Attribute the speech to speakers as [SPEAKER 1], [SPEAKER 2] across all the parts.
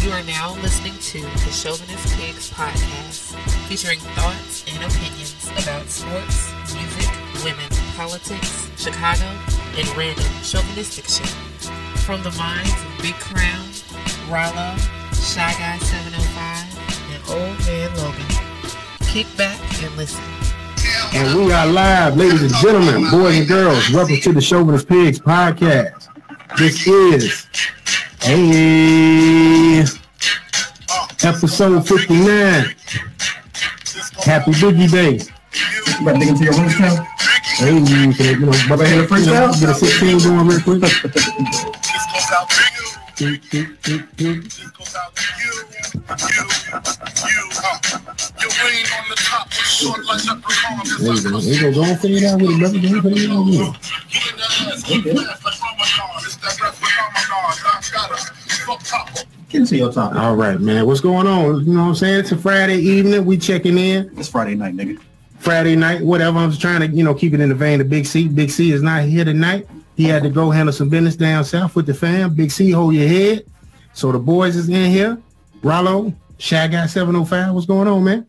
[SPEAKER 1] You are now listening to the Chauvinist Pigs podcast, featuring thoughts and opinions about sports, music, women, politics, Chicago, and random chauvinistic shit. From the minds of Big Crown, Rollo, Shy Guy 705, and Old Man Logan. Kick back and listen.
[SPEAKER 2] And we are live, ladies and gentlemen, boys and girls. Welcome to the Chauvinist Pigs podcast. This is hey, episode 59. Happy Biggie Day.
[SPEAKER 3] You about to dig into your women's town?
[SPEAKER 2] Hey, you can, you know, but I
[SPEAKER 3] Get a freestyle?
[SPEAKER 2] Get a 16 going real quick. There you go. There you go. Go on, fade out with it, brother. Go on, fade out with it.
[SPEAKER 3] Get into your topic.
[SPEAKER 2] All right, man. What's going on? You know what I'm saying? It's a Friday evening. We checking in.
[SPEAKER 3] It's Friday night, nigga.
[SPEAKER 2] Friday night, whatever. I'm just trying to, you know, keep it in the vein of Big C. Big C is not here tonight. He had to go handle some business down south with the fam. Big C, hold your head. So the boys is in here. Rollo, Shy Guy 705, what's going on, man?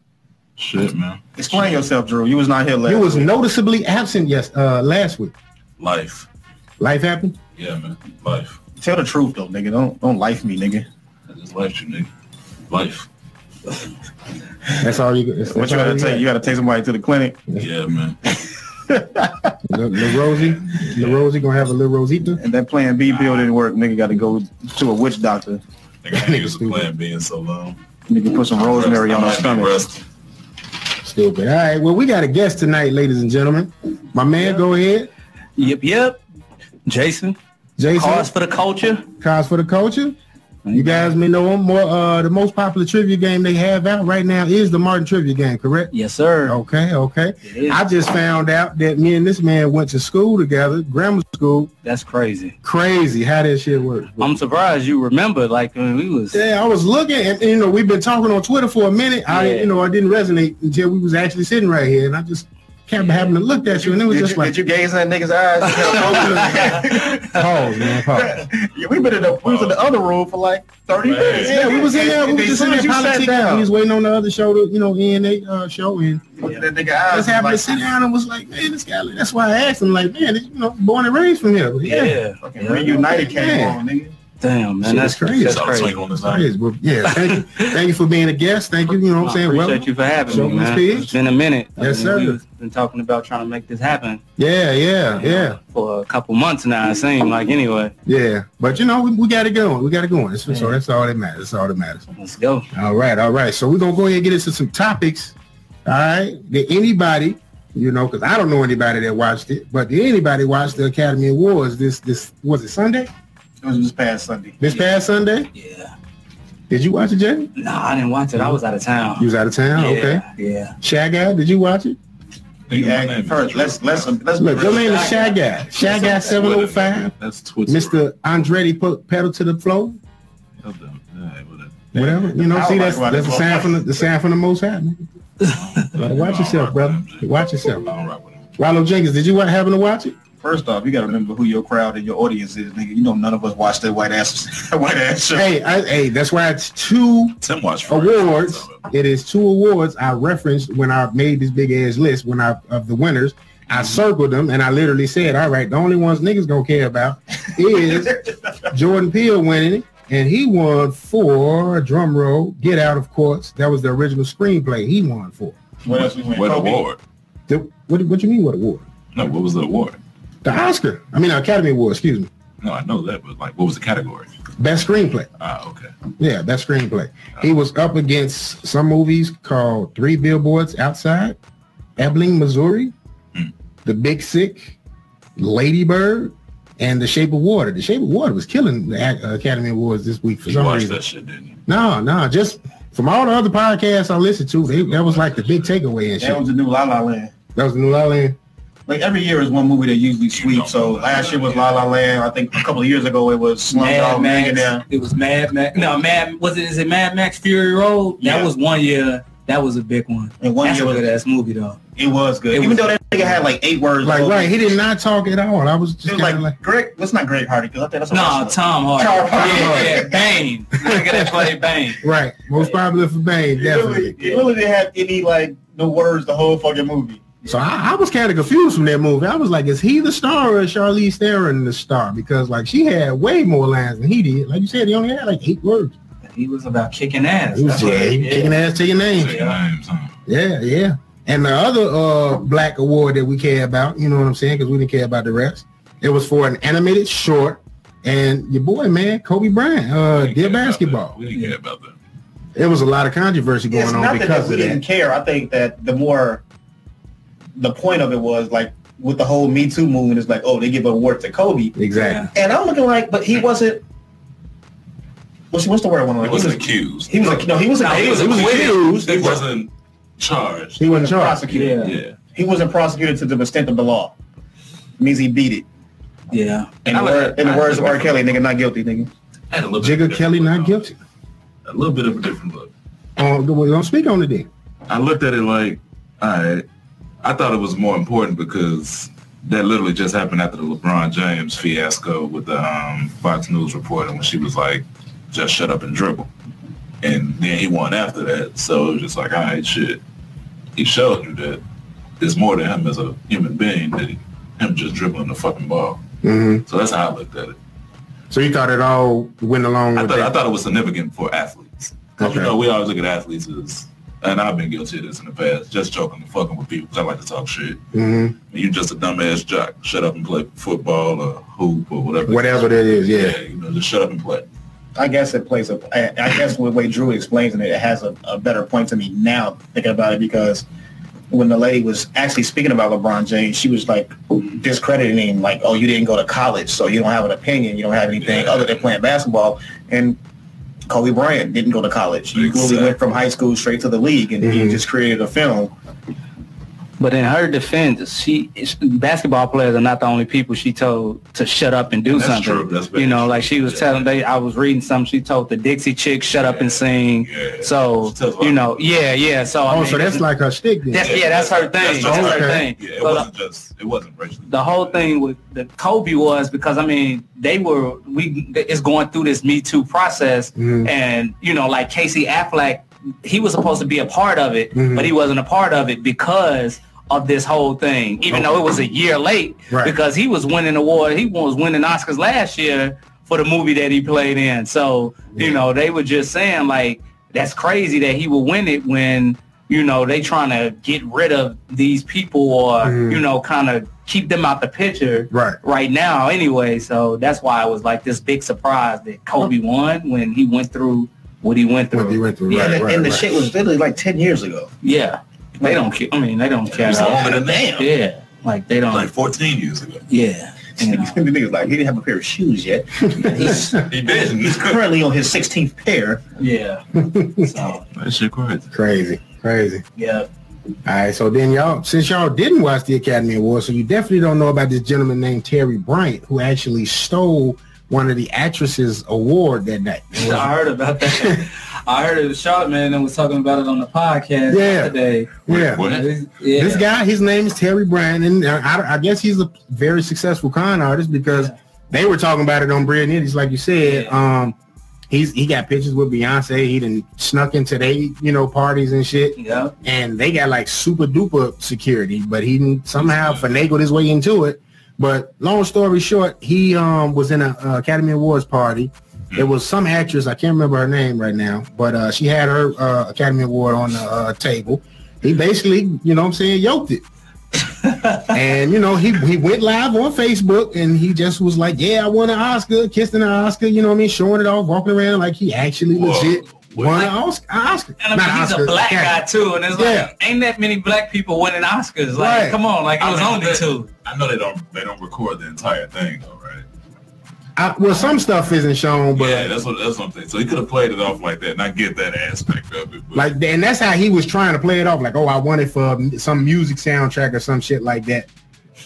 [SPEAKER 4] Shit, man.
[SPEAKER 3] Explain yourself, Drew. You was not here last.
[SPEAKER 2] You was
[SPEAKER 3] week.
[SPEAKER 2] noticeably absent yes uh last week.
[SPEAKER 4] Life.
[SPEAKER 2] Life happened.
[SPEAKER 4] Yeah, man. Life.
[SPEAKER 3] Tell the truth though, nigga. Don't don't life me, nigga.
[SPEAKER 4] I just life you, nigga. Life.
[SPEAKER 2] That's all you that's,
[SPEAKER 3] What you gotta take? You gotta take somebody to the clinic.
[SPEAKER 4] Yeah, man.
[SPEAKER 2] Little Rosie. Little Rosie gonna have a little Rosita.
[SPEAKER 3] And that Plan B bill didn't work. Nigga got to go to a witch doctor.
[SPEAKER 4] Nigga, I ain't used to playing being so long.
[SPEAKER 3] Nigga put some rosemary on her stomach.
[SPEAKER 2] Stupid. All right. Well, we got a guest tonight, ladies and gentlemen. My man, go ahead.
[SPEAKER 5] Yep, yep. Jason,
[SPEAKER 2] Jason.
[SPEAKER 5] cause for the culture.
[SPEAKER 2] Cars for the Culture. You guys may know them more. Uh, the most popular trivia game they have out right now is the Martin Trivia Game, correct?
[SPEAKER 5] Yes, sir.
[SPEAKER 2] Okay, okay.
[SPEAKER 5] is.
[SPEAKER 2] I just found out that me and this man went to school together, grammar school.
[SPEAKER 5] That's crazy.
[SPEAKER 2] Crazy how that shit works.
[SPEAKER 3] Um,
[SPEAKER 5] I'm surprised you remember. Like when we was.
[SPEAKER 2] Yeah, I was looking, and you know, we've been talking on Twitter for a minute. I,
[SPEAKER 5] Yeah.
[SPEAKER 2] you know, I didn't resonate until we was actually sitting right here, and I just kept having to look at you, and it was
[SPEAKER 3] Did
[SPEAKER 2] just
[SPEAKER 3] you,
[SPEAKER 2] like,
[SPEAKER 3] did you gaze in that nigga's eyes?
[SPEAKER 2] pause, man, pause.
[SPEAKER 3] yeah, we been in the we was in the other room for like thirty
[SPEAKER 4] Man.
[SPEAKER 3] minutes.
[SPEAKER 2] Yeah, we was in there, we
[SPEAKER 3] And
[SPEAKER 2] was
[SPEAKER 3] as
[SPEAKER 2] just in
[SPEAKER 3] soon
[SPEAKER 2] there
[SPEAKER 3] as you sat
[SPEAKER 2] politicking.
[SPEAKER 3] down,
[SPEAKER 2] We was waiting on the other show to, you know, end a uh, show, and
[SPEAKER 3] looked at that nigga eyes.
[SPEAKER 2] just happened
[SPEAKER 3] like,
[SPEAKER 2] to sit down and was like, man, this guy. That's why I asked him, like, man, you know, born and raised from here.
[SPEAKER 5] Yeah.
[SPEAKER 2] Yeah,
[SPEAKER 3] Fucking reunited came
[SPEAKER 2] Yeah.
[SPEAKER 3] on, nigga.
[SPEAKER 5] Damn, man,
[SPEAKER 2] Shit,
[SPEAKER 5] that's
[SPEAKER 2] it's crazy.
[SPEAKER 5] crazy. That's
[SPEAKER 4] Saw the
[SPEAKER 5] crazy.
[SPEAKER 4] swing on his
[SPEAKER 2] That
[SPEAKER 4] eye.
[SPEAKER 2] is, well, Oh, yeah. Thank you, thank you for being a guest. Thank you. You know what I'm
[SPEAKER 5] I
[SPEAKER 2] saying?
[SPEAKER 5] appreciate
[SPEAKER 2] Well,
[SPEAKER 5] you for having
[SPEAKER 2] show
[SPEAKER 5] me,
[SPEAKER 2] these
[SPEAKER 5] man.
[SPEAKER 2] pigs.
[SPEAKER 5] It's been a minute.
[SPEAKER 2] Yes,
[SPEAKER 5] I mean,
[SPEAKER 2] sir.
[SPEAKER 5] We've been talking about trying to make this happen
[SPEAKER 2] yeah, yeah, yeah,
[SPEAKER 5] for a couple months now. It seemed like anyway.
[SPEAKER 2] yeah. But you know, we, we got it going. We got it going. That's, So that's all that matters. That's all that matters.
[SPEAKER 5] Let's go.
[SPEAKER 2] All right, all right. So we're gonna go ahead and get into some topics. All right. Did anybody, you know, because I don't know anybody that watched it, but did anybody watch the Academy Awards this this was it Sunday?
[SPEAKER 3] It was this past Sunday.
[SPEAKER 2] This past Sunday?
[SPEAKER 5] Yeah.
[SPEAKER 2] Did you watch it, Jay?
[SPEAKER 5] Nah, I didn't watch it. I was out of town.
[SPEAKER 2] You was out of town.
[SPEAKER 5] yeah,
[SPEAKER 2] Okay.
[SPEAKER 5] Yeah.
[SPEAKER 2] Shy Guy, did you watch it?
[SPEAKER 3] You act first. Let's let's let's
[SPEAKER 2] Look, your name is Shy
[SPEAKER 3] Shy
[SPEAKER 2] Guy. Shy Guy 705.
[SPEAKER 4] That's Twitter.
[SPEAKER 2] Mr. Andretti put pedal to the floor.
[SPEAKER 4] All right, whatever.
[SPEAKER 2] Whatever. You know,
[SPEAKER 3] I
[SPEAKER 2] see
[SPEAKER 3] don't
[SPEAKER 2] that's
[SPEAKER 3] like
[SPEAKER 2] that's the
[SPEAKER 3] Rodney
[SPEAKER 2] sound from the, the sound from the most high. nigga. Like, watch yourself, brother. Watch
[SPEAKER 4] I
[SPEAKER 2] yourself.
[SPEAKER 4] don't rock with him.
[SPEAKER 2] Rollo Jenkins, did you wa- happen to watch it?
[SPEAKER 3] First off, you gotta remember who your crowd and your audience is, nigga. You know none of us watch that white ass that white ass show.
[SPEAKER 2] Hey, I, hey, that's why it's two
[SPEAKER 4] Tim watched
[SPEAKER 2] Oh,
[SPEAKER 4] uh, first.
[SPEAKER 2] awards. It is two awards I referenced when I made this big ass list when I of the winners. I circled them and I literally said, all right, the only ones niggas gonna care about is Jordan Peele winning it. And he won for drum roll, get out of course. That was the original screenplay he won for.
[SPEAKER 3] What else we win?
[SPEAKER 4] What
[SPEAKER 3] Kobe.
[SPEAKER 4] award?
[SPEAKER 2] The, what, what you mean what award?
[SPEAKER 4] No, what was the award?
[SPEAKER 2] The Oscar. I mean Academy Award, excuse me.
[SPEAKER 4] No, I know that, but like, what was the category?
[SPEAKER 2] Best screenplay.
[SPEAKER 4] Ah, okay.
[SPEAKER 2] Yeah, best screenplay. He was up against some movies called Three Billboards Outside, Abilene, Missouri, The Big Sick, Lady Bird, and The Shape of Water. The Shape of Water was killing the Ac- Academy Awards this week for
[SPEAKER 4] You
[SPEAKER 2] some
[SPEAKER 4] watched
[SPEAKER 2] reason.
[SPEAKER 4] that shit, didn't you?
[SPEAKER 2] No, no, just from all the other podcasts I listened to, they, that was like the big takeaway and
[SPEAKER 3] That
[SPEAKER 2] shit.
[SPEAKER 3] was the new La La Land.
[SPEAKER 2] That was New La La Land.
[SPEAKER 3] Like every year is one movie that usually sweeps. So last year was La La Land. I think a couple of years ago it was
[SPEAKER 5] Mad
[SPEAKER 3] Slumdog Millionaire.
[SPEAKER 5] Max. It was Mad Max. No, Mad. Was it? Is it Mad Max Fury Road?
[SPEAKER 3] Yeah.
[SPEAKER 5] That was one year. That was a big one.
[SPEAKER 3] And one
[SPEAKER 5] That's
[SPEAKER 3] year
[SPEAKER 5] a
[SPEAKER 3] was-
[SPEAKER 5] good ass movie though.
[SPEAKER 3] It was good.
[SPEAKER 5] It
[SPEAKER 3] Even
[SPEAKER 5] was-
[SPEAKER 3] though that nigga had like eight words.
[SPEAKER 2] Like,
[SPEAKER 3] over
[SPEAKER 2] right,
[SPEAKER 3] it.
[SPEAKER 2] he did not talk at all. I was
[SPEAKER 3] It
[SPEAKER 2] just
[SPEAKER 3] was
[SPEAKER 2] kind of like,
[SPEAKER 3] like Greg. What's not Greg Hardy? Because I think that's a
[SPEAKER 5] No,
[SPEAKER 3] wrestler.
[SPEAKER 5] Tom Hardy.
[SPEAKER 3] Tom Hardy.
[SPEAKER 5] Yeah, yeah, Bane.
[SPEAKER 6] Bane. Nigga that played Bane.
[SPEAKER 2] Right. Most popular for Bane,
[SPEAKER 3] Really,
[SPEAKER 2] definitely.
[SPEAKER 3] it really didn't have any like no words the whole fucking movie.
[SPEAKER 2] So I, I was kind of confused from that movie. I was like, is he the star or is Charlize Theron the star? Because like she had way more lines than he did. Like you said, he only had like eight words.
[SPEAKER 6] He was about kicking ass.
[SPEAKER 2] He was
[SPEAKER 6] That's what-
[SPEAKER 2] yeah, he was
[SPEAKER 6] yeah.
[SPEAKER 2] kicking ass to your name.
[SPEAKER 4] Second names, huh?
[SPEAKER 2] Yeah, yeah. And the other uh black award that we care about, you know what I'm saying? Because we didn't care about the rest. It was for an animated short. And your boy, man, Kobe Bryant, uh,
[SPEAKER 4] We didn't
[SPEAKER 2] did
[SPEAKER 4] care about that.
[SPEAKER 2] basketball.
[SPEAKER 4] We didn't care about that.
[SPEAKER 2] It was a lot of controversy going
[SPEAKER 3] it's
[SPEAKER 2] on
[SPEAKER 3] not that
[SPEAKER 2] because
[SPEAKER 3] we
[SPEAKER 2] of
[SPEAKER 3] didn't
[SPEAKER 2] that.
[SPEAKER 3] care. I think that the more the point of it was like with the whole Me Too movement is like, oh, they give an award to Kobe,
[SPEAKER 2] Exactly.
[SPEAKER 3] and I'm looking like, but he wasn't. What's, what's the word I want to?
[SPEAKER 4] He wasn't accused.
[SPEAKER 3] He was like, no, he wasn't.
[SPEAKER 6] No,
[SPEAKER 3] he,
[SPEAKER 6] he
[SPEAKER 3] was,
[SPEAKER 6] was
[SPEAKER 3] he was
[SPEAKER 6] acquitted.
[SPEAKER 3] accused.
[SPEAKER 4] He wasn't charged.
[SPEAKER 2] He wasn't charged.
[SPEAKER 3] prosecuted.
[SPEAKER 6] Yeah.
[SPEAKER 4] Yeah.
[SPEAKER 3] He wasn't prosecuted to the extent of the law. means he beat it.
[SPEAKER 6] Yeah.
[SPEAKER 3] In
[SPEAKER 4] I
[SPEAKER 3] the,
[SPEAKER 4] like
[SPEAKER 3] word,
[SPEAKER 4] that.
[SPEAKER 3] in the
[SPEAKER 4] I
[SPEAKER 3] words of
[SPEAKER 4] like
[SPEAKER 3] R.
[SPEAKER 4] that.
[SPEAKER 3] Kelly, nigga, not guilty, nigga.
[SPEAKER 4] Had a little bit of
[SPEAKER 2] Jigga
[SPEAKER 4] a
[SPEAKER 2] Kelly not
[SPEAKER 4] different look.
[SPEAKER 2] guilty.
[SPEAKER 4] A little bit of a different look.
[SPEAKER 2] Uh, we don't speak on it then.
[SPEAKER 4] I looked at it like, all right. I thought it was more important because that literally just happened after the LeBron James fiasco with the um, Fox News reporter when she was like, just shut up and dribble. And then he won after that. So it was just like, all right, shit. He showed you that there's more to him as a human being than him just dribbling the fucking ball.
[SPEAKER 2] hmm
[SPEAKER 4] So that's how I looked at it.
[SPEAKER 2] So you thought it all went along
[SPEAKER 4] I
[SPEAKER 2] with
[SPEAKER 4] thought, I
[SPEAKER 2] that?
[SPEAKER 4] thought it was significant for athletes. 'Cause,
[SPEAKER 2] Okay.
[SPEAKER 4] you know, we always look at athletes as, and I've been guilty of this in the past, just joking and fucking with people 'cause I like to talk shit.
[SPEAKER 2] Mhm.
[SPEAKER 4] You just a dumbass jock. Shut up and play football or hoop or whatever.
[SPEAKER 2] Whatever that is,
[SPEAKER 4] Yeah.
[SPEAKER 2] yeah.
[SPEAKER 4] you know, just shut up and play.
[SPEAKER 3] I guess it plays a. I, I guess the way Drew explains it, it has a, a better point to me now thinking about it because when the lady was actually speaking about LeBron James, she was like discrediting him, like, "Oh, you didn't go to college, so you don't have an opinion. You don't have anything
[SPEAKER 4] Yeah.
[SPEAKER 3] other than playing basketball." And Kobe Bryant didn't go to college. He
[SPEAKER 4] Exactly.
[SPEAKER 3] literally went from high school straight to the league, and he
[SPEAKER 2] Mhm.
[SPEAKER 3] just created a film.
[SPEAKER 6] But in her defense, she basketball players are not the only people she told to shut up and do
[SPEAKER 4] That's
[SPEAKER 6] something.
[SPEAKER 4] true. That's very
[SPEAKER 6] you know,
[SPEAKER 4] true.
[SPEAKER 6] like she was
[SPEAKER 4] Yeah.
[SPEAKER 6] telling they I was reading something she told the Dixie chick shut up and sing.
[SPEAKER 4] Yeah.
[SPEAKER 6] So
[SPEAKER 4] She tells a lot
[SPEAKER 6] you
[SPEAKER 4] of
[SPEAKER 6] know, yeah, yeah. So I
[SPEAKER 2] Oh,
[SPEAKER 6] mean,
[SPEAKER 2] so that's like her stick then.
[SPEAKER 6] that's yeah, that's her thing.
[SPEAKER 4] That's
[SPEAKER 6] That's,
[SPEAKER 4] just
[SPEAKER 6] her
[SPEAKER 2] okay.
[SPEAKER 6] thing.
[SPEAKER 4] Yeah, it
[SPEAKER 6] So the-
[SPEAKER 4] wasn't just, it wasn't racially.
[SPEAKER 6] the whole thing with the Kobe was because I mean they were we it's going through this Me Too process
[SPEAKER 2] Mhm.
[SPEAKER 6] and you know like Casey Affleck he was supposed to be a part of it
[SPEAKER 2] Mhm.
[SPEAKER 6] but he wasn't a part of it because of this whole thing even though it was a year late
[SPEAKER 2] Right.
[SPEAKER 6] because he was winning award he was winning Oscars last year for the movie that he played in so you know they were just saying like that's crazy that he would win it when you know they trying to get rid of these people or
[SPEAKER 2] Mhm.
[SPEAKER 6] you know kind of keep them out the picture
[SPEAKER 2] Right.
[SPEAKER 6] right now anyway. So that's why it was like this big surprise that Kobe won when he went through what he went
[SPEAKER 2] What
[SPEAKER 6] through.
[SPEAKER 2] you went through.
[SPEAKER 6] Yeah,
[SPEAKER 2] right,
[SPEAKER 3] and the,
[SPEAKER 2] right,
[SPEAKER 3] and the
[SPEAKER 2] right.
[SPEAKER 3] shit was literally like ten years ago.
[SPEAKER 6] Yeah. They don't care. I mean, they don't care.
[SPEAKER 4] It's
[SPEAKER 6] at all.
[SPEAKER 4] longer than that.
[SPEAKER 6] Yeah. Like they don't.
[SPEAKER 4] Like 14 years ago.
[SPEAKER 6] yeah. You know.
[SPEAKER 3] the nigga's like, he didn't have a pair of shoes yet. He's,
[SPEAKER 4] He didn't.
[SPEAKER 3] he's currently on his 16th pair.
[SPEAKER 6] Yeah. So
[SPEAKER 4] that shit crazy.
[SPEAKER 2] Crazy. Crazy.
[SPEAKER 6] yeah.
[SPEAKER 2] All right, so then y'all, since y'all didn't watch the Academy Awards, so you definitely don't know about this gentleman named Terry Bryant who actually stole one of the actresses' award that night. It was-
[SPEAKER 6] I heard about that. I heard it was shot, man, and was talking about it on the podcast
[SPEAKER 2] Yeah.
[SPEAKER 6] today.
[SPEAKER 2] yeah,
[SPEAKER 4] What?
[SPEAKER 6] Yeah.
[SPEAKER 2] this guy, his name is Terry Bryant, and I, I guess he's a very successful con artist because they were talking about it on Bread Nitties, like you said. Um, he's he got pictures with Beyonce. He done snuck into their you know parties and shit.
[SPEAKER 6] Yeah.
[SPEAKER 2] and they got like super duper security, but he didn't- somehow finagled his way into it. But long story short, he um, was in an uh, Academy Awards party.
[SPEAKER 6] Hmm.
[SPEAKER 2] It was some actress I can't remember her name right now, but uh, she had her uh, Academy Award on the uh, table. He basically, you know, what I'm saying, yoked it. and you know, he he went live on Facebook and he just was like, "Yeah, I won an Oscar, kissing an Oscar." You know what I mean? Showing it off, walking around like he actually
[SPEAKER 4] Whoa.
[SPEAKER 2] legit
[SPEAKER 4] What?
[SPEAKER 2] won an Oscar. an Oscar.
[SPEAKER 6] And I
[SPEAKER 2] Not
[SPEAKER 6] mean, he's
[SPEAKER 2] Oscar,
[SPEAKER 6] a black
[SPEAKER 2] Academy.
[SPEAKER 6] guy too, and it's
[SPEAKER 2] Yeah.
[SPEAKER 6] like, ain't that many black people winning Oscars? Like,
[SPEAKER 2] Right.
[SPEAKER 6] come on, like it was
[SPEAKER 4] I know
[SPEAKER 6] only
[SPEAKER 4] they-
[SPEAKER 6] two.
[SPEAKER 4] I know they don't, they don't record the entire thing though, right?
[SPEAKER 2] I, well, some stuff isn't shown, but
[SPEAKER 4] yeah, that's what that's what I'm saying. So he could have played it off like that, and I get that aspect of it. But
[SPEAKER 2] like, and that's how he was trying to play it off, like, oh, I want it for some music soundtrack or some shit like that.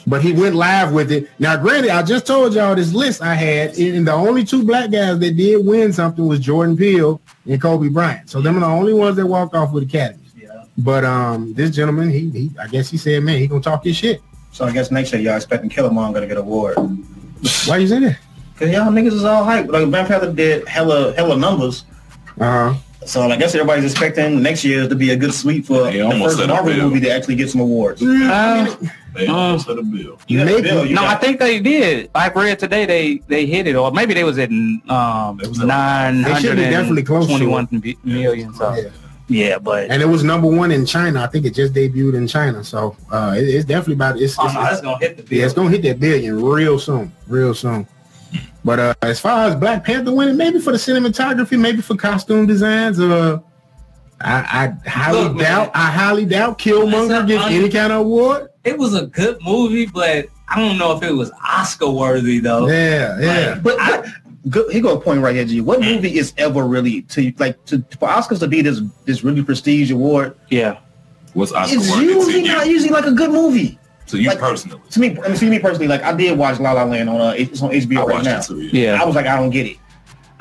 [SPEAKER 2] But he went live with it. Now, granted, I just told y'all this list I had, and the only two black guys that did win something was Jordan Peele and Kobe Bryant. So them are the only ones that walked off with academies.
[SPEAKER 6] Yeah.
[SPEAKER 2] But um, this gentleman, he, he, I guess he said, man, he gonna talk his shit.
[SPEAKER 3] So I guess next year y'all expecting Killer Mom gonna get an award.
[SPEAKER 2] Why you say that?
[SPEAKER 3] Cause y'all niggas is all hype. Like Black Panther did hella hella numbers.
[SPEAKER 2] Uh huh.
[SPEAKER 3] So like, I guess everybody's expecting next year's to be a good sweep for
[SPEAKER 4] They
[SPEAKER 3] the
[SPEAKER 4] almost
[SPEAKER 3] first
[SPEAKER 4] set a
[SPEAKER 3] Marvel
[SPEAKER 4] bill.
[SPEAKER 3] movie to actually get some awards.
[SPEAKER 6] Uh,
[SPEAKER 4] They
[SPEAKER 3] Um,
[SPEAKER 4] almost set a bill.
[SPEAKER 3] You got a
[SPEAKER 2] Maybe.
[SPEAKER 3] bill, you
[SPEAKER 6] no, I
[SPEAKER 3] got-
[SPEAKER 6] think they did. I read today they they hit it, or maybe they was at um
[SPEAKER 4] It was at-
[SPEAKER 6] nine
[SPEAKER 2] They should
[SPEAKER 6] hundred
[SPEAKER 2] be definitely
[SPEAKER 6] and
[SPEAKER 2] close to it.
[SPEAKER 6] twenty-one million. So
[SPEAKER 2] Yeah.
[SPEAKER 6] yeah, but
[SPEAKER 2] And it was number one in China. I think it just debuted in China. So uh, it- it's definitely about it's,
[SPEAKER 6] oh,
[SPEAKER 2] it's-
[SPEAKER 6] no, that's gonna hit the bill.
[SPEAKER 2] yeah, it's gonna hit that billion real soon, real soon. But uh, as far as Black Panther winning, maybe for the cinematography, maybe for costume designs, uh, I, I highly
[SPEAKER 6] Look, man.
[SPEAKER 2] doubt I highly doubt Killmonger
[SPEAKER 6] That's
[SPEAKER 2] gets
[SPEAKER 6] un-
[SPEAKER 2] any kind of award.
[SPEAKER 6] it was a good movie, but I don't know if it was Oscar worthy though.
[SPEAKER 2] Yeah, yeah.
[SPEAKER 3] But I, good, here go a point right here, G.
[SPEAKER 4] Mm.
[SPEAKER 3] What movie is ever really to like to for Oscars to be this this really prestige award?
[SPEAKER 6] Yeah,
[SPEAKER 4] What's Oscar
[SPEAKER 3] it's
[SPEAKER 4] worthy to
[SPEAKER 3] usually
[SPEAKER 4] you?
[SPEAKER 3] not usually like a good movie.
[SPEAKER 4] to you
[SPEAKER 3] like-
[SPEAKER 4] personally?
[SPEAKER 3] To me, I mean, to me personally, like I did watch La La Land on uh, it's on
[SPEAKER 4] I
[SPEAKER 3] HBO right
[SPEAKER 4] watched
[SPEAKER 3] now.
[SPEAKER 4] it too. Yeah.
[SPEAKER 6] yeah.
[SPEAKER 3] I was like, I don't get it.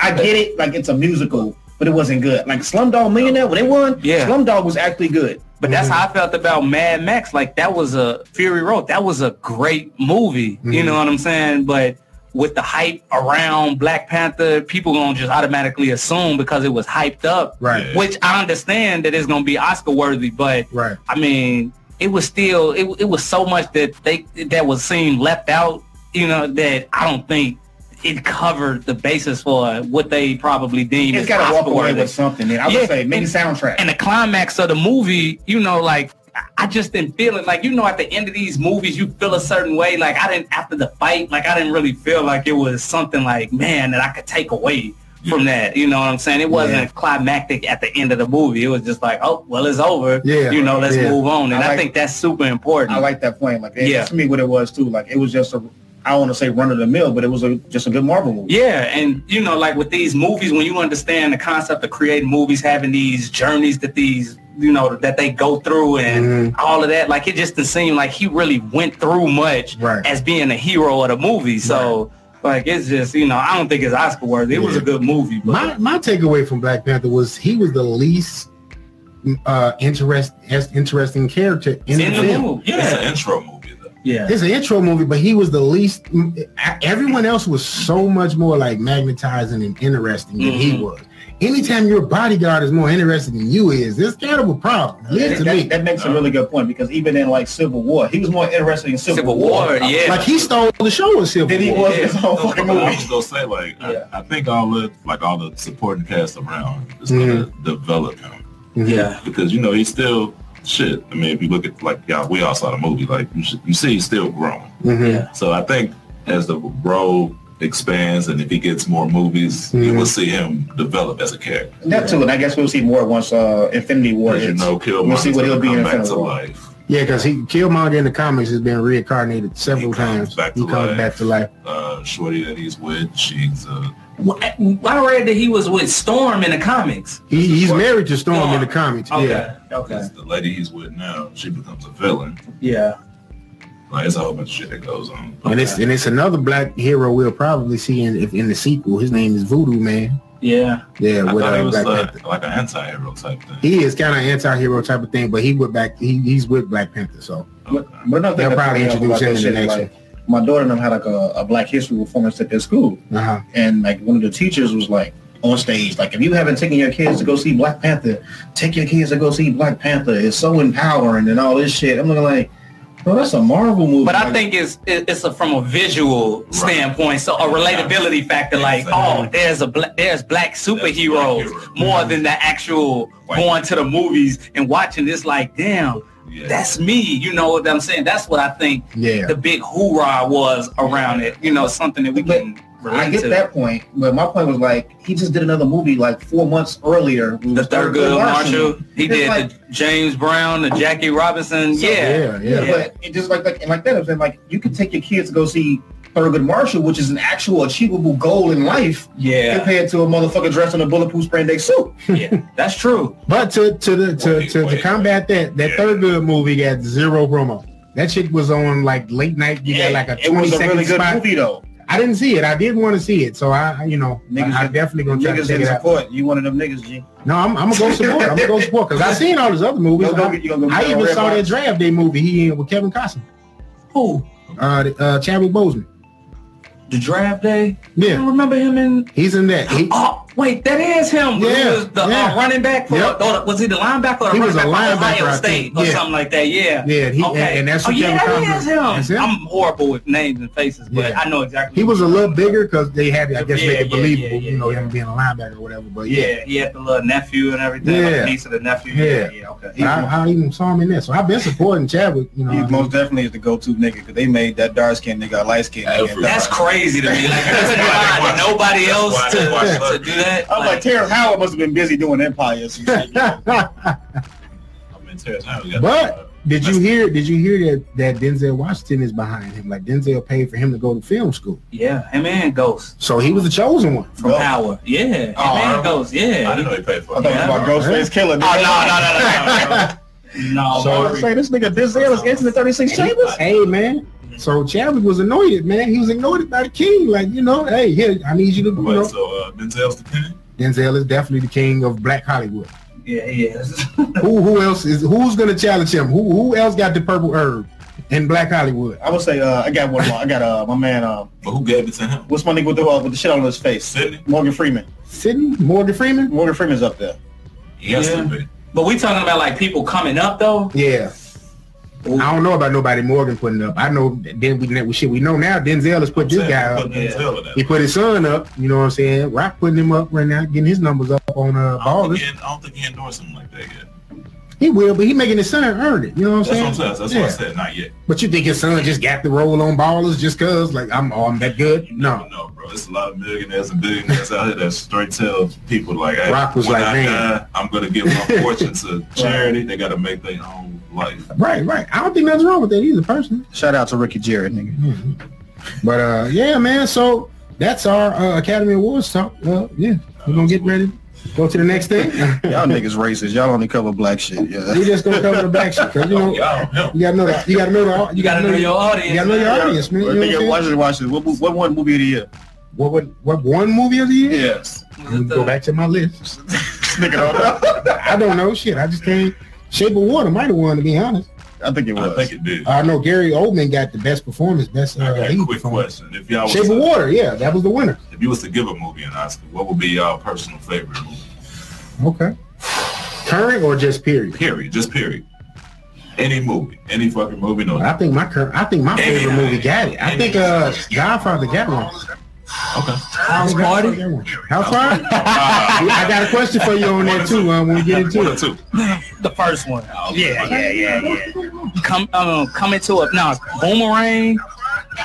[SPEAKER 3] I get it, like it's a musical, but it wasn't good. Like Slumdog Millionaire, when they won,
[SPEAKER 6] Yeah.
[SPEAKER 3] Slumdog was actually good.
[SPEAKER 6] But that's
[SPEAKER 3] Mm-hmm.
[SPEAKER 6] how I felt about Mad Max. Like that was a Fury Road. That was a great movie.
[SPEAKER 3] Mm-hmm.
[SPEAKER 6] You know what I'm saying? But with the hype around Black Panther, people gonna just automatically assume because it was hyped up.
[SPEAKER 2] Right.
[SPEAKER 6] Which I understand that it's gonna be Oscar worthy, but
[SPEAKER 2] Right.
[SPEAKER 6] I mean, it was still it, it was so much that they that was seen left out. You know that I don't think it covered the basis for what they probably deemed
[SPEAKER 3] It's
[SPEAKER 6] as
[SPEAKER 3] got to walk
[SPEAKER 6] Oscar
[SPEAKER 3] away
[SPEAKER 6] worthy
[SPEAKER 3] with something. And I would
[SPEAKER 6] Yeah,
[SPEAKER 3] say maybe
[SPEAKER 6] and-
[SPEAKER 3] soundtrack.
[SPEAKER 6] and the climax of the movie, you know, like I- I just didn't feel it. Like you know, at the end of these movies, you feel a certain way. Like I didn't after the fight, like I didn't really feel like it was something like man that I could take away from that. You know what I'm saying? It wasn't
[SPEAKER 2] Yeah.
[SPEAKER 6] climactic at the end of the movie. It was just like, oh well, it's over.
[SPEAKER 2] Yeah,
[SPEAKER 6] you know, let's
[SPEAKER 2] yeah.
[SPEAKER 6] move on. And
[SPEAKER 3] I
[SPEAKER 6] I,
[SPEAKER 3] like-
[SPEAKER 6] think that's super important.
[SPEAKER 3] I like that point. Like that's
[SPEAKER 6] Yeah.
[SPEAKER 3] to me what it was too. Like it was just a I don't want to say run of the mill, but it was a just a good Marvel movie.
[SPEAKER 6] Yeah, and you know, like with these movies, when you understand the concept of creating movies, having these journeys that these you know that they go through and
[SPEAKER 2] Mm-hmm.
[SPEAKER 6] all of that, like it just didn't seem like he really went through much
[SPEAKER 2] Right.
[SPEAKER 6] as being a hero of the movie. So like it's just you know I don't think it's Oscar worthy. It was a
[SPEAKER 2] Yeah.
[SPEAKER 6] good movie, but
[SPEAKER 2] My my takeaway from Black Panther was he was the least uh interest as interesting character in,
[SPEAKER 6] it's
[SPEAKER 2] the,
[SPEAKER 6] in the
[SPEAKER 2] film.
[SPEAKER 6] movie.
[SPEAKER 4] It's
[SPEAKER 6] Yeah,
[SPEAKER 4] an intro movie though.
[SPEAKER 6] yeah,
[SPEAKER 2] It's an intro movie, but he was the least. Everyone else was so much more like magnetizing and interesting than he
[SPEAKER 4] Mm-hmm.
[SPEAKER 6] Mhm.
[SPEAKER 2] was. Anytime your bodyguard is more interested than you is, this kind of a problem. Yeah,
[SPEAKER 3] That,
[SPEAKER 2] to me.
[SPEAKER 3] that, that makes a really good point because even in like Civil War, he was more interested in Civil,
[SPEAKER 6] Civil War. Yeah,
[SPEAKER 2] Like he stole the show in Civil
[SPEAKER 3] Then he
[SPEAKER 2] War.
[SPEAKER 3] was his own
[SPEAKER 4] No,
[SPEAKER 3] fucking
[SPEAKER 4] but I
[SPEAKER 3] movie.
[SPEAKER 4] was gonna say like
[SPEAKER 3] Yeah.
[SPEAKER 4] I, I think all the like all the supporting cast around is
[SPEAKER 3] Mm-hmm.
[SPEAKER 4] gonna develop him
[SPEAKER 2] Mhm.
[SPEAKER 6] yeah,
[SPEAKER 4] because you know he's still shit. I mean, if you look at like y'all, we all saw the movie. Like you, should, you see, he's still growing.
[SPEAKER 2] Mhm.
[SPEAKER 6] yeah.
[SPEAKER 4] So I think as the role expands and if he gets more movies, you
[SPEAKER 3] Mm-hmm.
[SPEAKER 4] will see him develop as a character.
[SPEAKER 3] That too, and I guess we'll see more once uh, Infinity War
[SPEAKER 4] As you
[SPEAKER 3] hits.
[SPEAKER 4] know, Killmonger
[SPEAKER 3] we'll see what he'll be in
[SPEAKER 4] come back
[SPEAKER 3] Infinity
[SPEAKER 4] to
[SPEAKER 3] War.
[SPEAKER 4] life.
[SPEAKER 2] Yeah, because he Killmonger in the comics has been reincarnated several
[SPEAKER 4] He comes
[SPEAKER 2] times.
[SPEAKER 4] back
[SPEAKER 2] he
[SPEAKER 4] to
[SPEAKER 2] comes
[SPEAKER 4] life.
[SPEAKER 2] back to life.
[SPEAKER 4] Uh, Shorty that he's with, she's uh,
[SPEAKER 6] Well, I I read that he was with Storm in the comics.
[SPEAKER 2] He, he's married to Storm
[SPEAKER 6] Storm.
[SPEAKER 2] in the
[SPEAKER 4] Oh,
[SPEAKER 2] comics.
[SPEAKER 6] Okay,
[SPEAKER 2] Yeah,
[SPEAKER 6] okay,
[SPEAKER 4] is the lady he's with now. She becomes a villain.
[SPEAKER 6] yeah.
[SPEAKER 4] Like it's a whole bunch of shit that goes on.
[SPEAKER 2] and it's and it's another black hero we'll probably see in if in the sequel. His name is Voodoo Man.
[SPEAKER 6] Yeah,
[SPEAKER 2] Yeah,
[SPEAKER 4] I
[SPEAKER 2] with
[SPEAKER 4] thought
[SPEAKER 2] uh,
[SPEAKER 4] he was
[SPEAKER 2] Black
[SPEAKER 4] uh,
[SPEAKER 2] Panther.
[SPEAKER 4] like an anti-hero type thing.
[SPEAKER 2] He is kind of anti-hero type of thing, but he went back. He, he's with Black Panther, so
[SPEAKER 3] But, but another
[SPEAKER 2] They'll
[SPEAKER 3] thing that
[SPEAKER 2] probably
[SPEAKER 3] threw me
[SPEAKER 2] introduce
[SPEAKER 3] off about
[SPEAKER 2] him in the
[SPEAKER 3] that shit,
[SPEAKER 2] next
[SPEAKER 3] like, My daughter and them had like a, a Black History performance at their school,
[SPEAKER 2] uh-huh.
[SPEAKER 3] and like one of the teachers was like on stage, like if you haven't taken your kids to go see Black Panther, take your kids to go see Black Panther. It's so empowering and all this shit. I'm looking like, bro, that's a Marvel movie.
[SPEAKER 6] But I
[SPEAKER 3] Like,
[SPEAKER 6] think it's it- it's a, from a visual standpoint, so a relatability factor. Like,
[SPEAKER 4] Exactly.
[SPEAKER 6] oh, there's a bla- there's black superheroes
[SPEAKER 4] There's black heroes.
[SPEAKER 6] more than the actual
[SPEAKER 4] White.
[SPEAKER 6] going to the movies and watching this. Like, damn,
[SPEAKER 4] Yeah.
[SPEAKER 6] that's me. You know what I'm saying? That's what I think.
[SPEAKER 2] Yeah.
[SPEAKER 6] The big hoorah was around it. You know, something that we
[SPEAKER 3] But
[SPEAKER 6] can relate
[SPEAKER 3] I get
[SPEAKER 6] to.
[SPEAKER 3] that point, but my point was like he just did another movie like four months earlier. It
[SPEAKER 6] The
[SPEAKER 3] was
[SPEAKER 6] Thurgood Marshall, he
[SPEAKER 3] It's
[SPEAKER 6] did
[SPEAKER 3] like-
[SPEAKER 6] the James Brown, the Jackie Robinson.
[SPEAKER 3] So-
[SPEAKER 6] yeah,
[SPEAKER 2] Yeah, yeah.
[SPEAKER 3] But it just like like and like that. I'm saying like you can take your kids to go see Thurgood Marshall, which is an actual achievable goal in life,
[SPEAKER 6] yeah,
[SPEAKER 3] compared to a motherfucker dressed in a bulletproof spray day suit.
[SPEAKER 6] yeah. That's true.
[SPEAKER 2] But to to the to
[SPEAKER 4] Wait,
[SPEAKER 2] to, to
[SPEAKER 4] wait,
[SPEAKER 2] combat that, that
[SPEAKER 4] Yeah.
[SPEAKER 2] third good movie got zero promo. That shit was on like late night. You got like a
[SPEAKER 3] it
[SPEAKER 2] twenty
[SPEAKER 3] was a
[SPEAKER 2] second
[SPEAKER 3] really good
[SPEAKER 2] spot.
[SPEAKER 3] movie though.
[SPEAKER 2] I didn't see it. I did want to see it, so I I- you know
[SPEAKER 3] Niggas
[SPEAKER 2] I, am
[SPEAKER 3] didn't-
[SPEAKER 2] definitely gonna try to
[SPEAKER 3] Niggas
[SPEAKER 2] check
[SPEAKER 3] didn't
[SPEAKER 2] it out.
[SPEAKER 3] support. You one of them niggas, G.
[SPEAKER 2] No, I'm, I'm gonna go support. I'm gonna go support because I seen all his other movies.
[SPEAKER 3] You gonna go get- you gonna go
[SPEAKER 2] I
[SPEAKER 3] get
[SPEAKER 2] even
[SPEAKER 3] Red
[SPEAKER 2] saw
[SPEAKER 3] Box?
[SPEAKER 2] that draft day movie he in with Kevin Costner,
[SPEAKER 6] Who?
[SPEAKER 2] uh, the- uh Chadwick Boseman.
[SPEAKER 5] the draft day.
[SPEAKER 2] Yeah.
[SPEAKER 5] I don't remember him in.
[SPEAKER 2] He's in that. He,
[SPEAKER 5] Oh wait, that is him. He
[SPEAKER 2] Yeah,
[SPEAKER 5] was the uh,
[SPEAKER 2] yeah.
[SPEAKER 5] running back for.
[SPEAKER 2] Yep.
[SPEAKER 5] or was he the linebacker or the
[SPEAKER 2] He
[SPEAKER 5] running
[SPEAKER 2] was a
[SPEAKER 5] back for
[SPEAKER 2] linebacker, I
[SPEAKER 5] Ohio
[SPEAKER 2] think.
[SPEAKER 5] State or
[SPEAKER 2] Yeah.
[SPEAKER 5] something like that? Yeah.
[SPEAKER 2] Yeah, he- and- and that's
[SPEAKER 5] oh,
[SPEAKER 2] who
[SPEAKER 5] yeah,
[SPEAKER 2] Kevin Conley-
[SPEAKER 5] that is him.
[SPEAKER 2] that's him.
[SPEAKER 5] I'm horrible with names and faces, but
[SPEAKER 2] Yeah.
[SPEAKER 5] I know exactly.
[SPEAKER 2] he was a
[SPEAKER 5] who you're
[SPEAKER 2] little
[SPEAKER 5] talking about.
[SPEAKER 2] bigger because they had, to, I guess,
[SPEAKER 5] Yeah,
[SPEAKER 2] make it
[SPEAKER 5] yeah,
[SPEAKER 2] believable,
[SPEAKER 5] yeah,
[SPEAKER 2] you know,
[SPEAKER 5] yeah.
[SPEAKER 2] him being a linebacker or whatever. But yeah,
[SPEAKER 5] Yeah, he had the little nephew and everything.
[SPEAKER 2] Yeah.
[SPEAKER 5] Yeah, piece of the nephew.
[SPEAKER 2] Yeah.
[SPEAKER 5] Yeah, yeah, okay.
[SPEAKER 2] But I, I even saw him in that. So I've been supporting Chadwick, you know.
[SPEAKER 3] He most definitely is the go-to nigga because they made that dark skinned nigga a light skinned
[SPEAKER 4] Yeah,
[SPEAKER 3] nigga.
[SPEAKER 4] for
[SPEAKER 5] That's crazy to me. Like,
[SPEAKER 4] That's why I watch-
[SPEAKER 5] nobody
[SPEAKER 4] that's
[SPEAKER 5] else
[SPEAKER 4] why I watch
[SPEAKER 5] to, to do that.
[SPEAKER 3] I'm like, Terrence Howard must have been busy doing Empire. or some shit.
[SPEAKER 4] I mean, Terrence Howard got-
[SPEAKER 2] But did you hear? Did you hear that that Denzel Washington is behind him? Like Denzel paid for him to go to film school,
[SPEAKER 5] yeah, him and Ghost
[SPEAKER 2] so he was the chosen one.
[SPEAKER 5] from
[SPEAKER 3] Ghost.
[SPEAKER 5] Power. Yeah, him
[SPEAKER 4] Oh, I
[SPEAKER 5] and
[SPEAKER 4] don't-
[SPEAKER 5] Ghost. Yeah.
[SPEAKER 4] I didn't know he paid for
[SPEAKER 3] I
[SPEAKER 4] it.
[SPEAKER 3] thought it was about Ghostface Killer.
[SPEAKER 5] Oh no, no, no, no, no,
[SPEAKER 2] hey
[SPEAKER 5] no.
[SPEAKER 2] So-
[SPEAKER 5] Oh, Marvin.
[SPEAKER 3] say this nigga Denzel is into the 36 chambers.
[SPEAKER 2] man, so Chadwick was anointed, man. He was anointed by the king. Like you know, hey, here I need you to. You
[SPEAKER 4] Wait,
[SPEAKER 2] know,
[SPEAKER 4] so uh, Denzel's the king?
[SPEAKER 2] Denzel is definitely the king of Black Hollywood.
[SPEAKER 5] yeah, he is.
[SPEAKER 2] Who who else is? Who's gonna challenge him? Who who else got the purple herb in Black Hollywood?
[SPEAKER 3] I would say uh, I got one more. I got uh, my man. Uh,
[SPEAKER 4] But who gave it to him?
[SPEAKER 3] what's my nigga with the uh, with the shit on his face?
[SPEAKER 4] Sidney?
[SPEAKER 3] Morgan Freeman.
[SPEAKER 2] Sidney Morgan Freeman.
[SPEAKER 3] Morgan Freeman's up there.
[SPEAKER 4] He has
[SPEAKER 5] Yeah.
[SPEAKER 4] to be.
[SPEAKER 5] but we talking about like people coming up though.
[SPEAKER 2] Yeah. I don't know about nobody Morgan putting up. I know then we shit we know now. Denzel has put this
[SPEAKER 4] Saying,
[SPEAKER 2] guy up.
[SPEAKER 4] put Denzel in
[SPEAKER 2] He
[SPEAKER 4] that.
[SPEAKER 2] put his son up, you know what I'm saying? Rock putting him up right now, getting his numbers up on uh
[SPEAKER 4] I don't
[SPEAKER 2] ballers.
[SPEAKER 4] think he- I don't think he endorsed something like that yet.
[SPEAKER 2] He will, but he making his son earn it. You know what I'm
[SPEAKER 4] That's
[SPEAKER 2] saying?
[SPEAKER 4] what I'm saying. That's
[SPEAKER 2] yeah.
[SPEAKER 4] what I said. Not yet.
[SPEAKER 2] But you think his son just got the role on ballers just cause like I'm oh, I'm that good?
[SPEAKER 4] You never
[SPEAKER 2] No.
[SPEAKER 4] know, bro. It's a lot of millionaires and billionaires out here that straight tell people like, hey,
[SPEAKER 2] Rock was
[SPEAKER 4] when
[SPEAKER 2] like,
[SPEAKER 4] I
[SPEAKER 2] man.
[SPEAKER 4] die, I'm gonna give my fortune to charity. They gotta make their own life.
[SPEAKER 2] Right, right. I don't think nothing's wrong with that either personally.
[SPEAKER 3] Shout out to Ricky Jarrett, nigga.
[SPEAKER 2] But uh yeah, man, so that's our uh, Academy Awards talk. Uh, yeah. We're gonna get ready. Go to the next thing.
[SPEAKER 3] Y'all niggas racist. Y'all only cover black shit.
[SPEAKER 2] we
[SPEAKER 3] Yeah.
[SPEAKER 2] just gonna cover the back shit, 'cause, you know
[SPEAKER 4] Y'all help.
[SPEAKER 2] you gotta know that you gotta know the
[SPEAKER 5] You gotta know your audience.
[SPEAKER 2] you gotta know your
[SPEAKER 5] man.
[SPEAKER 2] audience, man. You know what I'm
[SPEAKER 3] Nigga,
[SPEAKER 2] saying?
[SPEAKER 3] watch it, watch it. What, what one movie of the year?
[SPEAKER 2] What what what one movie of the year?
[SPEAKER 3] Yes.
[SPEAKER 2] I'm gonna go back to my list.
[SPEAKER 3] nigga, don't know.
[SPEAKER 2] I don't know shit. I just can't. Shape of Water might have won, to be honest.
[SPEAKER 3] I think it
[SPEAKER 4] I
[SPEAKER 3] was.
[SPEAKER 4] think it did.
[SPEAKER 2] I know Gary Oldman got the best performance, best
[SPEAKER 4] I
[SPEAKER 2] uh,
[SPEAKER 4] got a
[SPEAKER 2] lead
[SPEAKER 4] quick
[SPEAKER 2] performance.
[SPEAKER 4] question. If y'all was
[SPEAKER 2] Shape of
[SPEAKER 4] to-
[SPEAKER 2] Water, yeah, that was the winner.
[SPEAKER 4] if you was to give a movie an Oscar, what would be y'all personal favorite movie?
[SPEAKER 2] Okay. Current or just period?
[SPEAKER 4] Period. Just period. Any movie. Any fucking movie. No.
[SPEAKER 2] I think my current, I think my favorite
[SPEAKER 4] Maybe.
[SPEAKER 2] movie got it. I think uh, Godfather got one.
[SPEAKER 4] Okay.
[SPEAKER 5] House party.
[SPEAKER 2] House Party. I got a question for you on that too. Uh, when we get into
[SPEAKER 4] One or
[SPEAKER 2] it,
[SPEAKER 4] two.
[SPEAKER 5] The first one.
[SPEAKER 2] Oh,
[SPEAKER 4] Yeah, yeah, yeah, yeah.
[SPEAKER 5] Come, um, coming to a nah, boomerang.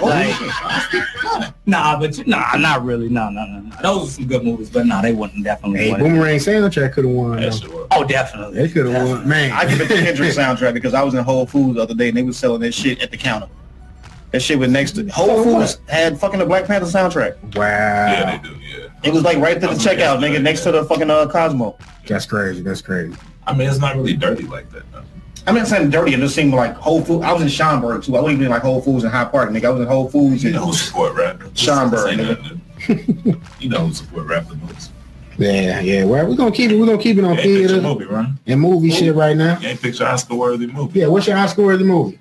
[SPEAKER 2] Oh,
[SPEAKER 5] Like, nah, but you- nah, not really. Nah, nah, nah, nah. Those were some good movies, but nah, they wouldn't definitely.
[SPEAKER 2] hey,
[SPEAKER 5] win.
[SPEAKER 2] Boomerang soundtrack could have won.
[SPEAKER 4] That
[SPEAKER 2] though.
[SPEAKER 4] shit was-
[SPEAKER 5] Oh, definitely.
[SPEAKER 2] They could have won,
[SPEAKER 5] Definitely.
[SPEAKER 2] man.
[SPEAKER 3] I give it to Kendrick soundtrack because I was in Whole Foods the other day and they was selling that shit at the counter. That shit was next to Whole Foods had fucking the Black Panther soundtrack.
[SPEAKER 2] Wow,
[SPEAKER 4] Yeah, they do. Yeah.
[SPEAKER 3] It was like right to the
[SPEAKER 4] Oh,
[SPEAKER 3] checkout,
[SPEAKER 4] yeah.
[SPEAKER 3] nigga, next to the fucking uh, Cosmo.
[SPEAKER 2] that's crazy. That's crazy.
[SPEAKER 4] I mean, it's not really dirty like that. though.
[SPEAKER 3] I'm not saying dirty. It just seemed like Whole Foods. I was in Schaumburg too. I wasn't even in like Whole Foods in High Park, nigga. I was in Whole Foods
[SPEAKER 4] You
[SPEAKER 3] and
[SPEAKER 4] know who support rap?
[SPEAKER 3] Schomburg,
[SPEAKER 4] Say
[SPEAKER 3] nigga.
[SPEAKER 4] nothing. You know who support rap the most?
[SPEAKER 2] Yeah, yeah. Well, we're gonna keep it. We're gonna keep it on
[SPEAKER 4] You ain't picture
[SPEAKER 2] theater
[SPEAKER 4] movie, Ryan.
[SPEAKER 2] and movie shit right now.
[SPEAKER 4] You ain't picture Oscar worthy movie.
[SPEAKER 2] Yeah. What's your Oscar worthy movie?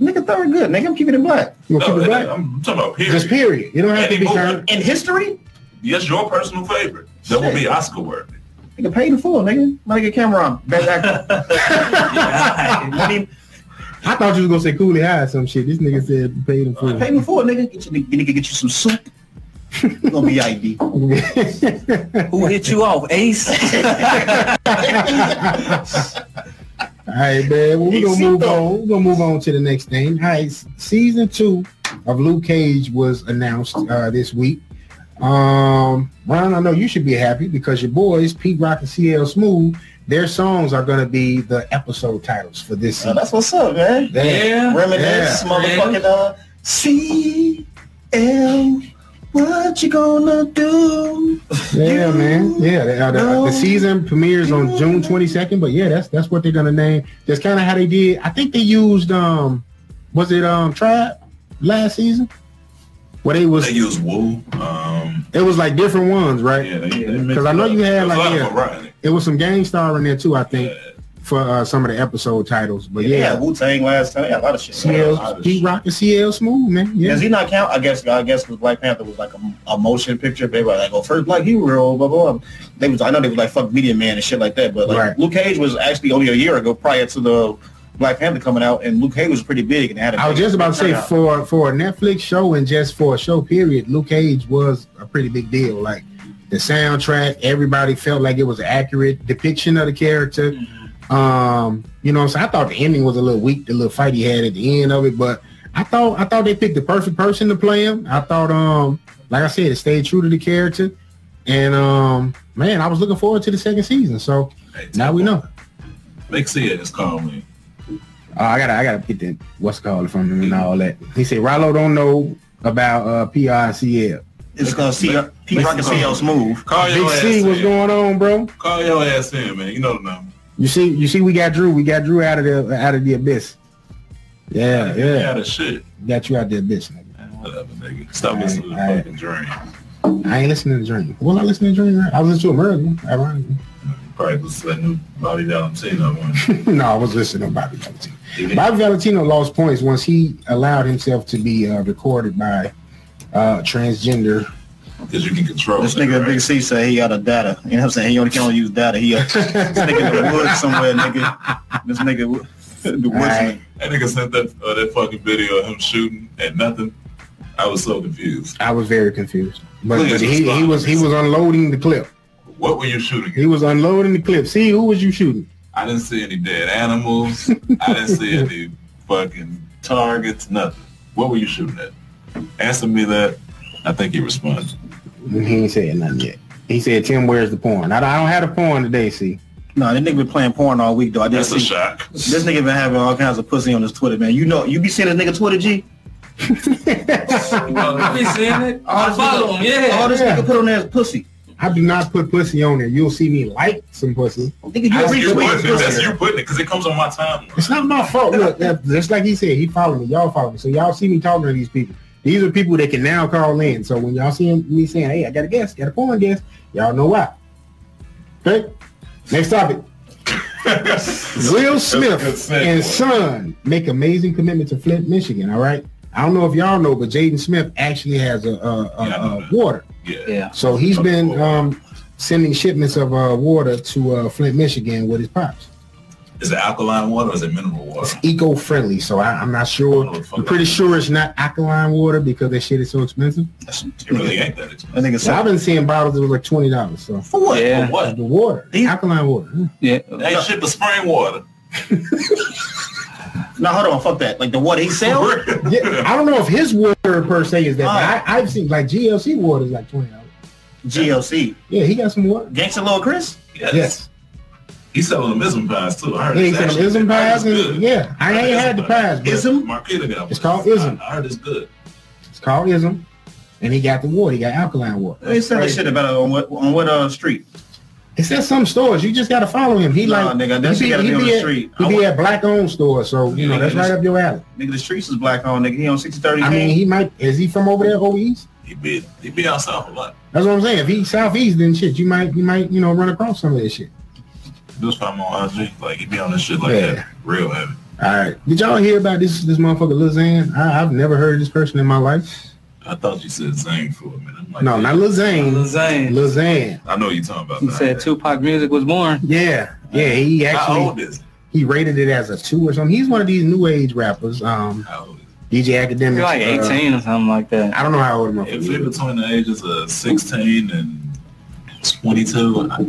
[SPEAKER 3] nigga third good, nigga. I'm keeping it black.
[SPEAKER 2] You gonna
[SPEAKER 4] No,
[SPEAKER 2] keep it
[SPEAKER 4] it-
[SPEAKER 2] black?
[SPEAKER 4] I'm talking about period.
[SPEAKER 2] Just period. You don't have to be
[SPEAKER 4] Any movie.
[SPEAKER 2] current.
[SPEAKER 3] In history,
[SPEAKER 4] That's your personal favorite. That would be Oscar worthy.
[SPEAKER 3] nigga paid in full, nigga. My nigga Cameron, best actor. I mean,
[SPEAKER 2] I thought you was gonna say Cooley High or some shit. This nigga said paid him
[SPEAKER 3] pay me for it, nigga. Get you, nigga, get you some soup. You gonna be ID.
[SPEAKER 2] for it.
[SPEAKER 5] Who hit you off, Ace?
[SPEAKER 2] All right, man. Well, we're gonna
[SPEAKER 3] Exito.
[SPEAKER 2] move on. We're gonna move on to the next thing. All right, s- season two of Luke Cage was announced uh, this week. Um, Ron, I know you should be happy because your boys, Pete Rock and CL Smooth, their songs are gonna be the episode titles for this
[SPEAKER 3] Uh,
[SPEAKER 2] season.
[SPEAKER 3] that's what's up, man.
[SPEAKER 5] yeah.
[SPEAKER 3] Reminisce,
[SPEAKER 2] Yeah.
[SPEAKER 3] motherfucking uh, C L. What you gonna do?
[SPEAKER 2] Yeah, man. Yeah, the, uh, the, uh, the season premieres on June 22nd, but yeah, that's that's what they're gonna name. That's kind of how they did. I think they used um, was it um Tribe last season? Where they was
[SPEAKER 4] They use Woo. Um,
[SPEAKER 2] it was like different ones, right?
[SPEAKER 4] yeah, they, they mix
[SPEAKER 2] Because I know
[SPEAKER 4] it up.
[SPEAKER 2] you had
[SPEAKER 4] There's a
[SPEAKER 2] like
[SPEAKER 4] lot of
[SPEAKER 2] yeah,
[SPEAKER 4] variety.
[SPEAKER 2] it was some Gangstar in there too. I think
[SPEAKER 4] Yeah.
[SPEAKER 2] for uh, some of the episode titles. But
[SPEAKER 3] Yeah,
[SPEAKER 2] yeah,
[SPEAKER 3] Wu Tang last time. Yeah, a lot of shit.
[SPEAKER 2] CL, he rocking CL smooth, man. Yeah.
[SPEAKER 3] Does he not count? I guess. I guess because Black Panther was like a, a motion picture. They were like, "Oh, first black hero." Blah blah. blah. They was. I know they was like, "Fuck Media Man" and shit like that. But like,
[SPEAKER 2] Right.
[SPEAKER 3] Luke Cage was actually only a year ago prior to the Black Panther coming out, and Luke Cage was pretty big and had. a
[SPEAKER 2] I was
[SPEAKER 3] big
[SPEAKER 2] just about to say
[SPEAKER 3] turnout.
[SPEAKER 2] for for a Netflix show and just for a show period, Luke Cage was a pretty big deal. Like the soundtrack, everybody felt like it was an accurate depiction of the character. Um, you know, so I thought the ending was a little weak, the little fight he had at the end of it, but I thought I thought they picked the perfect person to play him. I thought um, like I said, it stayed true to the character. And um, man, I was looking forward to the second season. So now we know.
[SPEAKER 4] Make see it. It's called me.
[SPEAKER 2] Uh, I gotta, I gotta get the what's it called from him and all that. He said Rallo don't know about uh, PICL.
[SPEAKER 3] It's gonna see P Rock and CL Smooth.
[SPEAKER 4] Call Oh, your
[SPEAKER 2] Big
[SPEAKER 4] ass
[SPEAKER 2] C,
[SPEAKER 4] in.
[SPEAKER 2] what's going on, bro?
[SPEAKER 4] Call your ass in, man. You know the number.
[SPEAKER 2] You see, you see, we got Drew. We got Drew out of the out of the abyss. Yeah,
[SPEAKER 4] Yeah,
[SPEAKER 2] yeah,
[SPEAKER 4] the shit.
[SPEAKER 2] got you out the abyss. Nigga.
[SPEAKER 4] Whatever, nigga. Stop
[SPEAKER 2] All
[SPEAKER 4] listening to the
[SPEAKER 2] right, all
[SPEAKER 4] fucking dream.
[SPEAKER 2] I ain't listening to Dream. Well, I listen to Dream. right? I was listening to him earlier, ironically.
[SPEAKER 4] Probably was that new Bobby Valentino one.
[SPEAKER 2] no, I was listening to Bobby Valentino. Bobby Valentino lost points once he allowed himself to be uh, recorded by uh, transgender
[SPEAKER 4] Because you can control
[SPEAKER 3] This
[SPEAKER 4] that,
[SPEAKER 3] nigga
[SPEAKER 4] right?
[SPEAKER 3] Big C said he out of data. You know what I'm saying? He only can only use data. He this nigga in the woods somewhere, nigga. This nigga the woods.
[SPEAKER 2] Alright.
[SPEAKER 4] That nigga sent that uh, that fucking video of him shooting at nothing. I was so confused.
[SPEAKER 2] I was very confused. But
[SPEAKER 4] Look at this
[SPEAKER 2] he, he
[SPEAKER 4] line.
[SPEAKER 2] was he was unloading the clip.
[SPEAKER 4] What were you shooting
[SPEAKER 2] He
[SPEAKER 4] at?
[SPEAKER 2] was unloading the clip. See, who was you shooting?
[SPEAKER 4] I didn't see any dead animals. I didn't see any fucking targets. Nothing. What were you shooting at? Answer me that. I think he responded.
[SPEAKER 2] He ain't said nothing yet. He said, Tim, where's the porn? I, I don't have the porn today, see.
[SPEAKER 3] No, that nigga been playing porn all week though. I didn't
[SPEAKER 4] That's a
[SPEAKER 3] see.
[SPEAKER 4] shock.
[SPEAKER 3] This nigga been having all kinds of pussy on his Twitter, man. You know, you be seeing this nigga Twitter, G.
[SPEAKER 5] I be seeing it.
[SPEAKER 3] All
[SPEAKER 5] I
[SPEAKER 3] this
[SPEAKER 5] follow him.
[SPEAKER 3] All
[SPEAKER 5] Yeah.
[SPEAKER 3] this nigga put on there is pussy.
[SPEAKER 2] I do not put pussy on there. You'll see me like some pussy.
[SPEAKER 3] Nigga, you
[SPEAKER 4] That's you
[SPEAKER 3] retweet
[SPEAKER 4] putting it. That's
[SPEAKER 3] pussy.
[SPEAKER 4] you putting it because it comes on my timeline.
[SPEAKER 2] It's not my fault. Look, that- just like he said, he followed me. Y'all follow me. So y'all see me talking to these people. These are people that can now call in. So when y'all see him- me saying, hey, I got a guest, got a porn guest, y'all know why. Okay? Next topic. Will
[SPEAKER 4] good
[SPEAKER 2] Smith
[SPEAKER 4] segue.
[SPEAKER 2] and son make amazing commitment to Flint, Michigan. All right. I don't know if y'all know, but Jaden Smith actually has a, a, a,
[SPEAKER 4] Yeah, I know
[SPEAKER 2] a
[SPEAKER 4] that.
[SPEAKER 2] water.
[SPEAKER 4] Yeah.
[SPEAKER 5] Yeah.
[SPEAKER 2] So he's been um, sending shipments of uh, water to uh, Flint, Michigan with his pops.
[SPEAKER 4] Is it alkaline water or is it mineral
[SPEAKER 2] It's
[SPEAKER 4] water?
[SPEAKER 2] eco-friendly, so I, I'm not sure. I'm pretty sure it's not alkaline water because that shit is so expensive.
[SPEAKER 4] It really ain't that expensive.
[SPEAKER 3] That nigga
[SPEAKER 2] So
[SPEAKER 3] said,
[SPEAKER 2] I've been seeing bottles that was like twenty dollars. So
[SPEAKER 4] For what?
[SPEAKER 5] Yeah.
[SPEAKER 4] For what?
[SPEAKER 2] the water,
[SPEAKER 3] These-
[SPEAKER 2] alkaline water.
[SPEAKER 5] Yeah.
[SPEAKER 4] Ain't shit but spring water.
[SPEAKER 3] "No, hold on, fuck that." Like the water he sell.
[SPEAKER 2] Yeah, I don't know if his water per se is that. But I, I've seen like GLC water is like twenty dollars.
[SPEAKER 3] GLC,
[SPEAKER 2] Yeah, he got some water.
[SPEAKER 3] Gangsta Lil Chris.
[SPEAKER 4] Yes.
[SPEAKER 2] Yes.
[SPEAKER 4] He's selling them ism pies too. I heard
[SPEAKER 2] Yeah, he
[SPEAKER 4] it's
[SPEAKER 2] said
[SPEAKER 4] actually-
[SPEAKER 2] ism
[SPEAKER 4] I heard
[SPEAKER 2] pies.
[SPEAKER 4] it's
[SPEAKER 2] And,
[SPEAKER 4] good.
[SPEAKER 2] yeah, I
[SPEAKER 4] heard
[SPEAKER 2] ain't
[SPEAKER 4] it's
[SPEAKER 2] had the
[SPEAKER 4] good.
[SPEAKER 2] pies, but
[SPEAKER 3] Ism?
[SPEAKER 4] Marquita got one.
[SPEAKER 2] It's called ism.
[SPEAKER 4] I, I heard it's good.
[SPEAKER 2] it's called ism. And he got the water. He got alkaline water.
[SPEAKER 3] They sell that shit about on what on what uh street?
[SPEAKER 2] It's at some stores. You just gotta follow him. He
[SPEAKER 3] Nah,
[SPEAKER 2] like
[SPEAKER 3] nigga, that
[SPEAKER 2] he
[SPEAKER 3] shit gotta be on the street.
[SPEAKER 2] At,
[SPEAKER 3] I
[SPEAKER 2] he be
[SPEAKER 3] want-
[SPEAKER 2] at black owned stores, so you know
[SPEAKER 4] Yeah,
[SPEAKER 2] that's
[SPEAKER 4] it's-
[SPEAKER 2] right up your alley.
[SPEAKER 3] Nigga, the streets is black on nigga. He on sixty thirty.
[SPEAKER 2] I mean, he might is he from over there over east?
[SPEAKER 4] He be he be out south a lot.
[SPEAKER 2] That's what I'm saying. If he's southeast, then shit, you might you might you know run across some of this shit.
[SPEAKER 4] This time on IG, like he be on this shit like
[SPEAKER 2] Yeah.
[SPEAKER 4] that, real heavy.
[SPEAKER 2] All right, did y'all hear about this this motherfucker Lil Xan? I, I've never heard of this person in my life.
[SPEAKER 4] I thought you said Zane for a minute. I'm like,
[SPEAKER 2] No,
[SPEAKER 4] yeah.
[SPEAKER 2] not Lil
[SPEAKER 5] Lil
[SPEAKER 2] Xan.
[SPEAKER 5] Zane.
[SPEAKER 2] Lil Xan.
[SPEAKER 4] I know you talking about.
[SPEAKER 5] He
[SPEAKER 4] that.
[SPEAKER 5] said Tupac music was born.
[SPEAKER 2] Yeah, yeah. He
[SPEAKER 4] How
[SPEAKER 2] actually
[SPEAKER 4] old is he?
[SPEAKER 2] he rated it as a two or something. He's one of these new age rappers. Um,
[SPEAKER 4] How old is
[SPEAKER 2] DJ Academics.
[SPEAKER 5] He's like
[SPEAKER 2] uh,
[SPEAKER 5] 18 or something like that.
[SPEAKER 2] I don't know how old my
[SPEAKER 4] he? If they're between the ages of 16 and 22, I,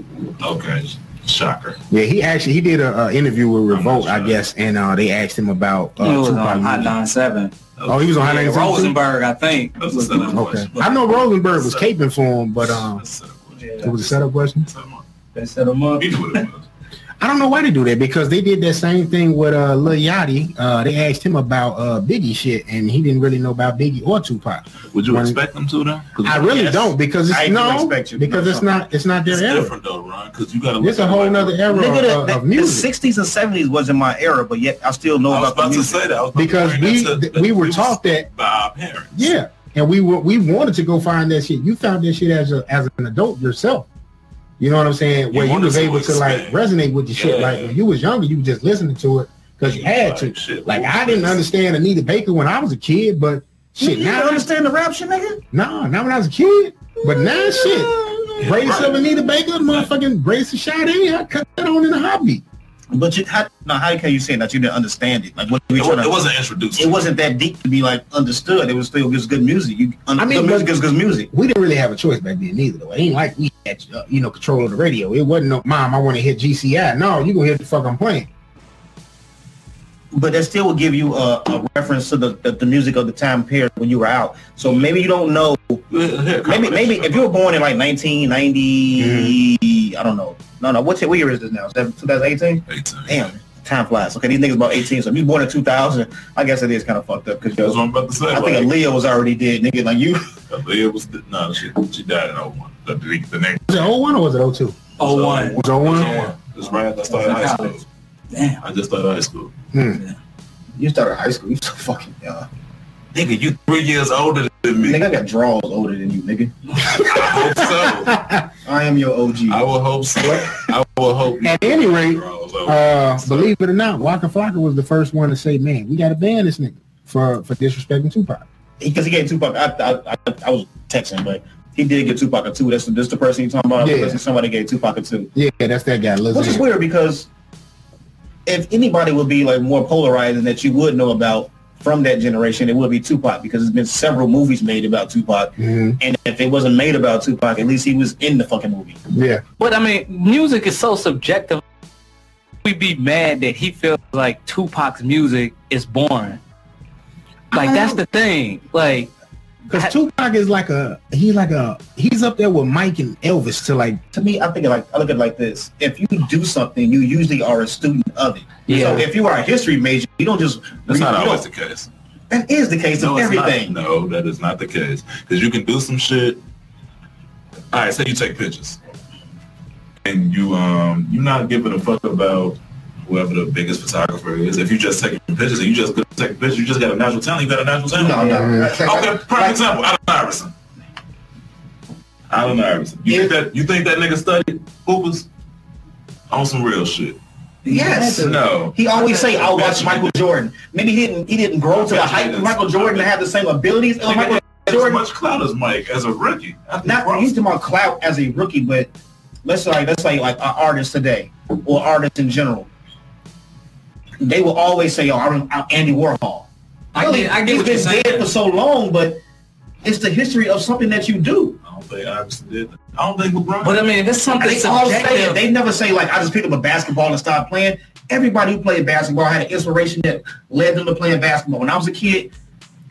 [SPEAKER 4] okay, shocker.
[SPEAKER 2] Yeah, he actually he did a, uh interview with
[SPEAKER 4] I'm not
[SPEAKER 2] Revolt, I
[SPEAKER 4] sure.
[SPEAKER 2] guess, and uh, they asked him about uh,
[SPEAKER 5] it was
[SPEAKER 2] Tupac
[SPEAKER 5] on Hot
[SPEAKER 2] music.
[SPEAKER 5] 97.
[SPEAKER 2] Oh, he was on Hot
[SPEAKER 5] Yeah,
[SPEAKER 2] 97 too?
[SPEAKER 5] Rosenberg, I think.
[SPEAKER 4] That's a setup
[SPEAKER 2] Okay,
[SPEAKER 5] Oh.
[SPEAKER 4] question.
[SPEAKER 2] I know Rosenberg was
[SPEAKER 4] So-
[SPEAKER 2] caping for him, but um,
[SPEAKER 4] That's a setup question.
[SPEAKER 5] Yeah.
[SPEAKER 2] it was a setup question.
[SPEAKER 4] Setup one.
[SPEAKER 5] They set him up.
[SPEAKER 4] He knew what it was.
[SPEAKER 2] I don't know why they do that because they did that same thing with uh, Lil Yachty. Uh, they asked him about uh, Biggie shit, and he didn't really know about Biggie or Tupac.
[SPEAKER 4] Would you
[SPEAKER 2] When-
[SPEAKER 4] expect them to though? 'Cause
[SPEAKER 2] I really
[SPEAKER 3] Yes.
[SPEAKER 2] don't because it's
[SPEAKER 3] I do
[SPEAKER 2] no
[SPEAKER 3] expect you to
[SPEAKER 2] because
[SPEAKER 3] know
[SPEAKER 2] it's not it's not
[SPEAKER 4] It's
[SPEAKER 2] their era.
[SPEAKER 4] different though, Ron, because you got to.
[SPEAKER 2] It's a whole nother era
[SPEAKER 3] Nigga,
[SPEAKER 2] of,
[SPEAKER 3] the,
[SPEAKER 2] of
[SPEAKER 3] the, the
[SPEAKER 2] music.
[SPEAKER 3] 60s and 70s wasn't my era, but yet I still know
[SPEAKER 4] I was
[SPEAKER 3] about the
[SPEAKER 4] about to
[SPEAKER 3] music.
[SPEAKER 4] say that I was about to
[SPEAKER 2] Because
[SPEAKER 4] bring
[SPEAKER 2] we
[SPEAKER 4] that to-
[SPEAKER 2] th-
[SPEAKER 4] that
[SPEAKER 2] we were
[SPEAKER 4] was
[SPEAKER 2] taught that
[SPEAKER 4] by our parents.
[SPEAKER 2] Yeah, and we were we wanted to go find that shit. You found that shit as a as an adult yourself. You know what I'm saying? Where you
[SPEAKER 4] wanted
[SPEAKER 2] was
[SPEAKER 4] to
[SPEAKER 2] able to like
[SPEAKER 4] expand.
[SPEAKER 2] resonate with your shit.
[SPEAKER 4] Yeah.
[SPEAKER 2] Like when you was younger, you were just listening to it because you had to.
[SPEAKER 4] Like, shit,
[SPEAKER 2] Like
[SPEAKER 4] what
[SPEAKER 2] I
[SPEAKER 4] was
[SPEAKER 2] didn't
[SPEAKER 4] this?
[SPEAKER 2] understand Anita Baker when I was a kid, but shit,
[SPEAKER 3] you don't
[SPEAKER 2] now
[SPEAKER 3] understand the rap shit, nigga?
[SPEAKER 2] nah, not when I was a kid, but now shit.
[SPEAKER 4] Yeah,
[SPEAKER 2] Brace
[SPEAKER 4] right.
[SPEAKER 2] of Anita Baker, motherfucking brace of Sade, I cut that on in a hobby.
[SPEAKER 3] But you how now how can you say that you didn't understand it? Like what we
[SPEAKER 4] It,
[SPEAKER 3] trying
[SPEAKER 4] wa-
[SPEAKER 3] to
[SPEAKER 4] it wasn't introduced.
[SPEAKER 3] it wasn't that deep to be like understood. It was still just good music. You, un-
[SPEAKER 2] I mean,
[SPEAKER 3] good music
[SPEAKER 2] but-
[SPEAKER 3] is good music.
[SPEAKER 2] We didn't really have a choice back then either, though. It ain't like we had, uh, you know, control of the radio. It wasn't no, mom, I want to hit GCI. No, you gonna hit the fuck I'm playing.
[SPEAKER 3] But that still will give you a, a reference to the, the, the music of the time period when you were out. So maybe you don't know. Maybe maybe if you were born in like 1990,
[SPEAKER 2] Mm-hmm.
[SPEAKER 3] I don't know. No, no. What's it? What year is this now? Is that 2018?
[SPEAKER 4] 18.
[SPEAKER 3] Damn, time flies. Okay, these niggas about 18. So if you born in 2000, I guess it is kind of fucked up
[SPEAKER 4] That's
[SPEAKER 3] because
[SPEAKER 4] what I'm about to say.
[SPEAKER 3] I
[SPEAKER 4] like, uh,
[SPEAKER 3] think Leo was already dead, nigga. Like you.
[SPEAKER 4] Aaliyah was the, no, she, she died in 01. The, the, the name
[SPEAKER 2] Was it 01 or was it 02?
[SPEAKER 5] Oh one.
[SPEAKER 2] It was 01?
[SPEAKER 4] Yeah. It's right after I started high school.
[SPEAKER 5] Damn.
[SPEAKER 4] I just started high school.
[SPEAKER 3] You started high school. You so fucking young.
[SPEAKER 4] Nigga, you three years older than me.
[SPEAKER 3] Nigga, I got draws older than you, nigga.
[SPEAKER 4] I hope so.
[SPEAKER 3] I am your OG.
[SPEAKER 4] I will hope so. I will hope.
[SPEAKER 2] At any rate,
[SPEAKER 4] I was over.
[SPEAKER 2] uh, believe it or not, Waka Flocka was the first one to say, man, we got to ban this nigga for, for disrespecting Tupac.
[SPEAKER 3] because he gave Tupac. I, I, I, I was texting, but he did give Tupac a two. That's that's the person you talking about.
[SPEAKER 2] Yeah.
[SPEAKER 3] Yeah. Somebody gave Tupac a two,
[SPEAKER 2] Yeah, that's that guy. Lizzo.
[SPEAKER 3] which is weird because if anybody would be like more polarizing that you would know about from that generation, it would be Tupac because there's been several movies made about Tupac,
[SPEAKER 2] Mhm.
[SPEAKER 3] and if it wasn't made about Tupac, at least he was in the fucking movie.
[SPEAKER 2] Yeah.
[SPEAKER 5] But I mean, music is so subjective. We'd be mad that he feels like Tupac's music is boring. Like that's the thing. Like
[SPEAKER 2] Because Tupac is like a, he's like a, he's up there with Mike and Elvis to like,
[SPEAKER 3] to me, I think like I look at it like this: if you do something, you usually are a student of it.
[SPEAKER 5] Yeah.
[SPEAKER 3] So if you are a history major, you don't just
[SPEAKER 4] That's
[SPEAKER 3] you
[SPEAKER 4] not
[SPEAKER 3] don't-
[SPEAKER 4] always the case.
[SPEAKER 3] That is the case of
[SPEAKER 4] it's not.
[SPEAKER 3] everything.
[SPEAKER 4] No, that is not the case. Because you can do some shit. All right, say you take pictures, and you um you're not giving a fuck about whoever the biggest photographer is. If you just taking pictures, and you just good at taking pictures, you just got a natural talent. You got a natural talent.
[SPEAKER 3] No, no.
[SPEAKER 4] Okay, prime example, Allen Iverson. Allen Iverson. You think that you think that nigga studied hoopers on some real shit?
[SPEAKER 3] Yes.
[SPEAKER 4] No.
[SPEAKER 3] He always say, "I
[SPEAKER 4] bet
[SPEAKER 3] watch
[SPEAKER 4] you
[SPEAKER 3] Michael
[SPEAKER 4] did.
[SPEAKER 3] Jordan." Maybe he didn't. He didn't grow to the
[SPEAKER 4] bet you
[SPEAKER 3] height
[SPEAKER 4] did.
[SPEAKER 3] of Michael Jordan and have the same abilities as
[SPEAKER 4] Nigga
[SPEAKER 3] Michael
[SPEAKER 4] had as
[SPEAKER 3] Jordan.
[SPEAKER 4] much clout as Mike as a rookie. That's
[SPEAKER 3] Not
[SPEAKER 4] gross.
[SPEAKER 3] he's talking about clout as a rookie, but let's say let's say like an artist today or artists in general. They will always say, "Oh, I rem- I'm Andy Warhol."
[SPEAKER 6] I get, I get
[SPEAKER 3] he's
[SPEAKER 6] what you're
[SPEAKER 3] been
[SPEAKER 6] saying.
[SPEAKER 3] dead for so long, but it's the history of something that you do.
[SPEAKER 4] I don't think Iverson did. that. I don't think LeBron.
[SPEAKER 6] But I mean, if it's something
[SPEAKER 3] They all say it.
[SPEAKER 6] subjective,
[SPEAKER 3] They never say like, "I just picked up a basketball and stopped playing." Everybody who played basketball had an inspiration that led them to playing basketball. When I was a kid,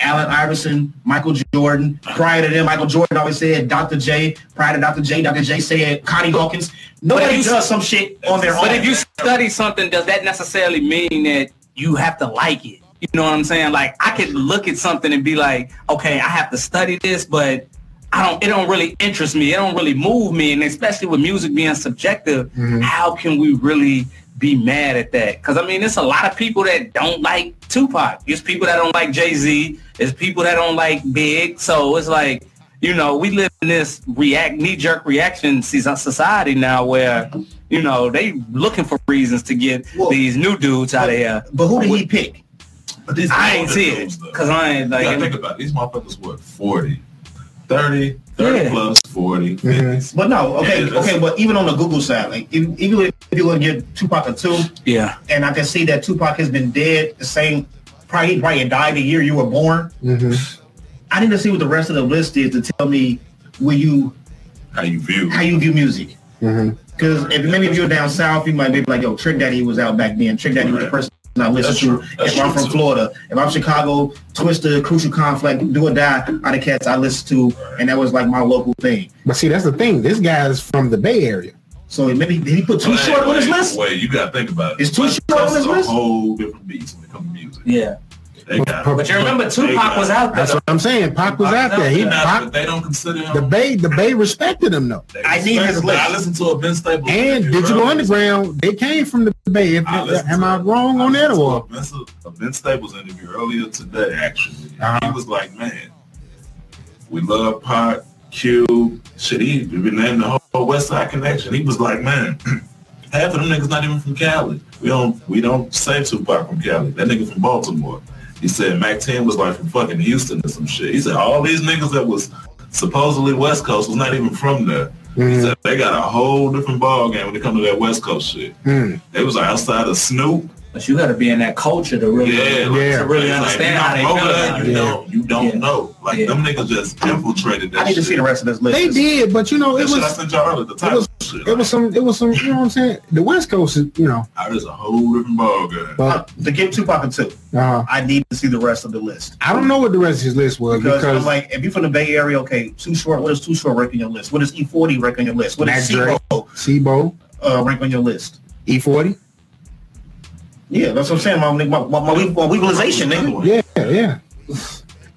[SPEAKER 3] Allen Iverson, Michael Jordan. Prior to them, Michael Jordan always said Dr. J. Prior to Dr. J, Dr. J said Connie Hawkins. Nobody
[SPEAKER 5] if you-
[SPEAKER 3] does some shit on their own.
[SPEAKER 5] But if you study something, does that necessarily mean that you have to like it? You know what I'm saying? Like I could look at something and be like, okay, I have to study this, but I don't. It don't really interest me. It don't really move me. And especially with music being subjective, how can we really be mad at that? Because I mean, there's a lot of people that don't like Tupac. There's people that don't like Jay Z. There's people that don't like Big. So it's like. You know, we live in this react knee-jerk reaction season- society now, where you know, they looking for reasons to get
[SPEAKER 3] Well,
[SPEAKER 5] these new dudes out of here.
[SPEAKER 3] but who did he pick?
[SPEAKER 4] But these
[SPEAKER 5] I ain't
[SPEAKER 4] older
[SPEAKER 5] see it
[SPEAKER 4] dudes, though.
[SPEAKER 5] because I ain't
[SPEAKER 4] you gotta
[SPEAKER 5] like.
[SPEAKER 4] think about it. These motherfuckers were 40, 30, 30
[SPEAKER 5] Yeah.
[SPEAKER 4] plus 40.
[SPEAKER 2] Mhm.
[SPEAKER 3] But no, okay,
[SPEAKER 4] Yeah, that's-
[SPEAKER 3] okay. But even on the Google side, like if, even if you would give Tupac a two,
[SPEAKER 5] yeah,
[SPEAKER 3] and I can see that Tupac has been dead the same. Probably, he probably died the year you were born.
[SPEAKER 2] Mhm.
[SPEAKER 3] I need to see what the rest of the list is to tell me where you
[SPEAKER 4] How you view.
[SPEAKER 3] how you view music.
[SPEAKER 2] Mm-hmm.
[SPEAKER 3] Because if maybe if you're down south, you might be like, "Yo, Trick Daddy was out back then. Trick Daddy was the
[SPEAKER 4] Right.
[SPEAKER 3] person I listened
[SPEAKER 4] That's
[SPEAKER 3] to."
[SPEAKER 4] true. That's
[SPEAKER 3] if I'm
[SPEAKER 4] true,
[SPEAKER 3] from
[SPEAKER 4] too.
[SPEAKER 3] Florida, if I'm Chicago, Twister, Crucial Conflict, Do or Die are the cats I listened to, and that was like my local thing.
[SPEAKER 2] But see, that's the thing. This guy's from the Bay Area.
[SPEAKER 3] So maybe did he put too
[SPEAKER 4] Wait,
[SPEAKER 3] short on his
[SPEAKER 4] wait,
[SPEAKER 3] list?
[SPEAKER 4] Wait, you gotta think about it.
[SPEAKER 3] It's too
[SPEAKER 4] West
[SPEAKER 3] short on
[SPEAKER 4] Coast
[SPEAKER 3] his
[SPEAKER 4] is a
[SPEAKER 3] list?
[SPEAKER 4] whole different beast when it comes to music.
[SPEAKER 5] yeah.
[SPEAKER 4] They got
[SPEAKER 2] But
[SPEAKER 5] But you remember Tupac was out there.
[SPEAKER 2] That's what I'm saying. Pac was out there. He,
[SPEAKER 4] They, not-
[SPEAKER 2] Pac,
[SPEAKER 4] but they don't consider him.
[SPEAKER 2] the Bay, the Bay respected him though.
[SPEAKER 4] they
[SPEAKER 3] I need
[SPEAKER 4] respect
[SPEAKER 3] his
[SPEAKER 4] him.
[SPEAKER 3] list.
[SPEAKER 4] I listened to a Ben Staples.
[SPEAKER 2] And
[SPEAKER 4] interview,
[SPEAKER 2] Digital
[SPEAKER 4] bro.
[SPEAKER 2] Underground, they came from the Bay. If,
[SPEAKER 4] I listened
[SPEAKER 2] am
[SPEAKER 4] to-
[SPEAKER 2] I wrong on
[SPEAKER 4] listened
[SPEAKER 2] that
[SPEAKER 4] to
[SPEAKER 2] or?
[SPEAKER 4] a Ben, a ben Staples interview earlier today, actually.
[SPEAKER 2] Uh-huh.
[SPEAKER 4] He was like, man, we love Pac. Q, shit, he been named the whole West Side Connection. He was like, man, half of them niggas not even from Cali. We don't we don't say Tupac from Cali. That nigga from Baltimore. He said Mac 10 was like from fucking Houston or some shit. He said all these niggas that was supposedly West Coast was not even from there.
[SPEAKER 2] Mm-hmm.
[SPEAKER 4] He said they got a whole different ball game when it comes to that West Coast shit.
[SPEAKER 2] Mm.
[SPEAKER 4] They was outside of Snoop.
[SPEAKER 6] But you got to be in that culture to really,
[SPEAKER 4] Yeah, like,
[SPEAKER 2] Yeah.
[SPEAKER 6] to really
[SPEAKER 4] like,
[SPEAKER 6] understand how they
[SPEAKER 4] you
[SPEAKER 6] feel.
[SPEAKER 4] don't know
[SPEAKER 6] About
[SPEAKER 4] that,
[SPEAKER 6] it.
[SPEAKER 4] you
[SPEAKER 2] Yeah.
[SPEAKER 4] don't, you don't
[SPEAKER 6] Yeah.
[SPEAKER 4] know. Like
[SPEAKER 6] Yeah.
[SPEAKER 4] them niggas just infiltrated that
[SPEAKER 3] I need to
[SPEAKER 4] shit.
[SPEAKER 3] see the rest of this list.
[SPEAKER 2] They did, but you know,
[SPEAKER 4] That
[SPEAKER 2] it
[SPEAKER 4] shit I
[SPEAKER 2] was
[SPEAKER 4] sent y'all earlier, the title
[SPEAKER 2] was-
[SPEAKER 4] shit.
[SPEAKER 2] it was some it was some you know what I'm saying. The West Coast, is, you know,
[SPEAKER 4] That is a whole different ball game.
[SPEAKER 3] Uh,
[SPEAKER 2] but
[SPEAKER 3] to get Tupac into,
[SPEAKER 2] uh,
[SPEAKER 3] I need to see the rest of the list.
[SPEAKER 2] I don't know what the rest of his list was
[SPEAKER 3] Because, I'm
[SPEAKER 2] because
[SPEAKER 3] like, if you're from the Bay Area, okay, Too Short, what does Too Short rank on your list? What does E40 rank on your list? What
[SPEAKER 2] Mac
[SPEAKER 3] does
[SPEAKER 2] Dre. Sebo,
[SPEAKER 3] C-Bo
[SPEAKER 2] E
[SPEAKER 3] uh, rank on your list?
[SPEAKER 2] E40,
[SPEAKER 3] Yeah, that's what I'm saying. My, my, my, my, my legalization, nigga.
[SPEAKER 2] yeah, yeah.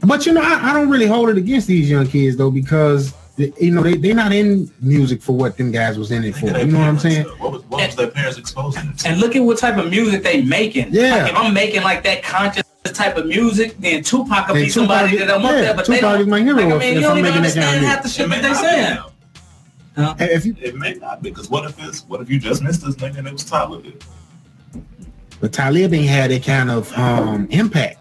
[SPEAKER 2] But you know, I, I don't really hold it against these young kids though because they, you know they they not in music for what them guys was in it for.
[SPEAKER 4] Look at
[SPEAKER 2] You
[SPEAKER 4] their
[SPEAKER 2] know what I'm
[SPEAKER 4] parents,
[SPEAKER 2] saying?
[SPEAKER 4] though. What was, what was their parents exposing them to?
[SPEAKER 6] And look at what type of music they making.
[SPEAKER 2] Yeah.
[SPEAKER 6] Like if I'm making like that conscious type of music, then Tupac could
[SPEAKER 2] Then
[SPEAKER 6] be somebody
[SPEAKER 2] Tupac-
[SPEAKER 6] that I'm up
[SPEAKER 2] yeah,
[SPEAKER 6] there, but they
[SPEAKER 2] Tupac
[SPEAKER 6] don't.
[SPEAKER 2] is my hero
[SPEAKER 6] like, I
[SPEAKER 2] if-
[SPEAKER 6] mean,
[SPEAKER 2] if
[SPEAKER 6] you
[SPEAKER 2] I'm
[SPEAKER 6] don't even
[SPEAKER 2] making that kind of music.
[SPEAKER 6] understand half the
[SPEAKER 4] It
[SPEAKER 6] shit
[SPEAKER 4] may
[SPEAKER 6] that they
[SPEAKER 4] not be,
[SPEAKER 6] saying.
[SPEAKER 4] though.
[SPEAKER 2] Hey, If you
[SPEAKER 4] It may not be, because what if it's what if you just missed this nigga and it was Tyler? It
[SPEAKER 2] but Talib ain't had that kind of um impact.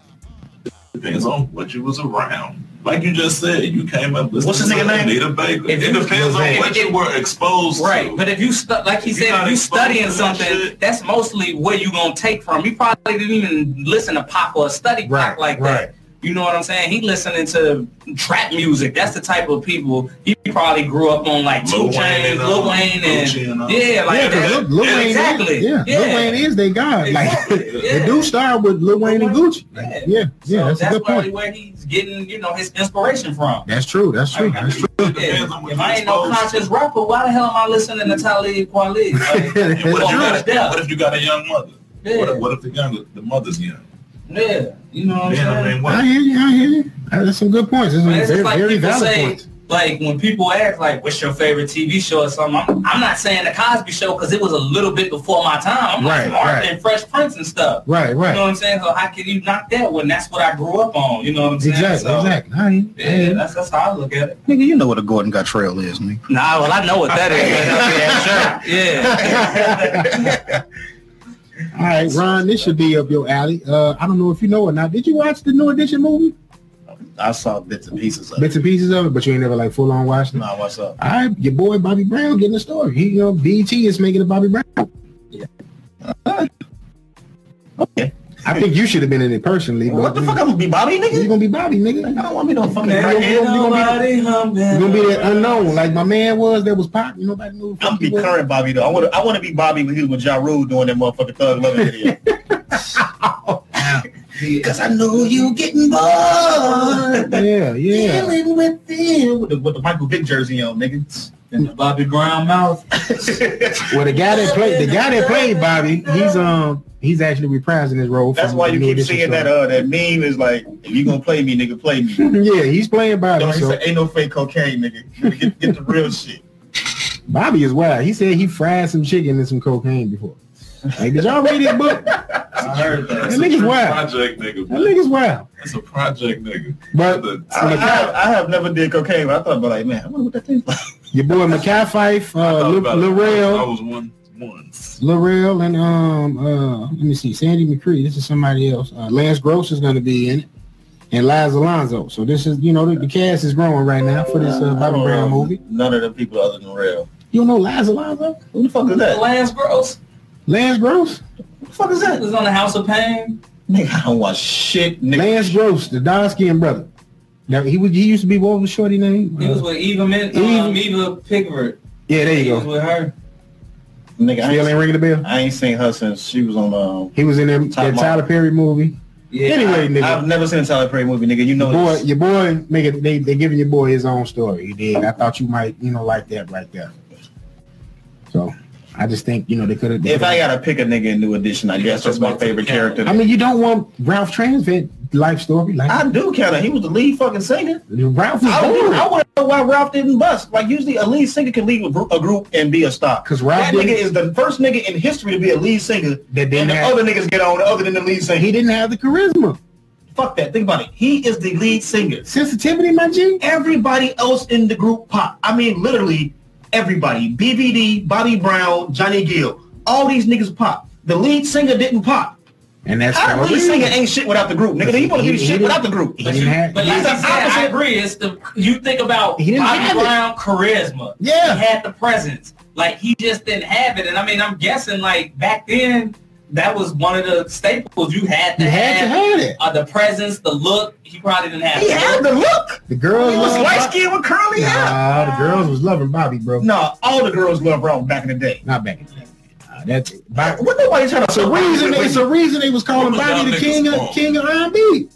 [SPEAKER 4] depends on what you was around. Like you just said, you came up with
[SPEAKER 3] What's his nigga name?
[SPEAKER 4] Anita Baker.
[SPEAKER 6] If
[SPEAKER 4] it
[SPEAKER 6] you-
[SPEAKER 4] depends on
[SPEAKER 6] if
[SPEAKER 4] what
[SPEAKER 6] it-
[SPEAKER 4] you were exposed
[SPEAKER 6] Right,
[SPEAKER 4] to.
[SPEAKER 6] but if you stu- like he
[SPEAKER 4] If you
[SPEAKER 6] said,
[SPEAKER 4] not
[SPEAKER 6] if you
[SPEAKER 4] exposed to
[SPEAKER 6] studying
[SPEAKER 4] that
[SPEAKER 6] something,
[SPEAKER 4] shit-
[SPEAKER 6] that's mostly where you gonna take from. He probably didn't even listen to pop or study
[SPEAKER 2] Right,
[SPEAKER 6] pop like
[SPEAKER 2] right.
[SPEAKER 6] that. You know what I'm saying? He listening to trap music. That's the type of people he probably grew up on, like
[SPEAKER 4] Lil
[SPEAKER 6] Two
[SPEAKER 4] Wayne
[SPEAKER 6] Chainz,
[SPEAKER 4] and,
[SPEAKER 6] Lil
[SPEAKER 4] um,
[SPEAKER 6] Wayne, and
[SPEAKER 4] Gucci and all
[SPEAKER 6] yeah, like
[SPEAKER 2] Yeah, 'cause Lil,
[SPEAKER 6] that.
[SPEAKER 2] Lil
[SPEAKER 4] yeah,
[SPEAKER 2] Wayne,
[SPEAKER 6] exactly.
[SPEAKER 2] yeah, Lil
[SPEAKER 6] Yeah.
[SPEAKER 2] Wayne is their god. Like
[SPEAKER 6] Exactly,
[SPEAKER 2] they
[SPEAKER 6] yeah.
[SPEAKER 2] do start with Lil Wayne and Gucci. Like, yeah, yeah,
[SPEAKER 6] so
[SPEAKER 2] that's, a good
[SPEAKER 6] probably
[SPEAKER 2] point.
[SPEAKER 6] where he's getting, you know, his inspiration from.
[SPEAKER 2] That's true. That's true.
[SPEAKER 6] Like, I
[SPEAKER 2] That's true.
[SPEAKER 4] It
[SPEAKER 6] Yeah.
[SPEAKER 4] depends on what
[SPEAKER 6] If
[SPEAKER 4] you
[SPEAKER 6] I ain't no
[SPEAKER 4] exposed to.
[SPEAKER 6] conscious rapper, why the hell am I listening to Talib Kweli?
[SPEAKER 4] And
[SPEAKER 6] Like,
[SPEAKER 4] what, if you
[SPEAKER 6] Well,
[SPEAKER 4] got,
[SPEAKER 6] yeah.
[SPEAKER 4] what if you got a young mother? What,
[SPEAKER 6] Yeah.
[SPEAKER 4] if, what if the young the mother's young?
[SPEAKER 6] yeah, you know what I'm
[SPEAKER 4] Then
[SPEAKER 6] saying?
[SPEAKER 4] I mean,
[SPEAKER 2] I
[SPEAKER 4] what?
[SPEAKER 2] hear you. I hear you. Uh, That's some good points. That's some
[SPEAKER 6] But it's
[SPEAKER 2] very,
[SPEAKER 6] just like
[SPEAKER 2] very
[SPEAKER 6] people
[SPEAKER 2] valid
[SPEAKER 6] say,
[SPEAKER 2] points.
[SPEAKER 6] like when people ask, like, "What's your favorite TV show?" or something, I'm, I'm not saying the Cosby Show because it was a little bit before my time. I'm
[SPEAKER 2] Right,
[SPEAKER 6] like Martha
[SPEAKER 2] right.
[SPEAKER 6] and Fresh Prince and stuff.
[SPEAKER 2] Right,
[SPEAKER 6] You know what
[SPEAKER 2] right.
[SPEAKER 6] I'm saying? So how can you knock that when that's what I grew up on? You know what I'm saying?
[SPEAKER 2] Exactly,
[SPEAKER 6] So,
[SPEAKER 2] exactly. I hear you. I hear
[SPEAKER 6] Yeah,
[SPEAKER 2] you.
[SPEAKER 6] that's that's how I look at it.
[SPEAKER 3] Nigga, you know what a Gordon Guttrell is, nigga.
[SPEAKER 6] Nah, well I know what that is. yeah, sure. Yeah.
[SPEAKER 2] All right, Ron, this should be up your alley. Uh, I don't know if you know or not. Did you watch the New Edition movie?
[SPEAKER 3] I saw bits and pieces of
[SPEAKER 2] Bits
[SPEAKER 3] it.
[SPEAKER 2] and pieces of it, but you ain't never like full on watched it.
[SPEAKER 3] Nah, what's up?
[SPEAKER 2] All right, your boy Bobby Brown getting a story. He, you know, BT is making a Bobby Brown.
[SPEAKER 3] Okay.
[SPEAKER 2] I think you should have been in it personally.
[SPEAKER 3] What the
[SPEAKER 2] but,
[SPEAKER 3] fuck? I'm gonna be Bobby,
[SPEAKER 2] You
[SPEAKER 3] nigga?
[SPEAKER 2] gonna be Bobby, nigga?
[SPEAKER 3] I don't want me no fucking
[SPEAKER 6] Ain't
[SPEAKER 3] crackhead.
[SPEAKER 6] nobody
[SPEAKER 2] You
[SPEAKER 6] humping.
[SPEAKER 2] gonna be that unknown, like my man was that was pop. You nobody knew. who the
[SPEAKER 3] I'm
[SPEAKER 2] fuck he
[SPEAKER 3] be
[SPEAKER 2] was.
[SPEAKER 3] current Bobby though. I want to. I want to be Bobby when he was with Ja Rule doing that motherfucking Thug Love video. Cause I know you getting bored.
[SPEAKER 2] Yeah, yeah.
[SPEAKER 3] Dealing with them with the, with the Michael Vick jersey on, nigga.
[SPEAKER 6] In the Bobby Brown mouth.
[SPEAKER 2] Well, the guy that played the guy that played Bobby, he's um he's actually reprising his role.
[SPEAKER 3] That's
[SPEAKER 2] from
[SPEAKER 3] why
[SPEAKER 2] the
[SPEAKER 3] you
[SPEAKER 2] New
[SPEAKER 3] keep
[SPEAKER 2] Edition
[SPEAKER 3] seeing
[SPEAKER 2] show.
[SPEAKER 3] that uh that meme is like, if you gonna play me, nigga, play me.
[SPEAKER 2] yeah, he's playing Bobby.
[SPEAKER 3] uh, Don't he
[SPEAKER 2] so
[SPEAKER 3] say, ain't no fake cocaine, nigga. Get, get the real shit.
[SPEAKER 2] Bobby is wild. He said he fried some chicken and some cocaine before. Like, did y'all read his book? That
[SPEAKER 4] I heard that.
[SPEAKER 2] That nigga's wild.
[SPEAKER 4] Project nigga. bro.
[SPEAKER 2] nigga's wild.
[SPEAKER 4] That's a project nigga.
[SPEAKER 2] But uh,
[SPEAKER 4] The-
[SPEAKER 3] I, I, I have never did cocaine, but I thought about like, man, I wonder what that tastes like.
[SPEAKER 2] your boy Mackay Fife,
[SPEAKER 4] I
[SPEAKER 2] uh,
[SPEAKER 4] thought
[SPEAKER 2] Lil-
[SPEAKER 4] about it. I
[SPEAKER 2] Lorel,
[SPEAKER 4] was one once.
[SPEAKER 2] Lorel, and um, uh, let me see, Sandy McCree. This is somebody else. Uh, Lance Gross is going to be in it, and Liz Alonso. So this is, you know, the, the cast is growing right now for this uh,
[SPEAKER 3] I
[SPEAKER 2] Bobby
[SPEAKER 3] don't
[SPEAKER 2] Brown
[SPEAKER 3] know
[SPEAKER 2] movie.
[SPEAKER 3] None of the people other than real.
[SPEAKER 2] You don't know Liz Alonso?
[SPEAKER 3] Who the fuck is that? What
[SPEAKER 6] Lance Gross
[SPEAKER 2] Lance Gross?
[SPEAKER 3] the fuck is that?
[SPEAKER 6] was on the House of Pain.
[SPEAKER 3] Nigga, I don't watch shit, nigga.
[SPEAKER 2] Lance Gross, the dark skinned brother. Now he was he used to be what was shorty name? Uh,
[SPEAKER 6] He was with Eva Min, um, Eva Pickford.
[SPEAKER 2] yeah, there
[SPEAKER 6] He
[SPEAKER 2] you
[SPEAKER 6] was
[SPEAKER 2] go.
[SPEAKER 6] with her.
[SPEAKER 3] Nigga, I
[SPEAKER 2] Still ain't
[SPEAKER 3] ain't,
[SPEAKER 2] ringing the bell.
[SPEAKER 3] I ain't seen her since she was on. Um,
[SPEAKER 2] He was in them,
[SPEAKER 3] Top
[SPEAKER 2] that
[SPEAKER 3] Model.
[SPEAKER 2] Tyler Perry movie.
[SPEAKER 6] Yeah.
[SPEAKER 2] Anyway, nigga,
[SPEAKER 3] I've never seen a Tyler Perry movie, nigga. You know
[SPEAKER 2] boy,
[SPEAKER 3] this.
[SPEAKER 2] your boy, nigga, they they giving your boy his own story. You dig? I thought you might, you know, like that right there. So I just think you know they could have.
[SPEAKER 3] If I gotta pick a nigga in New Edition, I guess that's my favorite character.
[SPEAKER 2] I mean, you don't want Ralph Transvent life story. Like
[SPEAKER 3] I do count him. He was the lead fucking singer.
[SPEAKER 2] Ralph was
[SPEAKER 3] I, I
[SPEAKER 2] boring
[SPEAKER 3] want to know why Ralph didn't bust. Like usually, a lead singer can lead with gr- a group and be a star.
[SPEAKER 2] 'Cause Ralph
[SPEAKER 3] that nigga
[SPEAKER 2] didn't-
[SPEAKER 3] is the first nigga in history to be a lead singer.
[SPEAKER 2] That didn't
[SPEAKER 3] and the
[SPEAKER 2] have-
[SPEAKER 3] other niggas get on other than the lead singer.
[SPEAKER 2] he didn't have the charisma.
[SPEAKER 3] Fuck that. Think about it. He is the lead singer.
[SPEAKER 2] Sensitivity, my G.
[SPEAKER 3] Everybody else in the group pop. I mean, literally everybody. BBD, Bobby Brown, Johnny Gill. All these niggas pop. The lead singer didn't pop.
[SPEAKER 2] And that's
[SPEAKER 3] How
[SPEAKER 2] what
[SPEAKER 3] lead
[SPEAKER 2] we-
[SPEAKER 3] singer ain't shit without the group, nigga. He want to
[SPEAKER 2] He-
[SPEAKER 3] be
[SPEAKER 2] he
[SPEAKER 3] shit
[SPEAKER 2] didn't-
[SPEAKER 3] without the group.
[SPEAKER 2] he didn't have-
[SPEAKER 6] But like
[SPEAKER 3] That's
[SPEAKER 6] I
[SPEAKER 3] the
[SPEAKER 6] said, I
[SPEAKER 3] opposite.
[SPEAKER 6] agree. It's the you think about
[SPEAKER 2] He didn't
[SPEAKER 6] Bobby
[SPEAKER 2] have it.
[SPEAKER 6] Brown charisma.
[SPEAKER 2] Yeah.
[SPEAKER 6] he had the presence. Like he just didn't have it. And I mean, I'm guessing like back then that was one of the staples. You had to
[SPEAKER 2] You had to
[SPEAKER 6] have,
[SPEAKER 2] have it.
[SPEAKER 6] Uh, the presence, the look. He probably didn't have.
[SPEAKER 3] He
[SPEAKER 6] the
[SPEAKER 3] had
[SPEAKER 6] look.
[SPEAKER 3] the look.
[SPEAKER 2] The girls
[SPEAKER 3] He was
[SPEAKER 2] loved
[SPEAKER 3] light
[SPEAKER 2] Bob-
[SPEAKER 3] skinned with curly hair.
[SPEAKER 2] Nah, the girls was loving Bobby, bro.
[SPEAKER 3] No, all the girls loved Brown back in the day.
[SPEAKER 2] Not back in the day. Nah, that's Bobby.
[SPEAKER 3] What nobody trying to
[SPEAKER 2] It's a reason. It's a reason they was calling
[SPEAKER 4] What was
[SPEAKER 2] Bobby
[SPEAKER 4] y'all
[SPEAKER 2] the
[SPEAKER 4] niggas
[SPEAKER 2] king of
[SPEAKER 4] for?
[SPEAKER 2] king of R&B.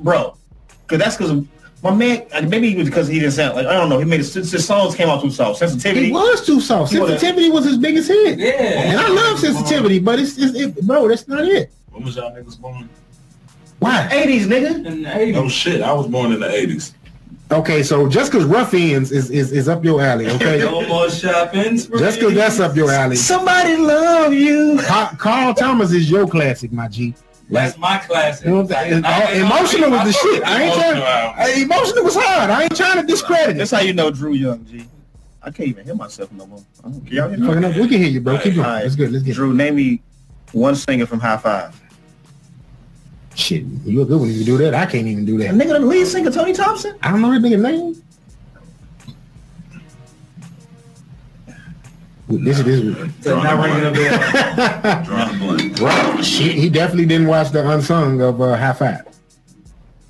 [SPEAKER 3] bro. Cause that's cause my man. like, Maybe it was because he didn't sound like I don't know. He made his, his songs came out too soft. Sensitivity.
[SPEAKER 2] He was too soft.
[SPEAKER 3] You wanna-
[SPEAKER 2] Sensitivity was his biggest hit. And
[SPEAKER 6] Yeah.
[SPEAKER 2] I love sensitivity, but it's, it's it, bro, that's not it.
[SPEAKER 4] When was y'all niggas born?
[SPEAKER 2] Why?
[SPEAKER 3] Eighties nigga.
[SPEAKER 6] In the
[SPEAKER 4] Oh
[SPEAKER 6] 80s.
[SPEAKER 4] shit, I was born in the 80s.
[SPEAKER 2] Okay, so just because rough ends is, is is up your alley, okay?
[SPEAKER 6] No more shopping. sprees.
[SPEAKER 2] just because that's up your alley.
[SPEAKER 3] Somebody love you.
[SPEAKER 2] Ca- Carl Thomas is your classic, my G. Like,
[SPEAKER 6] That's my classic.
[SPEAKER 2] you know what I'm saying?
[SPEAKER 6] Like, I-
[SPEAKER 2] emotional was the shit. I ain't trying.
[SPEAKER 4] Emotional album.
[SPEAKER 2] I- Emotional was hard. I ain't trying to discredit it.
[SPEAKER 3] That's how you know Drew Young G. I can't even hear myself no more. I don't care. Y'all hear
[SPEAKER 2] You
[SPEAKER 3] me?
[SPEAKER 2] fucking up. We can hear you, bro. Keep going.
[SPEAKER 3] Alright.
[SPEAKER 2] That's good. Let's get it.
[SPEAKER 3] Drew, name me one singer from High Five.
[SPEAKER 2] Shit, you a good one if you do that. I can't even do
[SPEAKER 3] That
[SPEAKER 2] that.
[SPEAKER 3] nigga, the lead singer Tony Thompson.
[SPEAKER 2] I don't know that nigga name. This is this is
[SPEAKER 6] So now ringing a bell.
[SPEAKER 4] Drawing a blank.
[SPEAKER 2] right. He, he definitely didn't watch the unsung of uh, High Five.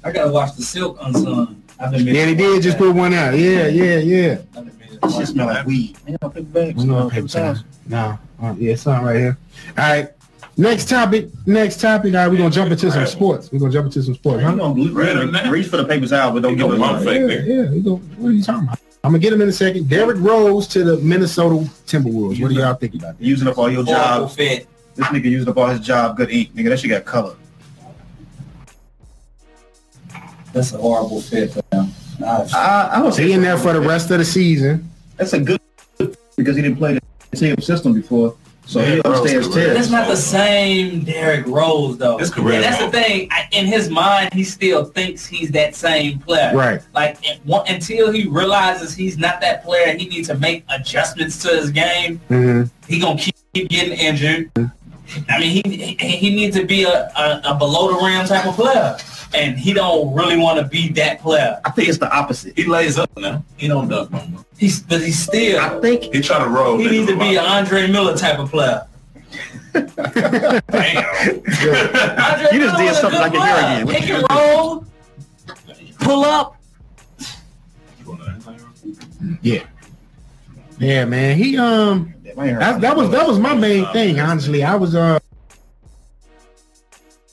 [SPEAKER 6] I gotta watch the Silk Unsung. I've been
[SPEAKER 2] Yeah, they did just put one out. Yeah, yeah, yeah.
[SPEAKER 6] I've been meaning to
[SPEAKER 3] That
[SPEAKER 6] watch
[SPEAKER 3] shit smell like weed. Man, I'll pick back.
[SPEAKER 2] We know our paper towels. No, uh, yeah, it's on right here. All right, next topic. Next topic. All right, we're gonna jump into some sports. We're gonna jump into some sports.
[SPEAKER 3] I'm
[SPEAKER 2] Huh?
[SPEAKER 3] gonna reach
[SPEAKER 4] Red or not.
[SPEAKER 3] reach for the paper towel, but don't
[SPEAKER 4] You
[SPEAKER 3] give
[SPEAKER 4] know
[SPEAKER 3] it
[SPEAKER 4] my
[SPEAKER 3] up.
[SPEAKER 4] face.
[SPEAKER 2] Oh, Yeah, yeah. We go, what are you talking about? I'm gonna get him in a second. Derrick Rose to the Minnesota Timberwolves. What do y'all think about that?
[SPEAKER 3] Using up all your
[SPEAKER 6] Horrible
[SPEAKER 3] jobs.
[SPEAKER 6] fit.
[SPEAKER 3] This nigga used up all his job. Good eat, nigga. That shit got color.
[SPEAKER 6] That's a horrible fit for them. Nah,
[SPEAKER 3] I, I was
[SPEAKER 2] He in there for the rest of the season.
[SPEAKER 3] That's a good because he didn't play the same system before, so
[SPEAKER 4] Yeah,
[SPEAKER 3] he
[SPEAKER 4] bro,
[SPEAKER 3] upstairs
[SPEAKER 4] it's
[SPEAKER 6] But
[SPEAKER 3] test.
[SPEAKER 6] that's not the same Derrick Rose, though.
[SPEAKER 4] That's correct.
[SPEAKER 6] And that's the thing. I, in his mind, he still thinks he's that same player.
[SPEAKER 2] Right.
[SPEAKER 6] Like it- one- until he realizes he's not that player, he needs to make adjustments to his game.
[SPEAKER 2] hmm
[SPEAKER 6] He gonna keep, keep getting injured. I mean, he he he needs to be a, a, a below the rim type of player, and he don't really want to be that player.
[SPEAKER 3] I think it's the opposite.
[SPEAKER 4] He lays up now. He don't duck no more.
[SPEAKER 6] He's but he's
[SPEAKER 3] I
[SPEAKER 6] still
[SPEAKER 3] think
[SPEAKER 4] He try to roll.
[SPEAKER 6] he
[SPEAKER 4] niggas
[SPEAKER 6] needs to be an
[SPEAKER 4] lot.
[SPEAKER 6] Andre Miller type of player.
[SPEAKER 4] Damn.
[SPEAKER 6] Andre
[SPEAKER 3] You just
[SPEAKER 6] Miller
[SPEAKER 3] did
[SPEAKER 6] was a
[SPEAKER 3] something
[SPEAKER 6] good
[SPEAKER 3] I can hear
[SPEAKER 6] player.
[SPEAKER 3] again.
[SPEAKER 6] Pick and roll, pull up.
[SPEAKER 2] Yeah. Yeah, man. He um that, that was that was my main thing, honestly. I was uh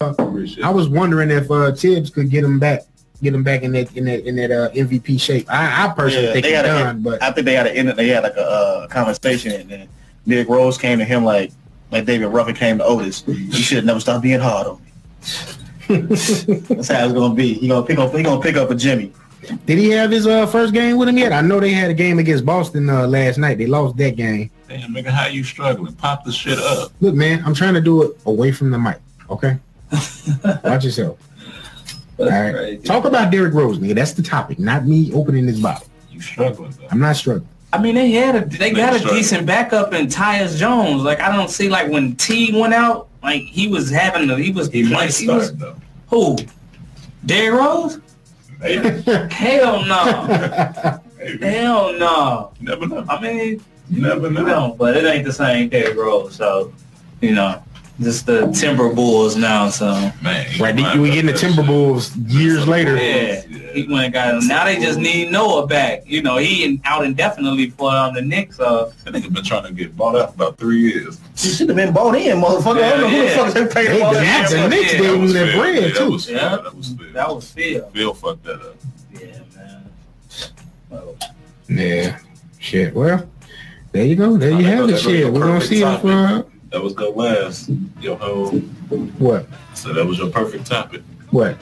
[SPEAKER 2] I was wondering if uh Tibbs could get him back, get him back in that in that in that uh, MVP shape. I, I personally
[SPEAKER 3] Yeah,
[SPEAKER 2] think
[SPEAKER 3] they
[SPEAKER 2] he's
[SPEAKER 3] had a-
[SPEAKER 2] done, but
[SPEAKER 3] I think they had an They had like a uh, conversation, and then Nick Rose came to him like like David Ruffin came to Otis. You should have never stop being hard on me. That's how it's gonna be. He gonna pick up. He gonna pick up a Jimmy.
[SPEAKER 2] did he have his uh, first game with him yet? I know they had a game against Boston uh, last night. They lost that game.
[SPEAKER 4] Damn, nigga, how you struggling? Pop the shit up.
[SPEAKER 2] Look, man, I'm trying to do it away from the mic. Okay, watch yourself. All right, talk about Derrick Rose, nigga. That's the topic, not me opening this bottle.
[SPEAKER 4] You struggling though.
[SPEAKER 2] I'm not struggling.
[SPEAKER 5] I mean, they had a they got a
[SPEAKER 4] Sure.
[SPEAKER 5] decent backup in Tyus Jones. Like I don't see like when T went out, like he was having the he was
[SPEAKER 4] He might
[SPEAKER 5] like, he was-
[SPEAKER 4] start though.
[SPEAKER 5] who Derrick Rose?
[SPEAKER 4] Maybe.
[SPEAKER 5] Hell no,
[SPEAKER 4] Maybe.
[SPEAKER 5] hell no.
[SPEAKER 4] You never know.
[SPEAKER 5] I mean,
[SPEAKER 4] You never
[SPEAKER 5] you
[SPEAKER 4] know.
[SPEAKER 5] know, but it ain't the same Derrick Rose. So you know, just the Timber Bulls now. So
[SPEAKER 4] Man.
[SPEAKER 2] Right,
[SPEAKER 4] you might
[SPEAKER 2] we
[SPEAKER 4] duck
[SPEAKER 2] getting the
[SPEAKER 4] that shit.
[SPEAKER 2] Timberwolves years later.
[SPEAKER 5] yeah, he went and got him. Now they just need Noah back. You know, he in- out indefinitely for um, the Knicks. So
[SPEAKER 4] That nigga been trying to get bought out about three years.
[SPEAKER 3] You should have been bought in, motherfucker. I don't know who the
[SPEAKER 5] Yeah.
[SPEAKER 3] fuck they paid
[SPEAKER 2] They
[SPEAKER 3] him all
[SPEAKER 2] did that
[SPEAKER 3] that damn
[SPEAKER 2] to
[SPEAKER 3] money.
[SPEAKER 2] Knicks gave him that bread
[SPEAKER 4] That
[SPEAKER 2] too.
[SPEAKER 4] was fair.
[SPEAKER 5] Yeah.
[SPEAKER 4] That was fair.
[SPEAKER 5] that was Phil.
[SPEAKER 4] Bill fucked that up.
[SPEAKER 5] Yeah, man.
[SPEAKER 2] Yeah. Shit. Well, there you go. There
[SPEAKER 4] I
[SPEAKER 2] you have
[SPEAKER 4] think
[SPEAKER 2] it.
[SPEAKER 4] that's really
[SPEAKER 2] Shit.
[SPEAKER 4] the
[SPEAKER 2] We're gonna
[SPEAKER 4] perfect
[SPEAKER 2] see if uh,
[SPEAKER 4] topic. That was good last. Your whole.
[SPEAKER 2] what
[SPEAKER 4] So that was your perfect topic.
[SPEAKER 2] what.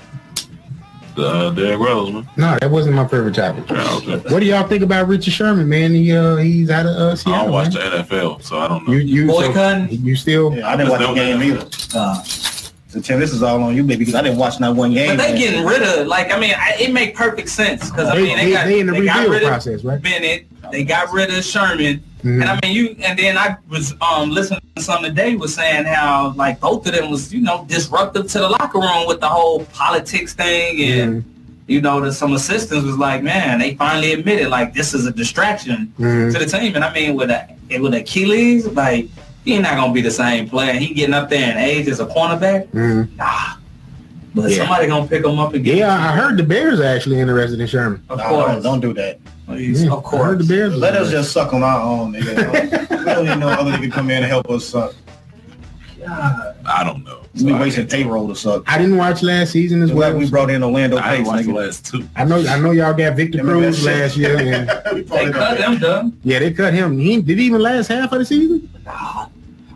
[SPEAKER 4] Uh, Derrick Rose, man.
[SPEAKER 2] No, that wasn't my favorite topic.
[SPEAKER 4] Yeah, Oh, okay.
[SPEAKER 2] What do y'all think about Richard Sherman, man? He uh, he's out of uh,
[SPEAKER 4] I
[SPEAKER 2] Seattle.
[SPEAKER 4] don't watch
[SPEAKER 2] man.
[SPEAKER 4] the NFL, so I don't know.
[SPEAKER 2] You you so
[SPEAKER 5] Boycott?
[SPEAKER 2] you still
[SPEAKER 3] Yeah, I didn't watch the game either.
[SPEAKER 6] Nah.
[SPEAKER 3] So Tim, this is all on you, baby, because I didn't watch not one game.
[SPEAKER 6] But they
[SPEAKER 3] man.
[SPEAKER 6] getting rid of like I mean I, it make perfect sense because I
[SPEAKER 2] They-
[SPEAKER 6] mean they,
[SPEAKER 2] they-
[SPEAKER 6] got
[SPEAKER 2] they in the
[SPEAKER 6] got
[SPEAKER 2] rebuild
[SPEAKER 6] rid of
[SPEAKER 2] process, right?
[SPEAKER 6] Bennett, they got rid of Sherman,
[SPEAKER 2] Mhm.
[SPEAKER 6] and I mean you. And then I was um listening to some today was saying how like both of them was you know disruptive to the locker room with the whole politics thing and.
[SPEAKER 2] Mm-hmm.
[SPEAKER 6] You know, that some assistants was like, man, they finally admitted like this is a distraction
[SPEAKER 2] Mhm.
[SPEAKER 6] to the team. And I mean, with a with Achilles, like he not gonna be the same player. He getting up there in age as a cornerback.
[SPEAKER 2] Mhm.
[SPEAKER 6] Nah. But
[SPEAKER 2] Yeah.
[SPEAKER 6] somebody gonna pick him up again.
[SPEAKER 2] Yeah, I heard the Bears are actually interested in Sherman.
[SPEAKER 6] Of
[SPEAKER 3] Nah,
[SPEAKER 6] course.
[SPEAKER 3] don't, don't do that.
[SPEAKER 6] Please,
[SPEAKER 2] Yeah,
[SPEAKER 6] Of
[SPEAKER 2] I heard
[SPEAKER 6] course.
[SPEAKER 2] the Bears.
[SPEAKER 3] Let
[SPEAKER 2] are
[SPEAKER 3] us just suck on our own, nigga. we don't need no other nigga come in and help us suck.
[SPEAKER 4] I don't know. So
[SPEAKER 3] We
[SPEAKER 4] I
[SPEAKER 3] wasting
[SPEAKER 4] can't-
[SPEAKER 3] payroll to suck.
[SPEAKER 2] I didn't watch last season as
[SPEAKER 3] It's like
[SPEAKER 2] well.
[SPEAKER 3] we brought in Orlando
[SPEAKER 4] I
[SPEAKER 3] Pace,
[SPEAKER 4] didn't watch the
[SPEAKER 3] nigga.
[SPEAKER 4] last two.
[SPEAKER 2] I know, I know y'all got Victor
[SPEAKER 3] Remember that
[SPEAKER 2] Cruz
[SPEAKER 3] shit?
[SPEAKER 2] last year, and
[SPEAKER 3] We brought
[SPEAKER 6] They
[SPEAKER 3] in
[SPEAKER 6] cut
[SPEAKER 3] Orlando-
[SPEAKER 6] them done.
[SPEAKER 2] yeah, they cut him. He did he even last half of the season.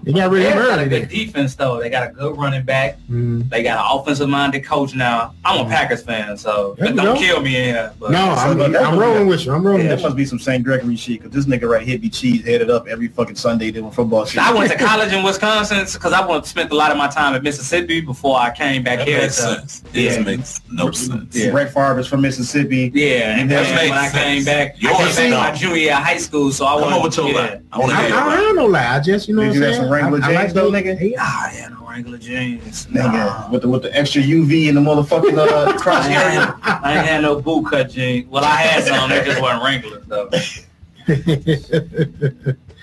[SPEAKER 2] They got rid of
[SPEAKER 6] They
[SPEAKER 2] him
[SPEAKER 6] got a
[SPEAKER 2] early. Then.
[SPEAKER 6] good defense though. They got a good running back.
[SPEAKER 2] Mm.
[SPEAKER 6] They got an offensive minded coach now. I'm a Packers fan, so
[SPEAKER 2] There
[SPEAKER 6] but
[SPEAKER 2] you
[SPEAKER 6] don't
[SPEAKER 2] go.
[SPEAKER 6] kill me in here. But
[SPEAKER 2] No, I'm,
[SPEAKER 3] but that
[SPEAKER 2] I'm
[SPEAKER 3] was-
[SPEAKER 2] rolling with you. I'm rolling
[SPEAKER 3] Yeah, that
[SPEAKER 2] with you.
[SPEAKER 3] must be some St. Gregory shit, because this nigga right here be cheese headed up every fucking Sunday doing football shit.
[SPEAKER 6] I went to college in Wisconsin because I went, spent a lot of my time in Mississippi before I came back
[SPEAKER 4] That
[SPEAKER 6] here.
[SPEAKER 4] makes
[SPEAKER 6] so-
[SPEAKER 4] sense. This
[SPEAKER 6] yeah.
[SPEAKER 4] makes no sense.
[SPEAKER 3] Yeah. Brett Favre is from Mississippi.
[SPEAKER 6] Yeah, and
[SPEAKER 3] That
[SPEAKER 6] then
[SPEAKER 4] makes
[SPEAKER 6] when I came
[SPEAKER 4] sense.
[SPEAKER 6] back, I
[SPEAKER 4] Yours
[SPEAKER 6] came back
[SPEAKER 4] don't.
[SPEAKER 6] my junior year of high school, so I
[SPEAKER 4] Come
[SPEAKER 6] wasn't-
[SPEAKER 4] on with your
[SPEAKER 6] yeah.
[SPEAKER 4] line. I want to
[SPEAKER 2] I, I
[SPEAKER 4] hear
[SPEAKER 2] don't
[SPEAKER 4] it.
[SPEAKER 2] have no lie. I just you know
[SPEAKER 3] Did
[SPEAKER 2] what I'm
[SPEAKER 3] you have
[SPEAKER 2] saying.
[SPEAKER 3] some Wrangler
[SPEAKER 2] I, I
[SPEAKER 3] James though,
[SPEAKER 2] the-
[SPEAKER 3] nigga?
[SPEAKER 2] Yeah.
[SPEAKER 6] Ah, I had no regular jeans.
[SPEAKER 3] Nigga,
[SPEAKER 6] Nah.
[SPEAKER 3] with the with the extra UV and the motherfucking uh, cross
[SPEAKER 6] I ain't,
[SPEAKER 3] area.
[SPEAKER 6] had, I ain't had no boot cut jeans. Well, I had some. They just weren't Wranglers, though.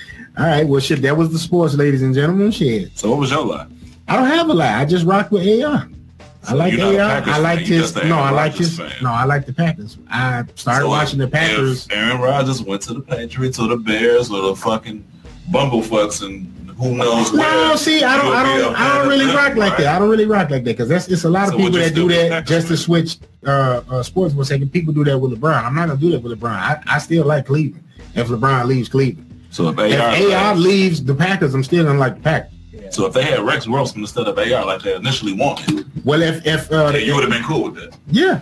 [SPEAKER 2] All right, well, shit, that was the sports, ladies and gentlemen. Shit,
[SPEAKER 4] So what was your lie?
[SPEAKER 2] I don't have a lie. I just rock with AI. I
[SPEAKER 4] So
[SPEAKER 2] like
[SPEAKER 4] you're not a
[SPEAKER 2] AI.
[SPEAKER 4] Packers
[SPEAKER 2] I like
[SPEAKER 4] fan, you
[SPEAKER 2] his.
[SPEAKER 4] just an
[SPEAKER 2] No, I
[SPEAKER 4] Aaron
[SPEAKER 2] like
[SPEAKER 4] Rodgers
[SPEAKER 2] his.
[SPEAKER 4] fan.
[SPEAKER 2] No, I like the Packers. I started
[SPEAKER 4] So
[SPEAKER 2] watching the
[SPEAKER 4] if
[SPEAKER 2] Packers.
[SPEAKER 4] Aaron Rodgers went to the Patriots or the Bears or the fucking Bumblefucks and who knows where.
[SPEAKER 2] No, see, I don't, I
[SPEAKER 4] you'll be
[SPEAKER 2] don't,
[SPEAKER 4] up
[SPEAKER 2] I
[SPEAKER 4] there
[SPEAKER 2] don't really
[SPEAKER 4] to
[SPEAKER 2] rock
[SPEAKER 4] them,
[SPEAKER 2] like that. I
[SPEAKER 4] right?
[SPEAKER 2] don't really rock like that because that's it's a lot of
[SPEAKER 4] So
[SPEAKER 2] people
[SPEAKER 4] what you
[SPEAKER 2] that
[SPEAKER 4] still
[SPEAKER 2] do
[SPEAKER 4] be
[SPEAKER 2] that
[SPEAKER 4] Packers
[SPEAKER 2] just to
[SPEAKER 4] fan?
[SPEAKER 2] switch uh, uh sports for a second. People do that with LeBron. I'm not gonna do that with LeBron. I, I still like Cleveland. If LeBron leaves Cleveland,
[SPEAKER 4] So if
[SPEAKER 2] if
[SPEAKER 4] AR,
[SPEAKER 2] AI leaves the Packers, I'm still gonna like the Packers.
[SPEAKER 4] so if they had Rex Wilson instead of AR like they initially wanted,
[SPEAKER 2] Well, if if uh,
[SPEAKER 4] yeah, you would have been cool with that.
[SPEAKER 2] yeah,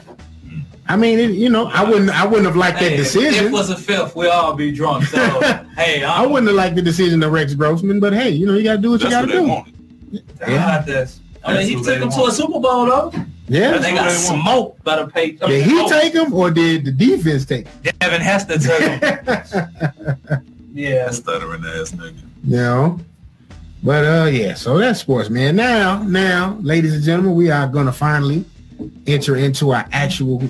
[SPEAKER 2] I mean, it, you know, I wouldn't, I wouldn't have liked
[SPEAKER 6] Hey,
[SPEAKER 2] that
[SPEAKER 6] if- If it
[SPEAKER 2] decision.
[SPEAKER 6] was a fifth, we'd all be drunk. So, hey,
[SPEAKER 2] I
[SPEAKER 6] I'm
[SPEAKER 2] wouldn't have liked the decision of Rex Grossman, but hey, you know, you gotta do what
[SPEAKER 4] That's
[SPEAKER 2] you
[SPEAKER 4] what
[SPEAKER 2] gotta
[SPEAKER 4] they
[SPEAKER 2] do.
[SPEAKER 4] wanted.
[SPEAKER 2] Yeah.
[SPEAKER 6] not this. I mean,
[SPEAKER 4] That's
[SPEAKER 6] he
[SPEAKER 4] who
[SPEAKER 6] took
[SPEAKER 4] they
[SPEAKER 6] them to a
[SPEAKER 4] want.
[SPEAKER 6] Super Bowl, though.
[SPEAKER 2] Yeah.
[SPEAKER 6] They
[SPEAKER 4] who
[SPEAKER 6] got
[SPEAKER 4] they want.
[SPEAKER 6] smoked by the Patriots.
[SPEAKER 2] Did he take him or did the defense take him?
[SPEAKER 6] Devin Hester took him. yeah.
[SPEAKER 4] That stuttering ass nigga.
[SPEAKER 2] No. But uh yeah, so that's sports, man. Now, now, ladies and gentlemen, we are gonna finally enter into our actual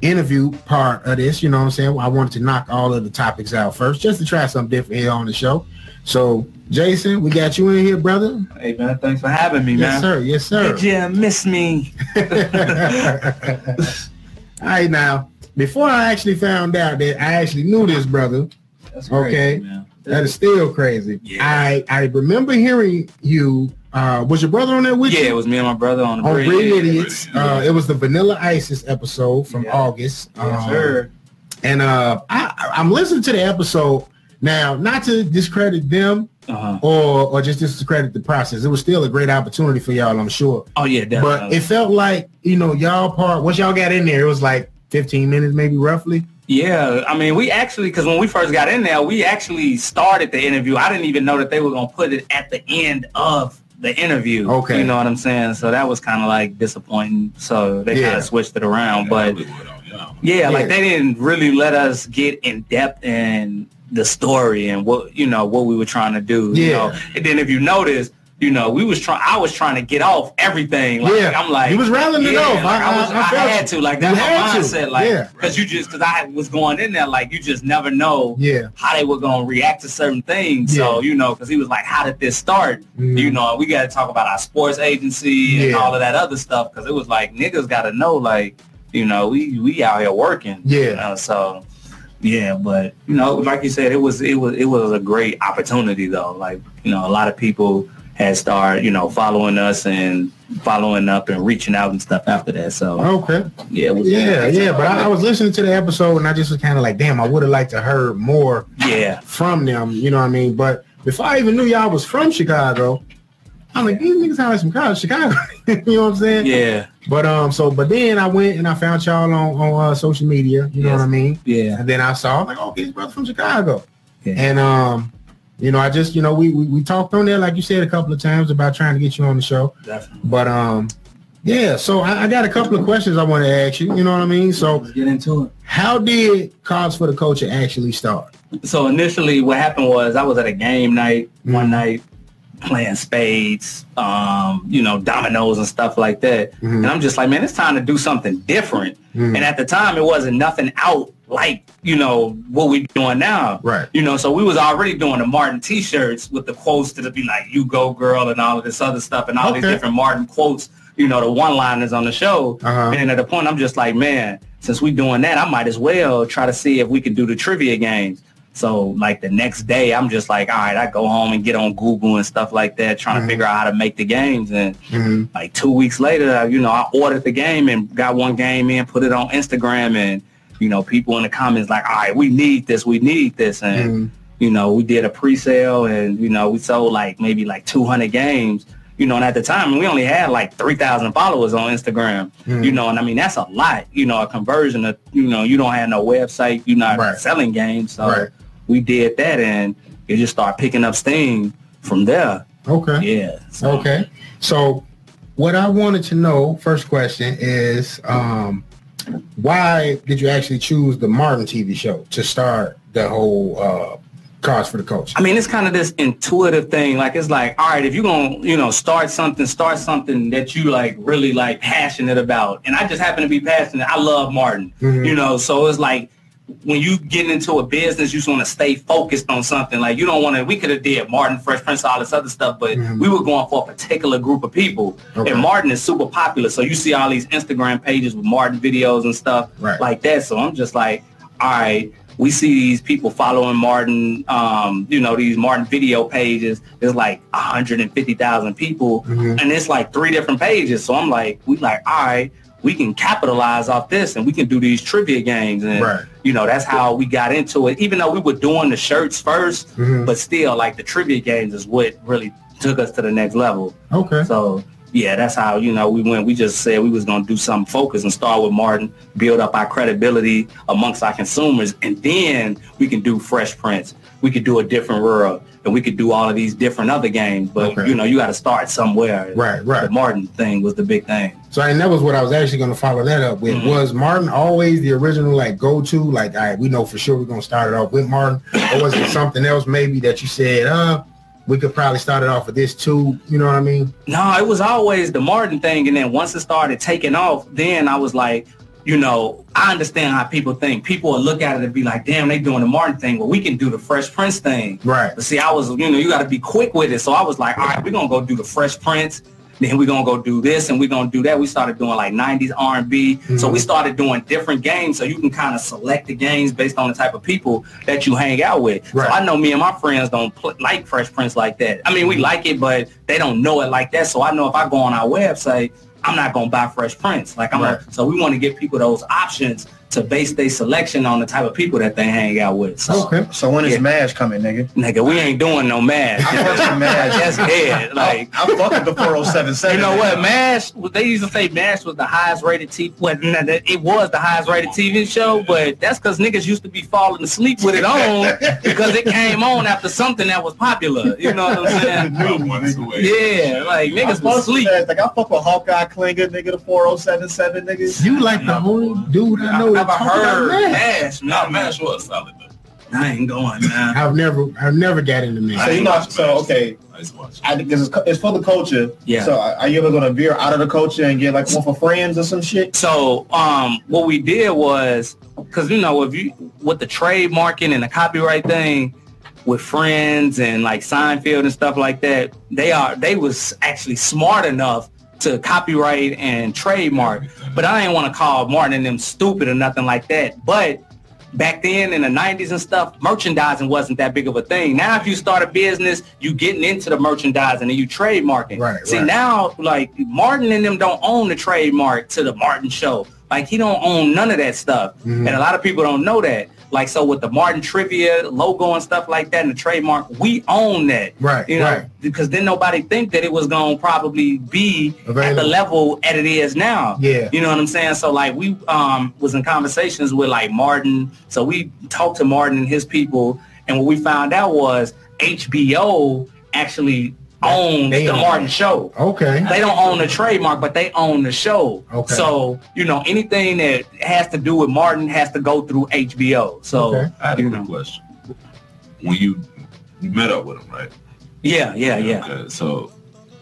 [SPEAKER 2] interview part of this. You know what I'm saying? I wanted to knock all of the topics out first, just to try something different here on the show. So, Jason, we got you in here, brother.
[SPEAKER 6] Hey, man, thanks for having me,
[SPEAKER 2] Yes,
[SPEAKER 6] man.
[SPEAKER 2] sir. Yes, sir.
[SPEAKER 6] Did you miss me?
[SPEAKER 2] All right, now, before I actually found out that I actually knew this brother,
[SPEAKER 6] That's
[SPEAKER 2] Okay.
[SPEAKER 6] man.
[SPEAKER 2] that is still crazy.
[SPEAKER 4] Yeah.
[SPEAKER 2] I I remember hearing you. Uh, was your brother on that with
[SPEAKER 6] Yeah, it
[SPEAKER 2] you?
[SPEAKER 6] was me and my brother on the
[SPEAKER 2] On
[SPEAKER 6] bridge.
[SPEAKER 2] Brilliant Idiots.
[SPEAKER 4] Yeah.
[SPEAKER 2] Uh, it was the Vanilla Isis episode from
[SPEAKER 6] Yeah.
[SPEAKER 2] August.
[SPEAKER 6] Yes,
[SPEAKER 2] Um,
[SPEAKER 6] sir.
[SPEAKER 2] And uh, I, I- I'm listening to the episode now, not to discredit them
[SPEAKER 6] Uh-huh.
[SPEAKER 2] or or just discredit the process. It was still a great opportunity for y'all, I'm sure.
[SPEAKER 6] Oh yeah,
[SPEAKER 2] But
[SPEAKER 6] definitely.
[SPEAKER 2] it felt like you know y'all part. Once y'all got in there, it was like 15 minutes, maybe roughly.
[SPEAKER 6] yeah, I mean, we actually because when we first got in there, we actually started the interview. I didn't even know that they were gonna put it at the end of the interview.
[SPEAKER 2] Okay.
[SPEAKER 6] you know what I'm saying? So that was kind of like disappointing. So they kind
[SPEAKER 2] Yeah.
[SPEAKER 6] of switched it around, Um, but
[SPEAKER 4] Hollywood on y'all.
[SPEAKER 6] yeah,
[SPEAKER 2] Yeah.
[SPEAKER 6] like they didn't really let us get in depth in the story and what you know what we were trying to do. You
[SPEAKER 2] Yeah.
[SPEAKER 6] know? And then if you notice, you know, we was trying. I was trying to get off everything. Like,
[SPEAKER 2] Yeah.
[SPEAKER 6] I'm like,
[SPEAKER 2] You was rattling it
[SPEAKER 6] yeah,
[SPEAKER 2] off. I-
[SPEAKER 6] Like, I,
[SPEAKER 2] I-
[SPEAKER 6] was,
[SPEAKER 2] I
[SPEAKER 6] I,
[SPEAKER 2] felt
[SPEAKER 6] had
[SPEAKER 2] you.
[SPEAKER 6] to. Like
[SPEAKER 2] You
[SPEAKER 6] that's
[SPEAKER 2] had to.
[SPEAKER 6] my mindset. Like,
[SPEAKER 2] Yeah.
[SPEAKER 6] because you just because I was going in there like you just never know
[SPEAKER 2] Yeah.
[SPEAKER 6] how they were gonna react to certain things. So you know, because he was like, "How did this start?"
[SPEAKER 2] Mhm.
[SPEAKER 6] You know, we got to talk about our sports agency and
[SPEAKER 2] Yeah.
[SPEAKER 6] all of that other stuff because it was like niggas got to know, like you know, we we out here working.
[SPEAKER 2] Yeah.
[SPEAKER 6] you know, so yeah, but you know, like you said, it was it was it was a great opportunity though. Like you know, a lot of people had started you know following us and following up and reaching out and stuff after that. So
[SPEAKER 2] Okay.
[SPEAKER 6] yeah, it was,
[SPEAKER 2] Oh, Yeah, yeah. But I, I was listening to the episode and I just was kind of like, damn, I would have liked to heard more
[SPEAKER 6] yeah.
[SPEAKER 2] from them. You know what I mean? But before I even knew y'all was from Chicago, I'm like, these niggas sound like some college Chicago. you know what I'm saying?
[SPEAKER 6] Yeah,
[SPEAKER 2] But um, so but then I went and I found y'all on on uh, social media. You know
[SPEAKER 6] Yes.
[SPEAKER 2] what I mean?
[SPEAKER 6] yeah,
[SPEAKER 2] And then I saw I'm like, oh, these brothers from Chicago.
[SPEAKER 6] Yeah.
[SPEAKER 2] And um, You know, I just, you know, we, we we talked on there like you said a couple of times about trying to get you on the show.
[SPEAKER 6] Definitely.
[SPEAKER 2] But um, yeah. So I, I got a couple of questions I want to ask you. You know what I mean? So
[SPEAKER 6] Let's get into it.
[SPEAKER 2] how did Cause for the Culture actually start?
[SPEAKER 6] so initially what happened was I was at a game night
[SPEAKER 2] Mm-hmm.
[SPEAKER 6] one night playing spades, um, you know, dominoes and stuff like that.
[SPEAKER 2] Mm-hmm.
[SPEAKER 6] And I'm just like, man, it's time to do something different.
[SPEAKER 2] Hmm.
[SPEAKER 6] And at the time it wasn't nothing out like, you know, what we doing now.
[SPEAKER 2] Right.
[SPEAKER 6] You know, so we was already doing the Martin t-shirts with the quotes that'd be like, you go girl and all of this other stuff and all these
[SPEAKER 2] Okay.
[SPEAKER 6] different Martin quotes, you know, the one-liners on the show.
[SPEAKER 2] Uh-huh.
[SPEAKER 6] And then at the point, I'm just like, man, since we doing that, I might as well try to see if we can do the trivia games. So like the next day, I'm just like, all right, I go home and get on Google and stuff like that, trying to figure out how to make the games. And
[SPEAKER 2] Mhm.
[SPEAKER 6] like two weeks later, I- you know, I ordered the game and got one game in, put it on Instagram, and you know, people in the comments like, all right, we need this, we need this, and
[SPEAKER 2] Mm. Mm-hmm.
[SPEAKER 6] you know, we did a pre-sale and, you know, we sold like maybe like 200 games, you know, and at the time we only had like 3,000 followers on Instagram,
[SPEAKER 2] Hmm.
[SPEAKER 6] you know, and I mean, that's a lot, you know, a conversion of, you know, you don't have no website, you're not
[SPEAKER 2] Right.
[SPEAKER 6] selling games. So
[SPEAKER 2] Right.
[SPEAKER 6] we did that and it just started picking up steam from there.
[SPEAKER 2] Okay.
[SPEAKER 6] Yeah. So
[SPEAKER 2] Okay. So what I wanted to know, first question is um why did you actually choose the Martin TV show to start the whole uh cause for the culture?
[SPEAKER 6] I mean, it's kind of this intuitive thing. Like, it's like, all right, if you're going to, you know, start something, start something that you like really like passionate about. And I just happen to be passionate. I love Martin,
[SPEAKER 2] Mm-hmm.
[SPEAKER 6] you know, so it's like when you get into a business, you just want to stay focused on something. Like you don't want to, we could have did Martin, Fresh Prince, all this other stuff, but we were going for a particular group of people.
[SPEAKER 2] Mm-hmm. Okay.
[SPEAKER 6] And Martin is super popular. So you see all these Instagram pages with Martin videos and stuff
[SPEAKER 2] Right.
[SPEAKER 6] like that. So I'm just like, all right, we see these people following Martin, um, you know, these Martin video pages. There's like 150,000 people and it's like three different pages. So I'm like, we like, all right, we can capitalize off this and we can do these trivia games. And,
[SPEAKER 2] Right.
[SPEAKER 6] you know, that's how we got into it. Even though we were doing the shirts 1st
[SPEAKER 2] Mhm.
[SPEAKER 6] but still like the trivia games is what really took us to the next level.
[SPEAKER 2] Okay.
[SPEAKER 6] So yeah, that's how you know we went. We just said we was gonna do something focused and start with Martin, build up our credibility amongst our consumers, and then we can do Fresh Prince. We could do a different world, and we could do all of these different other games. But
[SPEAKER 2] Okay.
[SPEAKER 6] you know, you got to start somewhere.
[SPEAKER 2] Right, right.
[SPEAKER 6] The Martin thing was the big thing.
[SPEAKER 2] So and that was what I was actually going to follow that up with.
[SPEAKER 6] Mm-hmm.
[SPEAKER 2] Was Martin always the original like go to? Like, all right, we know for sure we're going to start it off with Martin, or was it something else maybe that you said, uh, we could probably start it off with this too? You know what I mean?
[SPEAKER 6] No, it was always the Martin thing. And then once it started taking off, then I was like, you know, I understand how people think. People will look at it and be like, damn, they doing the Martin thing. Well, we can do the Fresh Prince thing.
[SPEAKER 2] Right.
[SPEAKER 6] But see, I was, you know, you got to be quick with it. So I was like, all right, we're going to go do the Fresh Prince. Then we're going to go do this and we're going to do that. We started doing like 90s R&B. So we
[SPEAKER 2] Mm-hmm.
[SPEAKER 6] started doing different games. So you can kind of select the games based on the type of people that you hang out with.
[SPEAKER 2] Right.
[SPEAKER 6] So I know me and my friends don't pl- like Fresh Prince like that. I mean,
[SPEAKER 2] Mm-hmm.
[SPEAKER 6] we like it, but they don't know it like that. So I know if I go on our website, I'm not gonna buy Fresh Prince. Like I'm.
[SPEAKER 2] Right.
[SPEAKER 6] Gonna, so we want to give people those options to base their selection on the type of people that they hang out with. So,
[SPEAKER 2] Okay.
[SPEAKER 3] So when is Mash coming, nigga?
[SPEAKER 6] nigga, we ain't doing no mash.
[SPEAKER 3] I fuck with Mash.
[SPEAKER 6] That's dead. Like.
[SPEAKER 3] I fuck with the 4077.
[SPEAKER 6] You know what, MASH, they used to say MASH was the highest rated TV, well, no, that- it was the highest rated TV show, but that's because niggas used to be falling asleep with it on because it came on after something that was popular. You know what I'm saying?
[SPEAKER 4] Well, once away.
[SPEAKER 6] Yeah, like niggas was
[SPEAKER 3] Fuck with
[SPEAKER 6] asleep.
[SPEAKER 3] Mash. Like, I fuck with Hawkeye Klinger, nigga, the 4077, nigga.
[SPEAKER 2] You like the only dude I know.
[SPEAKER 6] I've
[SPEAKER 2] that
[SPEAKER 6] never
[SPEAKER 2] talk about
[SPEAKER 6] heard
[SPEAKER 2] Mash.
[SPEAKER 6] Mash.
[SPEAKER 4] Nah,
[SPEAKER 6] No, Mash.
[SPEAKER 4] Mash was solid though.
[SPEAKER 6] I ain't going, man.
[SPEAKER 2] I've never, I've never got into me.
[SPEAKER 3] So you know, so okay,
[SPEAKER 4] I used to watch it.
[SPEAKER 3] I think this is it's for the culture.
[SPEAKER 6] Yeah.
[SPEAKER 3] So are are you ever gonna veer out of the culture and get like one for friends or some shit?
[SPEAKER 6] So um, what we did was, because you know, if you with the trademarking and the copyright thing with friends and like Seinfeld and stuff like that, they are they was actually smart enough to copyright and trademark. But I didn't want to call Martin and them stupid or nothing like that. But back then in the 90s and stuff, merchandising wasn't that big of a thing. Now if you start a business, you getting into the merchandising and you trademarking.
[SPEAKER 2] Right,
[SPEAKER 6] See
[SPEAKER 2] right.
[SPEAKER 6] now, like Martin and them don't own the trademark to the Martin show. Like he don't own none of that stuff.
[SPEAKER 2] Mm-hmm.
[SPEAKER 6] And a lot of people don't know that. Like so with the Martin trivia logo and stuff like that and the trademark, we own that.
[SPEAKER 2] Right,
[SPEAKER 6] You know,
[SPEAKER 2] right.
[SPEAKER 6] because then nobody think that it was gonna probably be at the
[SPEAKER 2] Available.
[SPEAKER 6] level at it is now.
[SPEAKER 2] Yeah.
[SPEAKER 6] You know what I'm saying? So like we um was in conversations with like Martin. So we talked to Martin and his people and what we found out was
[SPEAKER 5] HBO actually owns
[SPEAKER 2] They
[SPEAKER 5] the
[SPEAKER 2] own
[SPEAKER 5] Martin
[SPEAKER 2] it.
[SPEAKER 5] show.
[SPEAKER 2] Okay.
[SPEAKER 5] They don't own the trademark, but they own the show.
[SPEAKER 2] Okay.
[SPEAKER 5] So, you know, anything that has to do with Martin has to go through HBO. So,
[SPEAKER 2] Okay.
[SPEAKER 4] I had a
[SPEAKER 5] you
[SPEAKER 4] quick
[SPEAKER 5] know,
[SPEAKER 4] question. When you you met up with him, right?
[SPEAKER 5] yeah,
[SPEAKER 6] Uh,
[SPEAKER 5] yeah, yeah.
[SPEAKER 4] Okay, so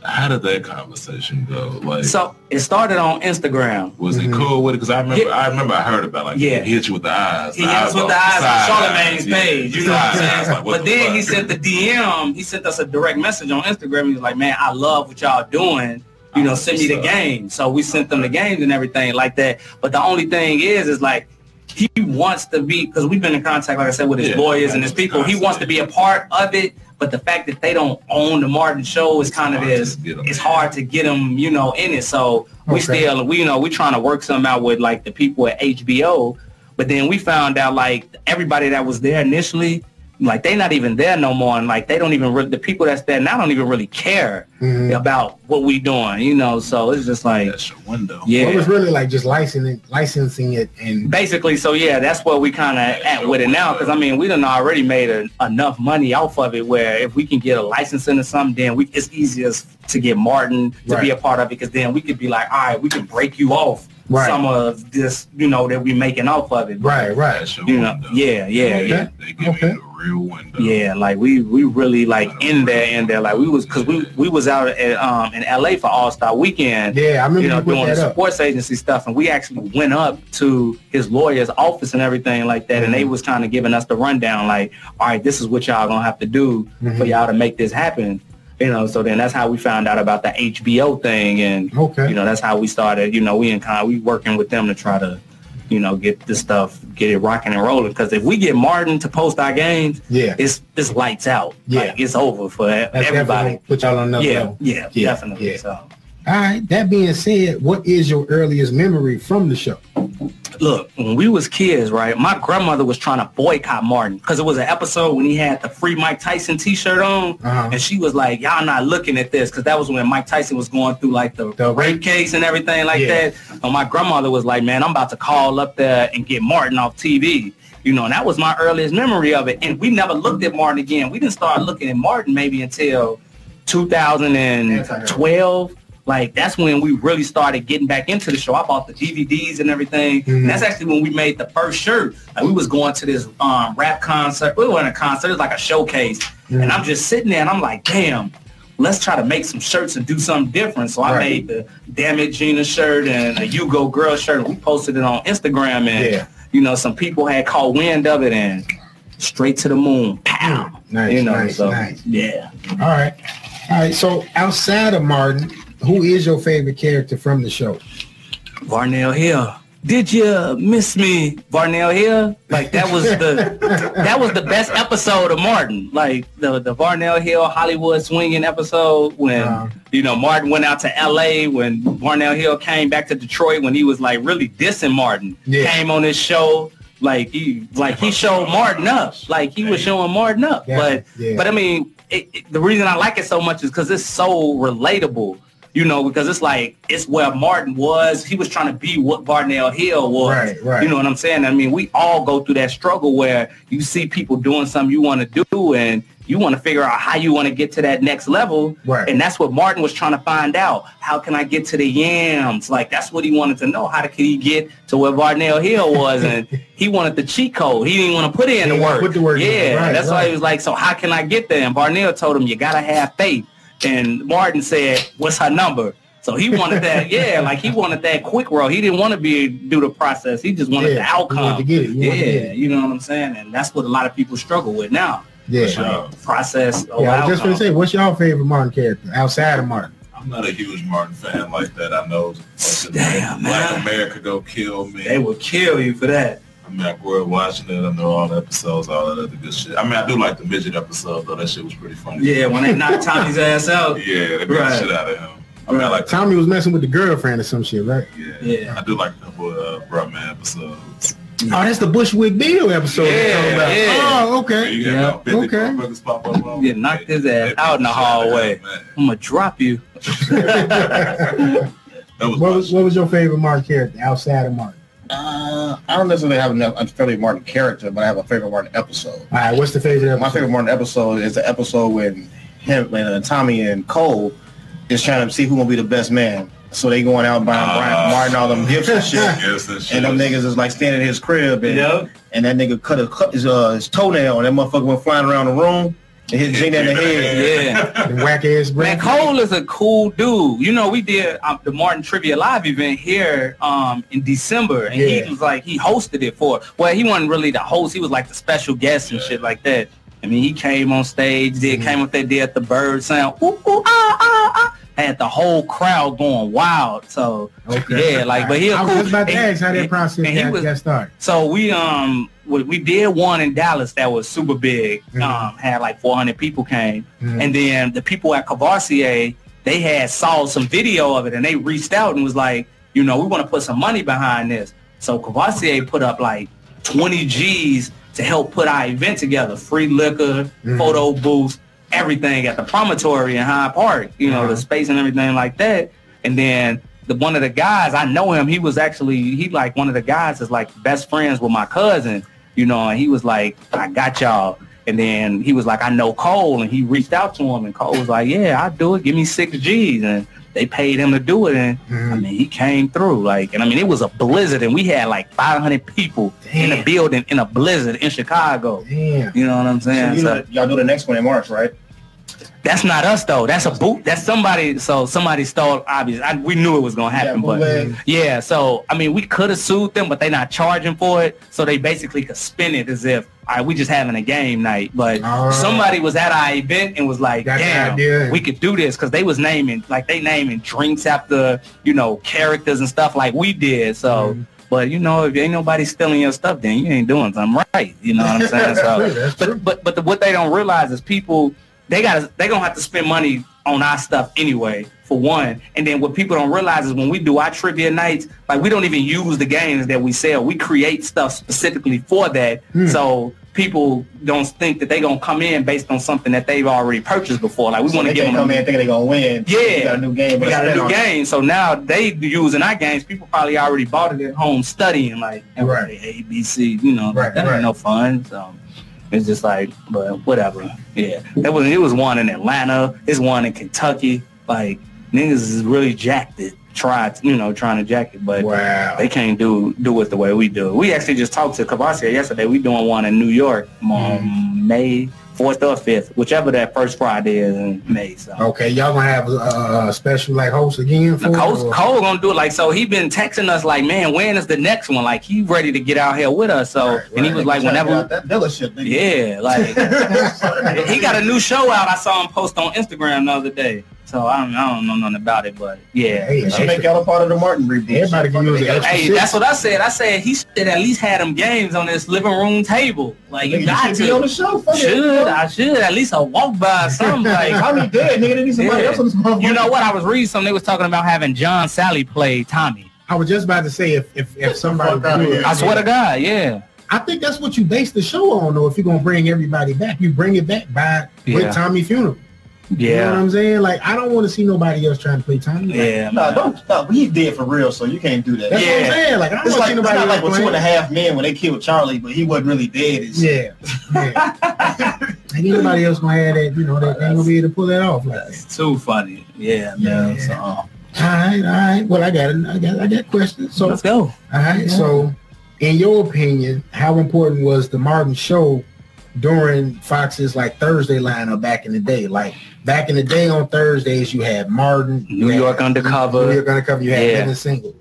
[SPEAKER 4] how did that conversation go? Like,
[SPEAKER 5] So it started on Instagram.
[SPEAKER 4] was he
[SPEAKER 2] Mhm.
[SPEAKER 4] cool with it? Because I remember,
[SPEAKER 5] Yeah.
[SPEAKER 4] I remember, I heard about like
[SPEAKER 5] Yeah.
[SPEAKER 4] he hit you with the eyes.
[SPEAKER 6] He hit us with
[SPEAKER 4] eyeball,
[SPEAKER 6] the eyes on
[SPEAKER 4] side
[SPEAKER 6] Charlemagne's
[SPEAKER 4] eyes, yeah,
[SPEAKER 6] page.
[SPEAKER 4] the
[SPEAKER 6] You know what I'm
[SPEAKER 4] side
[SPEAKER 6] saying?
[SPEAKER 4] eyes, like, what
[SPEAKER 6] but
[SPEAKER 4] the
[SPEAKER 6] then he
[SPEAKER 4] fuck?
[SPEAKER 6] sent the DM. He sent us a direct message on Instagram. He was like, "Man, I love what y'all doing. You know, send me the game." So we sent them the games and everything like that. But the only thing is, is like he wants to be because we've been in contact, like I said, with his
[SPEAKER 4] Yeah.
[SPEAKER 6] lawyers and his people. He wants to be a part of it. But the fact that they don't own the Martin Show is kind of
[SPEAKER 4] hard to
[SPEAKER 6] is
[SPEAKER 4] get 'em
[SPEAKER 6] it's
[SPEAKER 4] in.
[SPEAKER 6] hard to get them, you know, in it. So we
[SPEAKER 2] Okay.
[SPEAKER 6] still, we you know, we trying to work something out with like the people at HBO. But then we found out like everybody that was there initially, like they not even there no more, and like they don't even really, the people that's there now don't even really care
[SPEAKER 2] Mm-hmm.
[SPEAKER 6] about what we doing, you know. So it's just like,
[SPEAKER 4] That's your window.
[SPEAKER 2] Well, it was
[SPEAKER 6] yeah,
[SPEAKER 2] really like just licensing, licensing it, and
[SPEAKER 6] basically. So yeah, that's where we kind of at with it now, because I mean, we done already made a, enough money off of it where if we can get a licensing or something, then we it's easier to get Martin to be
[SPEAKER 2] Right.
[SPEAKER 6] a part of it, because then we could be like, all right, we can break you off.
[SPEAKER 2] Right.
[SPEAKER 6] Some of this, you know, that we making off of it.
[SPEAKER 2] right, right.
[SPEAKER 4] That's your
[SPEAKER 6] You know,
[SPEAKER 4] window.
[SPEAKER 6] yeah, yeah,
[SPEAKER 4] They-
[SPEAKER 6] yeah.
[SPEAKER 4] They give
[SPEAKER 2] Okay.
[SPEAKER 4] you the real window.
[SPEAKER 6] Yeah, like we we really like in there in there like we was because we we was out at, um in LA for All Star Weekend.
[SPEAKER 2] Yeah, I remember
[SPEAKER 6] You know,
[SPEAKER 2] you put
[SPEAKER 6] doing the
[SPEAKER 2] that up.
[SPEAKER 6] sports agency stuff, and we actually went up to his lawyer's office and everything like that,
[SPEAKER 2] Mm-hmm.
[SPEAKER 6] and they was kind of giving us the rundown, like, all right, this is what y'all gonna have to do for
[SPEAKER 2] Mhm.
[SPEAKER 6] y'all to make this happen, you know. So then that's how we found out about the HBO thing, and
[SPEAKER 2] Okay.
[SPEAKER 6] you know that's how we started. You know, we in con, we working with them to try to, you know, get this stuff, get it rocking and rolling. Because if we get Martin to post our games,
[SPEAKER 2] Yeah.
[SPEAKER 6] it's it's lights out.
[SPEAKER 2] Yeah.
[SPEAKER 6] Like, it's over for
[SPEAKER 2] That's
[SPEAKER 6] everybody.
[SPEAKER 2] definitely put y'all on another
[SPEAKER 6] Yeah,
[SPEAKER 2] level.
[SPEAKER 6] yeah,
[SPEAKER 2] Yeah,
[SPEAKER 6] definitely.
[SPEAKER 2] yeah.
[SPEAKER 6] So
[SPEAKER 2] All right. That being said, what is your earliest memory from the show?
[SPEAKER 6] look, when we was kids, right? My grandmother was trying to boycott Martin because it was an episode when he had the free Mike Tyson T-shirt on,
[SPEAKER 2] Uh-huh.
[SPEAKER 6] and she was like, "Y'all not looking at this," because that was when Mike Tyson was going through like the,
[SPEAKER 2] The
[SPEAKER 6] rape case and everything like
[SPEAKER 2] Yeah.
[SPEAKER 6] that. And my grandmother was like, "Man, I'm about to call up there and get Martin off TV." You know, and that was my earliest memory of it. And we never looked at Martin again. We didn't start looking at Martin maybe until 2012. Like that's when we really started getting back into the show. I bought the DVDs and everything.
[SPEAKER 2] Mhm.
[SPEAKER 6] And that's actually when we made the first shirt. Like we was going to this um, rap concert. We weren't a concert. It was like a showcase. And
[SPEAKER 2] Mm-hmm.
[SPEAKER 6] I'm just sitting there and I'm like, damn, let's try to make some shirts and do something different. So I
[SPEAKER 2] Right.
[SPEAKER 6] made the Damn It Gina shirt and a You Go Girl shirt. We posted it on Instagram and,
[SPEAKER 2] Yeah.
[SPEAKER 6] you know, some people had caught wind of it and straight to the moon. Pow.
[SPEAKER 2] Nice,
[SPEAKER 6] you know,
[SPEAKER 2] nice,
[SPEAKER 6] so,
[SPEAKER 2] nice.
[SPEAKER 6] yeah.
[SPEAKER 2] All right. All right. So outside of Martin, who is your favorite character from the show?
[SPEAKER 6] Varnell Hill. Did you miss me, Varnell Hill? Like that was the that was the best episode of Martin. Like the the Varnell Hill Hollywood swinging episode when
[SPEAKER 2] Uh-huh.
[SPEAKER 6] you know Martin went out to L.A. when Varnell Hill came back to Detroit when he was like really dissing Martin.
[SPEAKER 2] Yeah.
[SPEAKER 6] Came on his show like he like he showed Martin up. Like he was showing Martin up.
[SPEAKER 2] Yeah,
[SPEAKER 6] But
[SPEAKER 2] yeah.
[SPEAKER 6] but I mean, it, it- the reason I like it so much is because it's so relatable. You know, because it's like it's where Martin was. He was trying to be what Barnell Hill was.
[SPEAKER 2] Right, right.
[SPEAKER 6] You know what I'm saying? I mean, we all go through that struggle where you see people doing something you want to do, and you want to figure out how you want to get to that next level.
[SPEAKER 2] Right.
[SPEAKER 6] And that's what Martin was trying to find out. How can I get to the yams? Like that's what he wanted to know. How could he get to where Barnell Hill was? and he wanted the cheat code. He didn't want to put in
[SPEAKER 2] He
[SPEAKER 6] the
[SPEAKER 2] didn't
[SPEAKER 6] work.
[SPEAKER 2] put the work in.
[SPEAKER 6] Yeah,
[SPEAKER 2] Right,
[SPEAKER 6] that's why
[SPEAKER 2] right.
[SPEAKER 6] he was like, so how can I get there? And Barnell told him, you gotta have faith. And Martin said, what's her number? So he wanted that, yeah, like he wanted that quick roll. He didn't want to be do the process. He just wanted
[SPEAKER 2] Yeah,
[SPEAKER 6] the
[SPEAKER 2] he wanted
[SPEAKER 6] outcome.
[SPEAKER 2] to get it. He
[SPEAKER 6] yeah,
[SPEAKER 2] wanted to get it.
[SPEAKER 6] you know what I'm saying? And that's what a lot of people struggle with now.
[SPEAKER 2] Yeah.
[SPEAKER 4] Sure.
[SPEAKER 6] Like, process or
[SPEAKER 2] Yeah, I was just
[SPEAKER 6] outcome.
[SPEAKER 2] gonna say, what's your favorite Martin character outside of Martin?
[SPEAKER 4] I'm not a huge Martin fan like that. I know fucking
[SPEAKER 6] Damn,
[SPEAKER 4] Black
[SPEAKER 6] man.
[SPEAKER 4] America go kill me.
[SPEAKER 6] they will kill you for that.
[SPEAKER 4] I mean, I grew up watching it. I know all the episodes, all that other good shit. I mean, I do like the midget episode though. That shit was pretty funny.
[SPEAKER 6] Yeah, when they knock Tommy's ass out.
[SPEAKER 4] Yeah, they beat
[SPEAKER 6] Right.
[SPEAKER 4] the shit out of him. I mean, I like
[SPEAKER 2] Tommy was messing with the girlfriend or some shit, right?
[SPEAKER 4] Yeah.
[SPEAKER 6] Yeah.
[SPEAKER 4] I do like a couple of uh, Brotman episodes.
[SPEAKER 2] Oh, that's the Bushwick Bill episode. we're
[SPEAKER 6] Yeah,
[SPEAKER 2] talking about.
[SPEAKER 6] yeah.
[SPEAKER 2] Oh,
[SPEAKER 4] Yeah,
[SPEAKER 2] okay.
[SPEAKER 4] you got about 50
[SPEAKER 2] okay.
[SPEAKER 4] motherfuckers pop up on
[SPEAKER 6] Yeah,
[SPEAKER 4] them.
[SPEAKER 6] knocked
[SPEAKER 4] They-
[SPEAKER 6] his
[SPEAKER 4] they
[SPEAKER 6] ass
[SPEAKER 4] beat
[SPEAKER 6] out in the
[SPEAKER 4] shit out of
[SPEAKER 6] hallway.
[SPEAKER 4] him, man.
[SPEAKER 6] I'm gonna drop you.
[SPEAKER 4] That was,
[SPEAKER 2] What was
[SPEAKER 4] my
[SPEAKER 2] what was your favorite Martin character outside of Martin?
[SPEAKER 3] Uh, I don't necessarily have enough- a favorite Martin character, but I have a favorite Martin episode.
[SPEAKER 2] All right, what's the favorite episode?
[SPEAKER 3] My favorite Martin episode is the episode when him, when uh, Tommy and Cole is trying to see who gonna be the best man. So they going out buying
[SPEAKER 4] Ah.
[SPEAKER 3] Brian Martin all them gifts and shit.
[SPEAKER 4] Yes, that shit.
[SPEAKER 3] And them niggas is like standing in his crib and
[SPEAKER 7] Yep.
[SPEAKER 3] and that nigga cut, a, cut his, uh, his toenail and that motherfucker went flying around the room and hit Gina in the head.
[SPEAKER 6] Yeah.
[SPEAKER 2] And whack ass
[SPEAKER 6] Man,
[SPEAKER 2] breath.
[SPEAKER 6] Cole is a cool dude. You know, we did um, the Martin Trivia Live event here um, in December, and
[SPEAKER 2] Yeah.
[SPEAKER 6] he was like, he hosted it for. Well, he wasn't really the host. He was like the special guest and shit like that. I mean, he came on stage, did
[SPEAKER 2] Mm-hmm.
[SPEAKER 6] came up there, did the bird sound, ooh, ooh, ah, ah, ah, had the whole crowd going wild. So, yeah, like, but he a
[SPEAKER 2] I was
[SPEAKER 6] cool.
[SPEAKER 2] just about to
[SPEAKER 6] and-
[SPEAKER 2] ask how that
[SPEAKER 6] and-
[SPEAKER 2] process
[SPEAKER 6] and he
[SPEAKER 2] got,
[SPEAKER 6] was-
[SPEAKER 2] got started.
[SPEAKER 6] so we um we, we did one in Dallas that was super big.
[SPEAKER 2] Mhm.
[SPEAKER 6] Um, had like 400 people came,
[SPEAKER 2] Mhm.
[SPEAKER 6] and then the people at Cavarcier they had saw some video of it, and they reached out and was like, you know, we want to put some money behind this. So Cavarcier put up like 20 G's to help put our event together: free liquor,
[SPEAKER 2] Mhm.
[SPEAKER 6] photo booths, everything at the promontory in Hyde Park. You know, the
[SPEAKER 2] Mhm.
[SPEAKER 6] space and everything like that. And then the one of the guys, I know him. He was actually he like one of the guys is like best friends with my cousin, you know. And he was like, I got y'all. And then he was like, I know Cole, and he reached out to him, and Cole was like, Yeah, I'll do it. Give me six G's, and they paid him to do it. And I
[SPEAKER 3] Mm.
[SPEAKER 2] Mhm.
[SPEAKER 6] mean, he came through. Like, and I mean, it was a blizzard, and we had like 500 people in a
[SPEAKER 2] Damn.
[SPEAKER 6] building in a blizzard in Chicago.
[SPEAKER 2] Damn.
[SPEAKER 6] You know what I'm
[SPEAKER 3] So
[SPEAKER 6] saying?
[SPEAKER 3] you
[SPEAKER 6] So-
[SPEAKER 3] know, y'all do the next one in March, right?
[SPEAKER 6] that's not us though. That's a boot. That's somebody. So somebody stole. Obviously, I, we knew it was gonna happen.
[SPEAKER 3] Yeah,
[SPEAKER 6] but
[SPEAKER 3] bootleg.
[SPEAKER 6] yeah, so I mean, we could have sued them, but they not charging for it. So they basically could spin it as if, all right, we just having a game night. But
[SPEAKER 2] Ah.
[SPEAKER 6] somebody was at our event and was like,
[SPEAKER 2] Got the idea.
[SPEAKER 6] damn, we could do this because they was naming like they naming drinks after you know characters and stuff like we did. So.
[SPEAKER 2] Mhm.
[SPEAKER 6] But you know, if ain't nobody stealing your stuff, then you ain't doing something right. You know what I'm saying? So,
[SPEAKER 2] That's true, that's true.
[SPEAKER 6] but but but the, what they don't realize is people they got they gonna have to spend money on our stuff anyway for one and then what people don't realize is when we do our trivia nights like we don't even use the games that we sell we create stuff specifically for that
[SPEAKER 2] Hmm.
[SPEAKER 6] so people don't think that they gonna come in based on something that they've already purchased before like we
[SPEAKER 3] So
[SPEAKER 6] want
[SPEAKER 3] they
[SPEAKER 6] to give
[SPEAKER 3] can't
[SPEAKER 6] them
[SPEAKER 3] come in thinking they gonna win.
[SPEAKER 6] Yeah.
[SPEAKER 3] we got a new game.
[SPEAKER 6] we
[SPEAKER 3] but
[SPEAKER 6] got a
[SPEAKER 3] spin
[SPEAKER 6] new
[SPEAKER 3] on it.
[SPEAKER 6] game, so now they using our games. People probably already bought it at home studying, like and
[SPEAKER 2] Right.
[SPEAKER 6] like, A, B, C. You know,
[SPEAKER 2] Right,
[SPEAKER 6] that
[SPEAKER 2] right.
[SPEAKER 6] ain't no fun. So it's just like, but whatever. Yeah, that was it. Was one in Atlanta. It's one in Kentucky. Like niggas is really jacked it. Tried, you know, trying to jack it, but
[SPEAKER 2] Wow.
[SPEAKER 6] they can't do do it the way we do it. We actually just talked to Cavassier yesterday. We doing one in New York on May fourth or fifth, whichever that first Friday is in May. So.
[SPEAKER 2] Okay, y'all gonna have a, a special like host again for
[SPEAKER 6] Now,
[SPEAKER 2] it,
[SPEAKER 6] Cole,
[SPEAKER 2] or-
[SPEAKER 6] Cole gonna do it like so. He been texting us like, man, when is the next one? Like he ready to get out here with us. So
[SPEAKER 2] Right,
[SPEAKER 6] and he was like,
[SPEAKER 3] Trying to get out
[SPEAKER 6] whenever,
[SPEAKER 3] that dealership, nigga.
[SPEAKER 6] yeah, like he got a new show out. I saw him post on Instagram the other day. So I don't, I don't know nothing about it, but yeah.
[SPEAKER 2] Hey,
[SPEAKER 3] I make
[SPEAKER 2] extra-
[SPEAKER 3] y'all a part of the Martin reboot.
[SPEAKER 2] Everybody can use an extra
[SPEAKER 6] Hey,
[SPEAKER 2] six.
[SPEAKER 6] that's what I said. I said he should at least had them games on this living room table. Like
[SPEAKER 3] Nigga,
[SPEAKER 6] you
[SPEAKER 3] you
[SPEAKER 6] got
[SPEAKER 3] should be on
[SPEAKER 6] to.
[SPEAKER 3] the show. Fuck it.
[SPEAKER 6] Should I should at least a walk by or something like
[SPEAKER 3] I already dead, nigga. They need somebody
[SPEAKER 6] Yeah.
[SPEAKER 3] else on this motherfucker.
[SPEAKER 6] you know what I was reading something they was talking about having John Sally play Tommy.
[SPEAKER 2] I was just about to say if if, if somebody
[SPEAKER 3] Fuck outta
[SPEAKER 2] do it,
[SPEAKER 3] here.
[SPEAKER 6] I swear to God, yeah.
[SPEAKER 2] I think that's what you base the show on though. If you're gonna bring everybody back, you bring it back by
[SPEAKER 6] Yeah.
[SPEAKER 2] with Tommy Funeral.
[SPEAKER 6] Yeah.
[SPEAKER 2] You know what I'm saying? Like I don't want to see nobody else trying to play Tommy. Like,
[SPEAKER 6] Yeah,
[SPEAKER 3] No,
[SPEAKER 6] man.
[SPEAKER 3] don't. No, he's dead for real, so you can't do that.
[SPEAKER 2] That's what I'm
[SPEAKER 6] Yeah.
[SPEAKER 2] saying. Like I don't want
[SPEAKER 3] It's
[SPEAKER 2] to
[SPEAKER 3] like
[SPEAKER 2] see
[SPEAKER 3] it's
[SPEAKER 2] nobody
[SPEAKER 3] not
[SPEAKER 2] else
[SPEAKER 3] like with two and a
[SPEAKER 2] playing.
[SPEAKER 3] half men when they killed Charlie, but he wasn't really dead. and shit.
[SPEAKER 2] Yeah. yeah. Like, ain't nobody else gonna have that, you know, that they ain't gonna be able to pull that off like that.
[SPEAKER 6] It's too funny. Yeah, man. So, uh,
[SPEAKER 2] All right, all right. Well I got it. I got I got questions. So
[SPEAKER 6] let's go.
[SPEAKER 2] All right. So, in your opinion, how important was the Martin show during Fox's like Thursday lineup back in the day? Like back in the day on Thursdays, you had Martin, you
[SPEAKER 6] New
[SPEAKER 2] had-
[SPEAKER 6] York Undercover.
[SPEAKER 2] New York Undercover. You had
[SPEAKER 6] Yeah.
[SPEAKER 2] Living Single.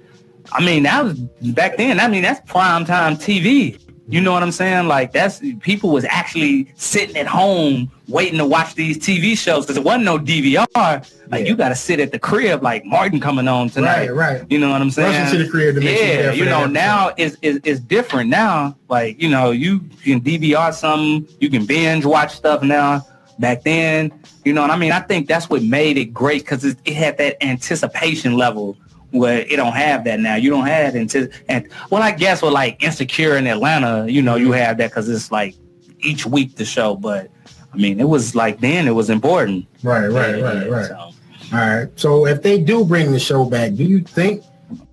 [SPEAKER 6] I mean, that was back then. I mean, that's prime time TV. You know what I'm saying? Like that's people was actually sitting at home waiting to watch these TV shows because there wasn't no DVR. Like
[SPEAKER 2] Yeah.
[SPEAKER 6] you got to sit at the crib. Like Martin coming on tonight.
[SPEAKER 2] Right, right.
[SPEAKER 6] You know what I'm saying?
[SPEAKER 2] Rushing to the crib to make sure you're
[SPEAKER 6] yeah,
[SPEAKER 2] there for
[SPEAKER 6] you
[SPEAKER 2] that
[SPEAKER 6] know
[SPEAKER 2] episode.
[SPEAKER 6] now it's, it's it's different now. Like you know you can DVR something, you can binge watch stuff now. Back then, you know what I mean. I think that's what made it great because it, it had that anticipation level where it don't have that now. You don't have anticip and well, I guess with like Insecure in Atlanta, you know you have that because it's like each week the show. But I mean, it was like then it was important.
[SPEAKER 2] Right, right, right,
[SPEAKER 6] Yeah,
[SPEAKER 2] right.
[SPEAKER 6] so.
[SPEAKER 2] All right. So if they do bring the show back, do you think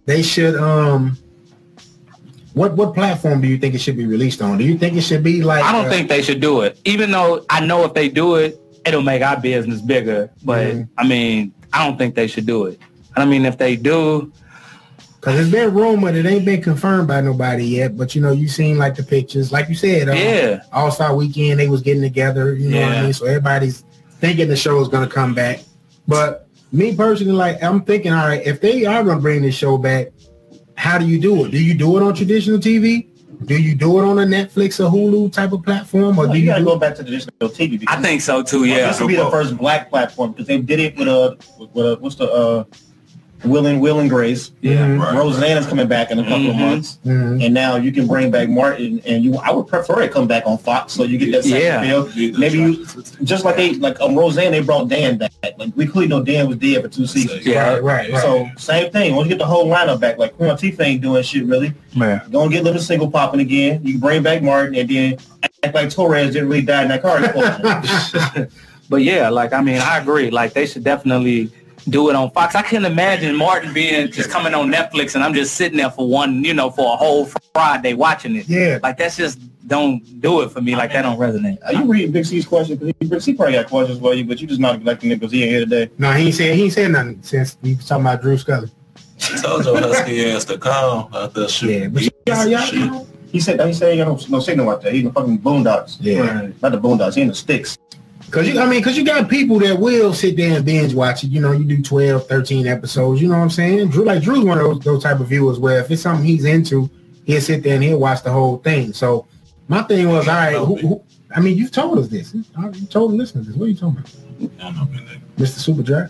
[SPEAKER 2] they should um What what platform do you think it should be released on? Do you think it should be like?
[SPEAKER 6] I don't
[SPEAKER 2] uh,
[SPEAKER 6] think they should do it. Even though I know if they do it, it'll make our business bigger. But
[SPEAKER 2] Mhm.
[SPEAKER 6] I mean, I don't think they should do it. I mean, if they do,
[SPEAKER 2] Cause it's been rumored, it ain't been confirmed by nobody yet. But you know, you seen like the pictures, like you said, uh,
[SPEAKER 6] Yeah.
[SPEAKER 2] All Star Weekend, they was getting together. You know what I
[SPEAKER 6] Yeah.
[SPEAKER 2] mean? So everybody's thinking the show is gonna come back. But me personally, like I'm thinking, all right, if they are gonna bring this show back, how do you do it? Do you do it on traditional TV? Do you do it on a Netflix or Hulu type of platform, or do
[SPEAKER 3] you
[SPEAKER 2] you?
[SPEAKER 3] gotta
[SPEAKER 2] do-
[SPEAKER 3] go back to traditional TV. Because
[SPEAKER 6] I think so too.
[SPEAKER 3] Well,
[SPEAKER 6] Yeah,
[SPEAKER 3] this will be the first black platform because they did it with a with a what's the uh, Will and Will and Grace.
[SPEAKER 2] Mhm,
[SPEAKER 4] Right,
[SPEAKER 3] Roseanne is coming back in a couple of
[SPEAKER 6] Mhm.
[SPEAKER 3] months,
[SPEAKER 2] mhm.
[SPEAKER 3] and now you can bring back Martin. And you, I would prefer it come back on Fox so you get that second
[SPEAKER 6] Yeah.
[SPEAKER 3] feel. Maybe you just like they like on Roseanne, they brought Dan back. Like we clearly know Dan was dead for two seasons.
[SPEAKER 6] Yeah.
[SPEAKER 2] Right, right, right.
[SPEAKER 3] So same thing. Once you get the whole lineup back, like Queen Latifah ain't doing shit really.
[SPEAKER 6] man.
[SPEAKER 3] Don't get little single popping again. You bring back Martin, and then act like Torres didn't really die in that car explosion.
[SPEAKER 6] But yeah, like I mean, I agree. Like they should definitely do it on Fox. I couldn't imagine Martin being just coming on Netflix and I'm just sitting there for one, you know, for a whole Friday watching it.
[SPEAKER 2] Yeah.
[SPEAKER 6] like that's just don't do it for me. Like that don't resonate.
[SPEAKER 3] Are you reading Big C's question? Because Big C probably got questions for you, but you just not electing him because he ain't here today.
[SPEAKER 2] No, he ain't said he ain't said nothing since we was talking about Drew Scully.
[SPEAKER 4] told your husky ass to come out there
[SPEAKER 2] Yeah,
[SPEAKER 4] shooting.
[SPEAKER 2] but y'all, y'all,
[SPEAKER 4] Shit.
[SPEAKER 3] He said he said he got no, no signal out there. He in the fucking boondocks.
[SPEAKER 2] Yeah.
[SPEAKER 3] Right. Not the boondocks. He in the sticks.
[SPEAKER 2] Cause you, I mean, cause you got people that will sit there and binge watch it. You know, you do 12, 13 episodes. You know what I'm saying? Drew, like Drew's one of those, those type of viewers where if it's something he's into, he'll sit there and he'll watch the whole thing. So my thing was, all right, who, who, I mean, you've told us this. You told the listeners this. What are you talking about,
[SPEAKER 4] I don't know, man.
[SPEAKER 2] Mr. Super Dry?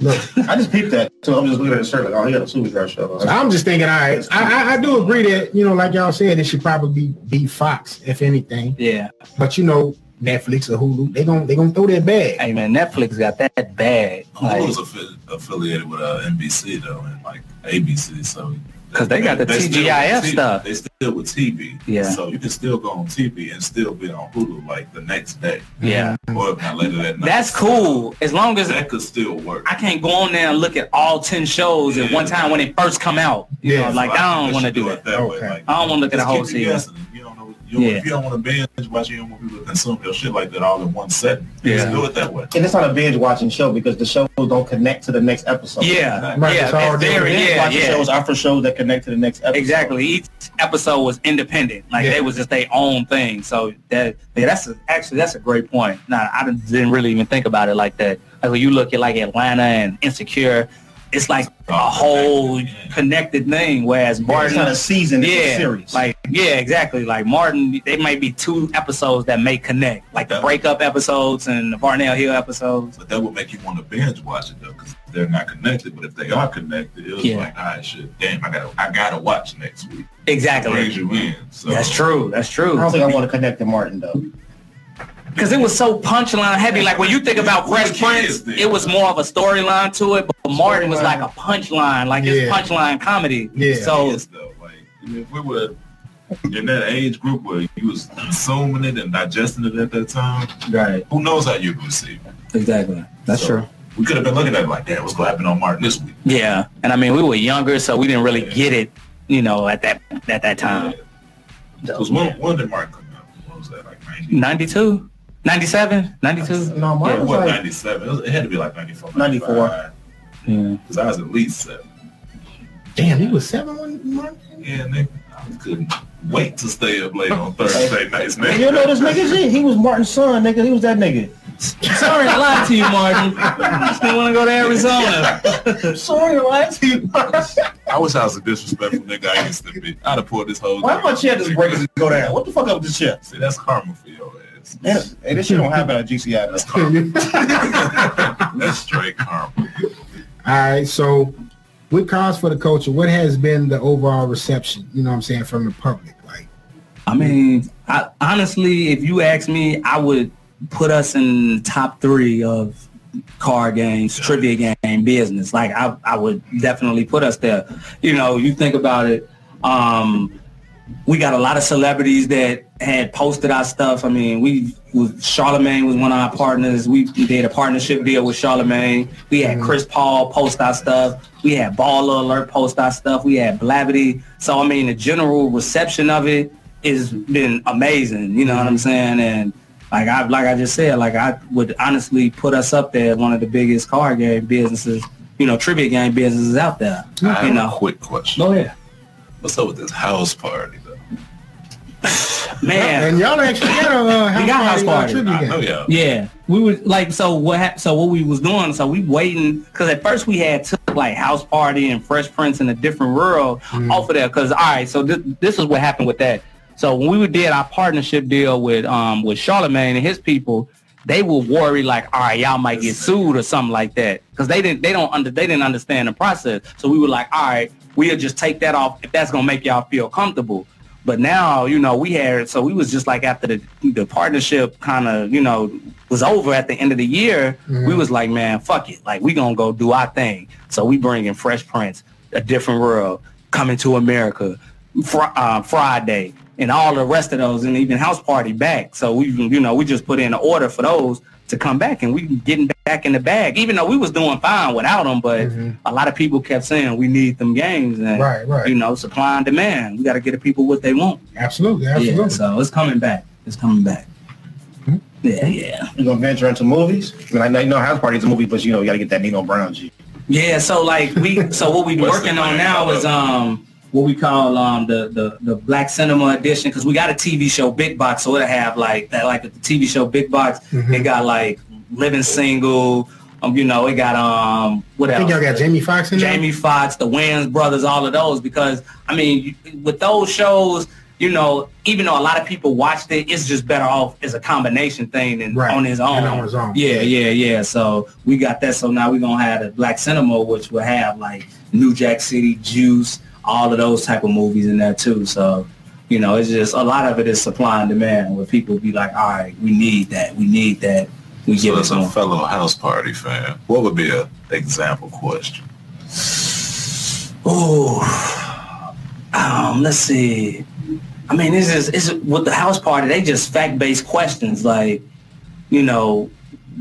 [SPEAKER 2] Look,
[SPEAKER 3] I just peeped that. So I'm just looking at his shirt like, oh, he got a super drive shirt. on.
[SPEAKER 2] I'm just thinking, all right, I, I, I do agree that you know, like y'all said, it should probably be, be Fox if anything.
[SPEAKER 6] Yeah,
[SPEAKER 2] But you know, Netflix or Hulu, they gon' they gonna throw that bag.
[SPEAKER 6] hey man, Netflix got that bag. Like,
[SPEAKER 4] Hulu's affi- affiliated with uh, NBC though, and like ABC, so
[SPEAKER 6] 'Cause they got the
[SPEAKER 4] still with
[SPEAKER 6] TGIF stuff.
[SPEAKER 4] They still with TV,
[SPEAKER 6] Yeah.
[SPEAKER 4] So you can still go on TV and still be on Hulu like the next day,
[SPEAKER 6] yeah,
[SPEAKER 4] or if not later that night.
[SPEAKER 6] that's cool. As long as
[SPEAKER 4] That could still work.
[SPEAKER 6] I can't go on there and look at all ten shows at one time when they first come out. You
[SPEAKER 2] Yeah.
[SPEAKER 6] know, like
[SPEAKER 4] So think
[SPEAKER 6] I don't
[SPEAKER 4] they
[SPEAKER 6] want to
[SPEAKER 4] should
[SPEAKER 6] do
[SPEAKER 4] it
[SPEAKER 6] it.
[SPEAKER 4] that
[SPEAKER 2] Okay.
[SPEAKER 4] way. Like,
[SPEAKER 6] I don't want to look at the
[SPEAKER 4] just
[SPEAKER 6] whole
[SPEAKER 4] keep you
[SPEAKER 6] season.
[SPEAKER 4] guessing. You don't know. You don't,
[SPEAKER 6] Yeah.
[SPEAKER 4] If you don't want to binge watch, you don't want people to consume your shit like that all in one setting.
[SPEAKER 6] Yeah.
[SPEAKER 4] Just do it that way.
[SPEAKER 3] and it's not a binge watching show because the shows don't connect to the next episode.
[SPEAKER 6] Yeah,
[SPEAKER 2] Right, it's
[SPEAKER 6] yeah,
[SPEAKER 2] all
[SPEAKER 6] it's very,
[SPEAKER 2] different.
[SPEAKER 3] Binge
[SPEAKER 6] yeah,
[SPEAKER 3] watching
[SPEAKER 6] yeah.
[SPEAKER 3] shows are for shows that connect to the next episode.
[SPEAKER 6] Exactly. Each episode was independent. Like
[SPEAKER 2] Yeah.
[SPEAKER 6] they was just their own thing. So that yeah, that's a, actually that's a great point. Nah, I didn't- didn't really even think about it like that. Like when you look at like Atlanta and Insecure, it's like a whole connected thing. Whereas
[SPEAKER 3] It's
[SPEAKER 6] Martin,
[SPEAKER 3] not a season. It's
[SPEAKER 6] yeah,
[SPEAKER 3] a series.
[SPEAKER 6] like yeah, exactly. Like Martin, they might be two episodes that may connect, like the breakup episodes and the Barnell Hill episodes.
[SPEAKER 4] But that would make you want to binge watch it though, because they're not connected. But if they are connected, it was
[SPEAKER 6] Yeah.
[SPEAKER 4] like, all right, shit, damn, I gotta, I gotta watch next week. It brings
[SPEAKER 6] Exactly.
[SPEAKER 4] you in. So
[SPEAKER 6] That's true. That's true.
[SPEAKER 3] I don't think I want to connect to Martin though.
[SPEAKER 6] Because it was so punchline heavy. Like when you think about
[SPEAKER 4] Who the
[SPEAKER 6] Fresh
[SPEAKER 4] kid
[SPEAKER 6] Prince,
[SPEAKER 4] is this?
[SPEAKER 6] it was more of a storyline to it, but Martin was
[SPEAKER 3] Storyline.
[SPEAKER 6] like a punchline, like
[SPEAKER 2] Yeah.
[SPEAKER 6] it's punchline comedy.
[SPEAKER 2] Yeah.
[SPEAKER 6] So
[SPEAKER 4] Yes, though, like if we were in that age group where you was consuming it and digesting it at that time,
[SPEAKER 6] right,
[SPEAKER 4] who knows how you would receive it?
[SPEAKER 6] exactly.
[SPEAKER 4] So, We could have been looking at it like, damn, what's gonna happen on Martin this week?
[SPEAKER 6] Yeah, and I mean we were younger, so we didn't really
[SPEAKER 4] Yeah.
[SPEAKER 6] get it, you know, at that at that time.
[SPEAKER 4] Because when, when did Martin come out? What was that, like 90?
[SPEAKER 6] 92, 97, 92.
[SPEAKER 3] No,
[SPEAKER 4] It
[SPEAKER 3] Martin
[SPEAKER 4] was
[SPEAKER 3] was like
[SPEAKER 4] 97. It, was, it had to be like 94.
[SPEAKER 3] 94.
[SPEAKER 6] Yeah.
[SPEAKER 4] Because I was at least seven.
[SPEAKER 2] Damn, he was seven one month.
[SPEAKER 4] Yeah, nigga. I couldn't wait to stay up late on Thursday nights, man.
[SPEAKER 3] you know this nigga shit. He was Martin's son, nigga. He was that nigga.
[SPEAKER 6] Sorry I lied to you, Martin. I still want to go to Arizona.
[SPEAKER 3] I'm sorry, I lied to you. Why
[SPEAKER 4] I wish I was a disrespectful nigga I used to be. I'd have pulled this whole
[SPEAKER 3] my chair just break and go down? What the fuck up with this chair?
[SPEAKER 4] See, that's karma for your ass.
[SPEAKER 3] Yeah, hey, this shit don't happen at GCI.
[SPEAKER 4] That's
[SPEAKER 3] That's
[SPEAKER 4] karma.
[SPEAKER 2] all
[SPEAKER 4] That's straight karma.
[SPEAKER 2] right, so with cause for the culture, what has been the overall reception? You know what I'm saying from the public, like
[SPEAKER 6] I mean, I, honestly, if you ask me, I would put us in top three of card games, trivia game business. Like I, I would definitely put us there. You know, you think about it. Um, we got a lot of celebrities that had posted our stuff. I mean, we was Charlemagne was one of our partners. We, we did a partnership deal with Charlemagne. We had Chris Paul post our stuff. We had Baller Alert post our stuff. We had Blavity. So I mean, the general reception of it has been amazing. You know what I'm saying? And like I like I just said, like I would honestly put us up there as one of the biggest card game businesses, you know, trivia game businesses out there.
[SPEAKER 4] I have
[SPEAKER 6] You
[SPEAKER 4] a
[SPEAKER 6] know,
[SPEAKER 4] quick question.
[SPEAKER 6] go ahead,
[SPEAKER 4] What's up with this house party though?
[SPEAKER 6] man.
[SPEAKER 2] And y'all actually got a uh, house,
[SPEAKER 6] got a house
[SPEAKER 2] party, uh,
[SPEAKER 6] party.
[SPEAKER 2] tribute
[SPEAKER 4] I
[SPEAKER 2] game.
[SPEAKER 4] know y'all.
[SPEAKER 6] Yeah, we was like so what hap- so what we was doing so we waiting because at first we had took like house party and Fresh Prince in a different world off of there because all right so this this is what happened with that so when we would- did our partnership deal with um with Charlemagne and his people they were worried like all right y'all might get sued or something like that because they didn't they don't under they didn't understand the process so we were like all right we'll just take that off if that's gonna make y'all feel comfortable but now, you know, we had so we was just like after the the partnership kind of, you know, was over at the end of the year,
[SPEAKER 2] Mm-hmm.
[SPEAKER 6] we was like, man, fuck it. Like we gonna go do our thing. So we bringing Fresh Prince, A Different World, Coming to America, fr- uh, Friday, and all the rest of those, and even House Party back. So we, you know, we just put in an order for those to come back, and we getting back in the bag. Even though we was doing fine without them, but a lot of people kept saying we need them games, and
[SPEAKER 2] Mm-hmm. Right, right.
[SPEAKER 6] you know, supply and demand. We got to get the people what they want.
[SPEAKER 2] Absolutely, absolutely. Hmm?
[SPEAKER 6] Yeah, so it's coming back. It's coming back. Yeah, yeah,
[SPEAKER 3] You gonna venture into movies? I mean, I know, you know House Party's a movie, but you know, you gotta get that Nino Brown G.
[SPEAKER 6] yeah. So like we, so what we
[SPEAKER 4] What's
[SPEAKER 6] working
[SPEAKER 4] the
[SPEAKER 6] on
[SPEAKER 4] plan?
[SPEAKER 6] now is um what we call um the the, the Black Cinema Edition because we got a TV show Big Box, so it'll have like that like the TV show Big Box.
[SPEAKER 2] Mm-hmm.
[SPEAKER 6] It got like Living Single. Um, you know, it got um what
[SPEAKER 2] I
[SPEAKER 6] else?
[SPEAKER 2] think y'all got Jamie Foxx in there.
[SPEAKER 6] Jamie Foxx, the Wayans brothers, all of those. Because I mean, you- with those shows, you know, even though a lot of people watched it, it's just better off as a combination thing than
[SPEAKER 2] Right.
[SPEAKER 6] on his own.
[SPEAKER 2] And on his own.
[SPEAKER 6] Yeah, yeah, yeah. So we got that. So now we're gonna have the Black Cinema, which will have like New Jack City, Juice, all of those type of movies in there too. So. You know, it's just a lot of it is supply and demand where people be like, all right, we need that. We need that. We
[SPEAKER 4] So
[SPEAKER 6] give it
[SPEAKER 4] that's
[SPEAKER 6] to 'em.
[SPEAKER 4] a fellow house party fan. What would be a example question?
[SPEAKER 6] Oh, um, let's see. I mean, this is is with the house party. They just fact based questions like, you know,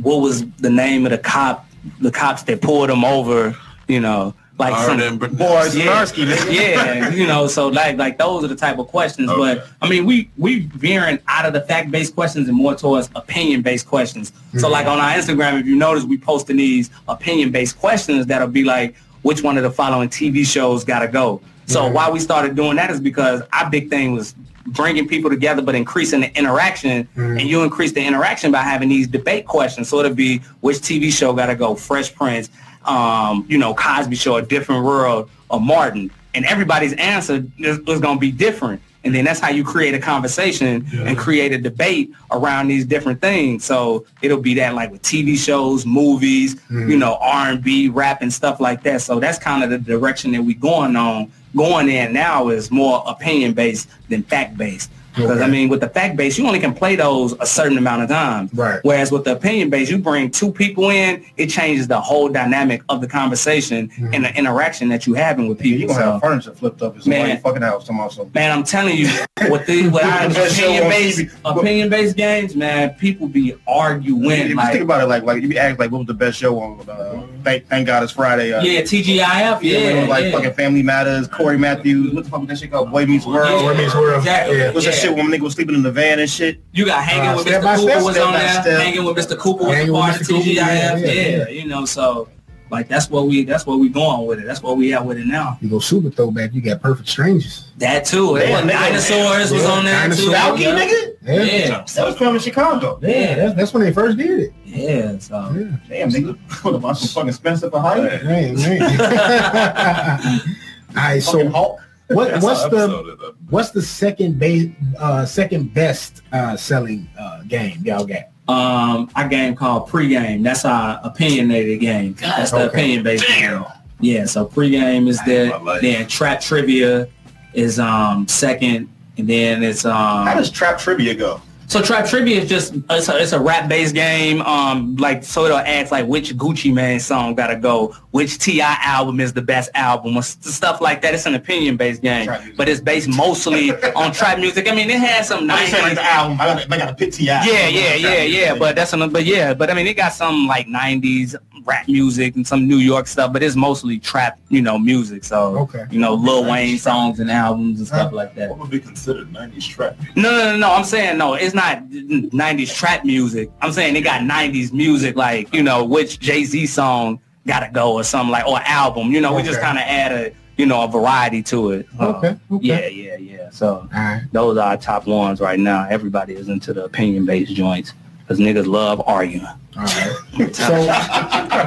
[SPEAKER 6] what was the name of the cop? The cops that pulled him over. You know, like
[SPEAKER 4] Hard
[SPEAKER 6] some
[SPEAKER 4] and Burnett.
[SPEAKER 3] Boy,
[SPEAKER 6] yeah,
[SPEAKER 3] Zdarsky.
[SPEAKER 6] yeah, you know, so like like those are the type of questions.
[SPEAKER 4] Okay.
[SPEAKER 6] But I mean, we we veering out of the fact based questions and more towards opinion based questions. So like on our Instagram, if you notice, we posting these opinion based questions that'll be like, which one of the following TV shows gotta go. So why we started doing that is because our big thing was bringing people together but increasing the interaction and you increase the interaction by having these debate questions so it'll be which tv show gotta go fresh prince um, you know cosby show a different world or martin and everybody's answer is, is gonna be different and then that's how you create a conversation and create a debate around these different things so it'll be that like with tv shows movies
[SPEAKER 3] Mm.
[SPEAKER 6] you know r&b rap and stuff like that so that's kind of the direction that we going on going in now is more opinion based than fact based. Because I
[SPEAKER 2] Okay.
[SPEAKER 6] mean, with the fact based, you only can play those a certain amount of times.
[SPEAKER 2] Right.
[SPEAKER 6] Whereas with the opinion based, you bring two people in, it changes the whole dynamic of the conversation and the interaction that you having with
[SPEAKER 3] Mm. You
[SPEAKER 6] people.
[SPEAKER 3] gonna
[SPEAKER 6] So,
[SPEAKER 3] have furniture flipped up. It's
[SPEAKER 6] Man.
[SPEAKER 3] man. fucking house tomorrow. So
[SPEAKER 6] man, I'm telling you, with the with our
[SPEAKER 3] Best show on
[SPEAKER 6] opinion based
[SPEAKER 3] TV.
[SPEAKER 6] opinion based games, man, people be
[SPEAKER 3] If
[SPEAKER 6] arguing
[SPEAKER 3] you think
[SPEAKER 6] like.
[SPEAKER 3] about it, like like you be asked like, what was the best show on? Uh, thank Thank God it's Friday. Uh,
[SPEAKER 6] Yeah, TGIF. Yeah,
[SPEAKER 3] yeah, when it was like
[SPEAKER 6] yeah.
[SPEAKER 3] fucking Family Matters, Corey Matthews. What the fuck was that shit called? Boy Meets World.
[SPEAKER 2] Boy Meets World.
[SPEAKER 6] Exactly.
[SPEAKER 2] Yeah.
[SPEAKER 3] What's that shit when nigga was sleeping in the van and shit?
[SPEAKER 6] You got hanging
[SPEAKER 2] Uh,
[SPEAKER 6] with
[SPEAKER 2] Step by
[SPEAKER 6] Mr. Cooper
[SPEAKER 2] Step,
[SPEAKER 6] was
[SPEAKER 3] Step
[SPEAKER 6] on
[SPEAKER 3] by
[SPEAKER 6] there.
[SPEAKER 3] Step.
[SPEAKER 6] Hanging with Mr. Cooper was
[SPEAKER 2] Hanging
[SPEAKER 6] a
[SPEAKER 2] with
[SPEAKER 6] part of
[SPEAKER 2] Mr. Cooper,
[SPEAKER 6] TGIF.
[SPEAKER 2] yeah,
[SPEAKER 6] Yeah,
[SPEAKER 2] yeah, yeah.
[SPEAKER 6] you know, so like that's what we that's what we going with it. That's what we at with it now.
[SPEAKER 2] You go super throwback. You got Perfect Strangers.
[SPEAKER 6] That too.
[SPEAKER 3] Yeah,
[SPEAKER 6] Yeah,
[SPEAKER 3] nigga.
[SPEAKER 6] dinosaurs was
[SPEAKER 2] Yeah,
[SPEAKER 6] on there too.
[SPEAKER 2] Dinosaurs.
[SPEAKER 3] Falcon,
[SPEAKER 6] Yeah.
[SPEAKER 3] nigga?
[SPEAKER 2] Yeah.
[SPEAKER 6] Yeah.
[SPEAKER 3] That was filmed in Chicago.
[SPEAKER 2] Yeah, that's, that's when they first did it.
[SPEAKER 6] Yeah, so
[SPEAKER 2] Yeah.
[SPEAKER 3] Damn, nigga. What about some fucking Spencer Ohio?
[SPEAKER 2] Man, man. All right,
[SPEAKER 3] Fucking
[SPEAKER 2] so
[SPEAKER 3] Hulk.
[SPEAKER 2] what,
[SPEAKER 4] That's
[SPEAKER 2] what's
[SPEAKER 4] an
[SPEAKER 2] the
[SPEAKER 4] episode of the-
[SPEAKER 2] what's the second base uh, second best uh, selling uh, game y'all got?
[SPEAKER 6] um our game called pregame. That's our opinionated game. That's the
[SPEAKER 2] Okay.
[SPEAKER 6] opinion based game. Yeah, so pregame is
[SPEAKER 4] my
[SPEAKER 6] that
[SPEAKER 4] life.
[SPEAKER 6] then trap trivia is um second and then it's um
[SPEAKER 3] How does trap trivia go?
[SPEAKER 6] So Trap Trivia is just it's a, it's a rap based game. Um, like so it'll ask like which Gucci Man song gotta go, which Ti album is the best album, or st- stuff like that. It's an opinion based game,
[SPEAKER 3] Trap music.
[SPEAKER 6] but it's based mostly on trap music. I mean, it has
[SPEAKER 3] I
[SPEAKER 6] some nice.
[SPEAKER 3] just like the album. I got, I got a pick Ti.
[SPEAKER 6] Yeah, yeah, yeah, yeah. But that's another. But yeah, but I mean, it got some like '90s rap music and some New York stuff, but it's mostly trap, you know, music. So
[SPEAKER 2] Okay.
[SPEAKER 6] you know, Lil Wayne songs and albums and stuff like that.
[SPEAKER 4] What would be considered 90s trap? music?
[SPEAKER 6] No, no, no, no. I'm saying no. It's not '90s trap music. I'm saying it got '90s music, like you know, which Jay Z song gotta go or something like or album. You know, we just
[SPEAKER 2] Okay.
[SPEAKER 6] kind of add a you know a variety to it. Uh,
[SPEAKER 2] Okay, okay.
[SPEAKER 6] Yeah, yeah, yeah. So
[SPEAKER 2] All right.
[SPEAKER 6] those are our top ones right now. Everybody is into the opinion based joints because niggas love arguing.
[SPEAKER 2] All right. So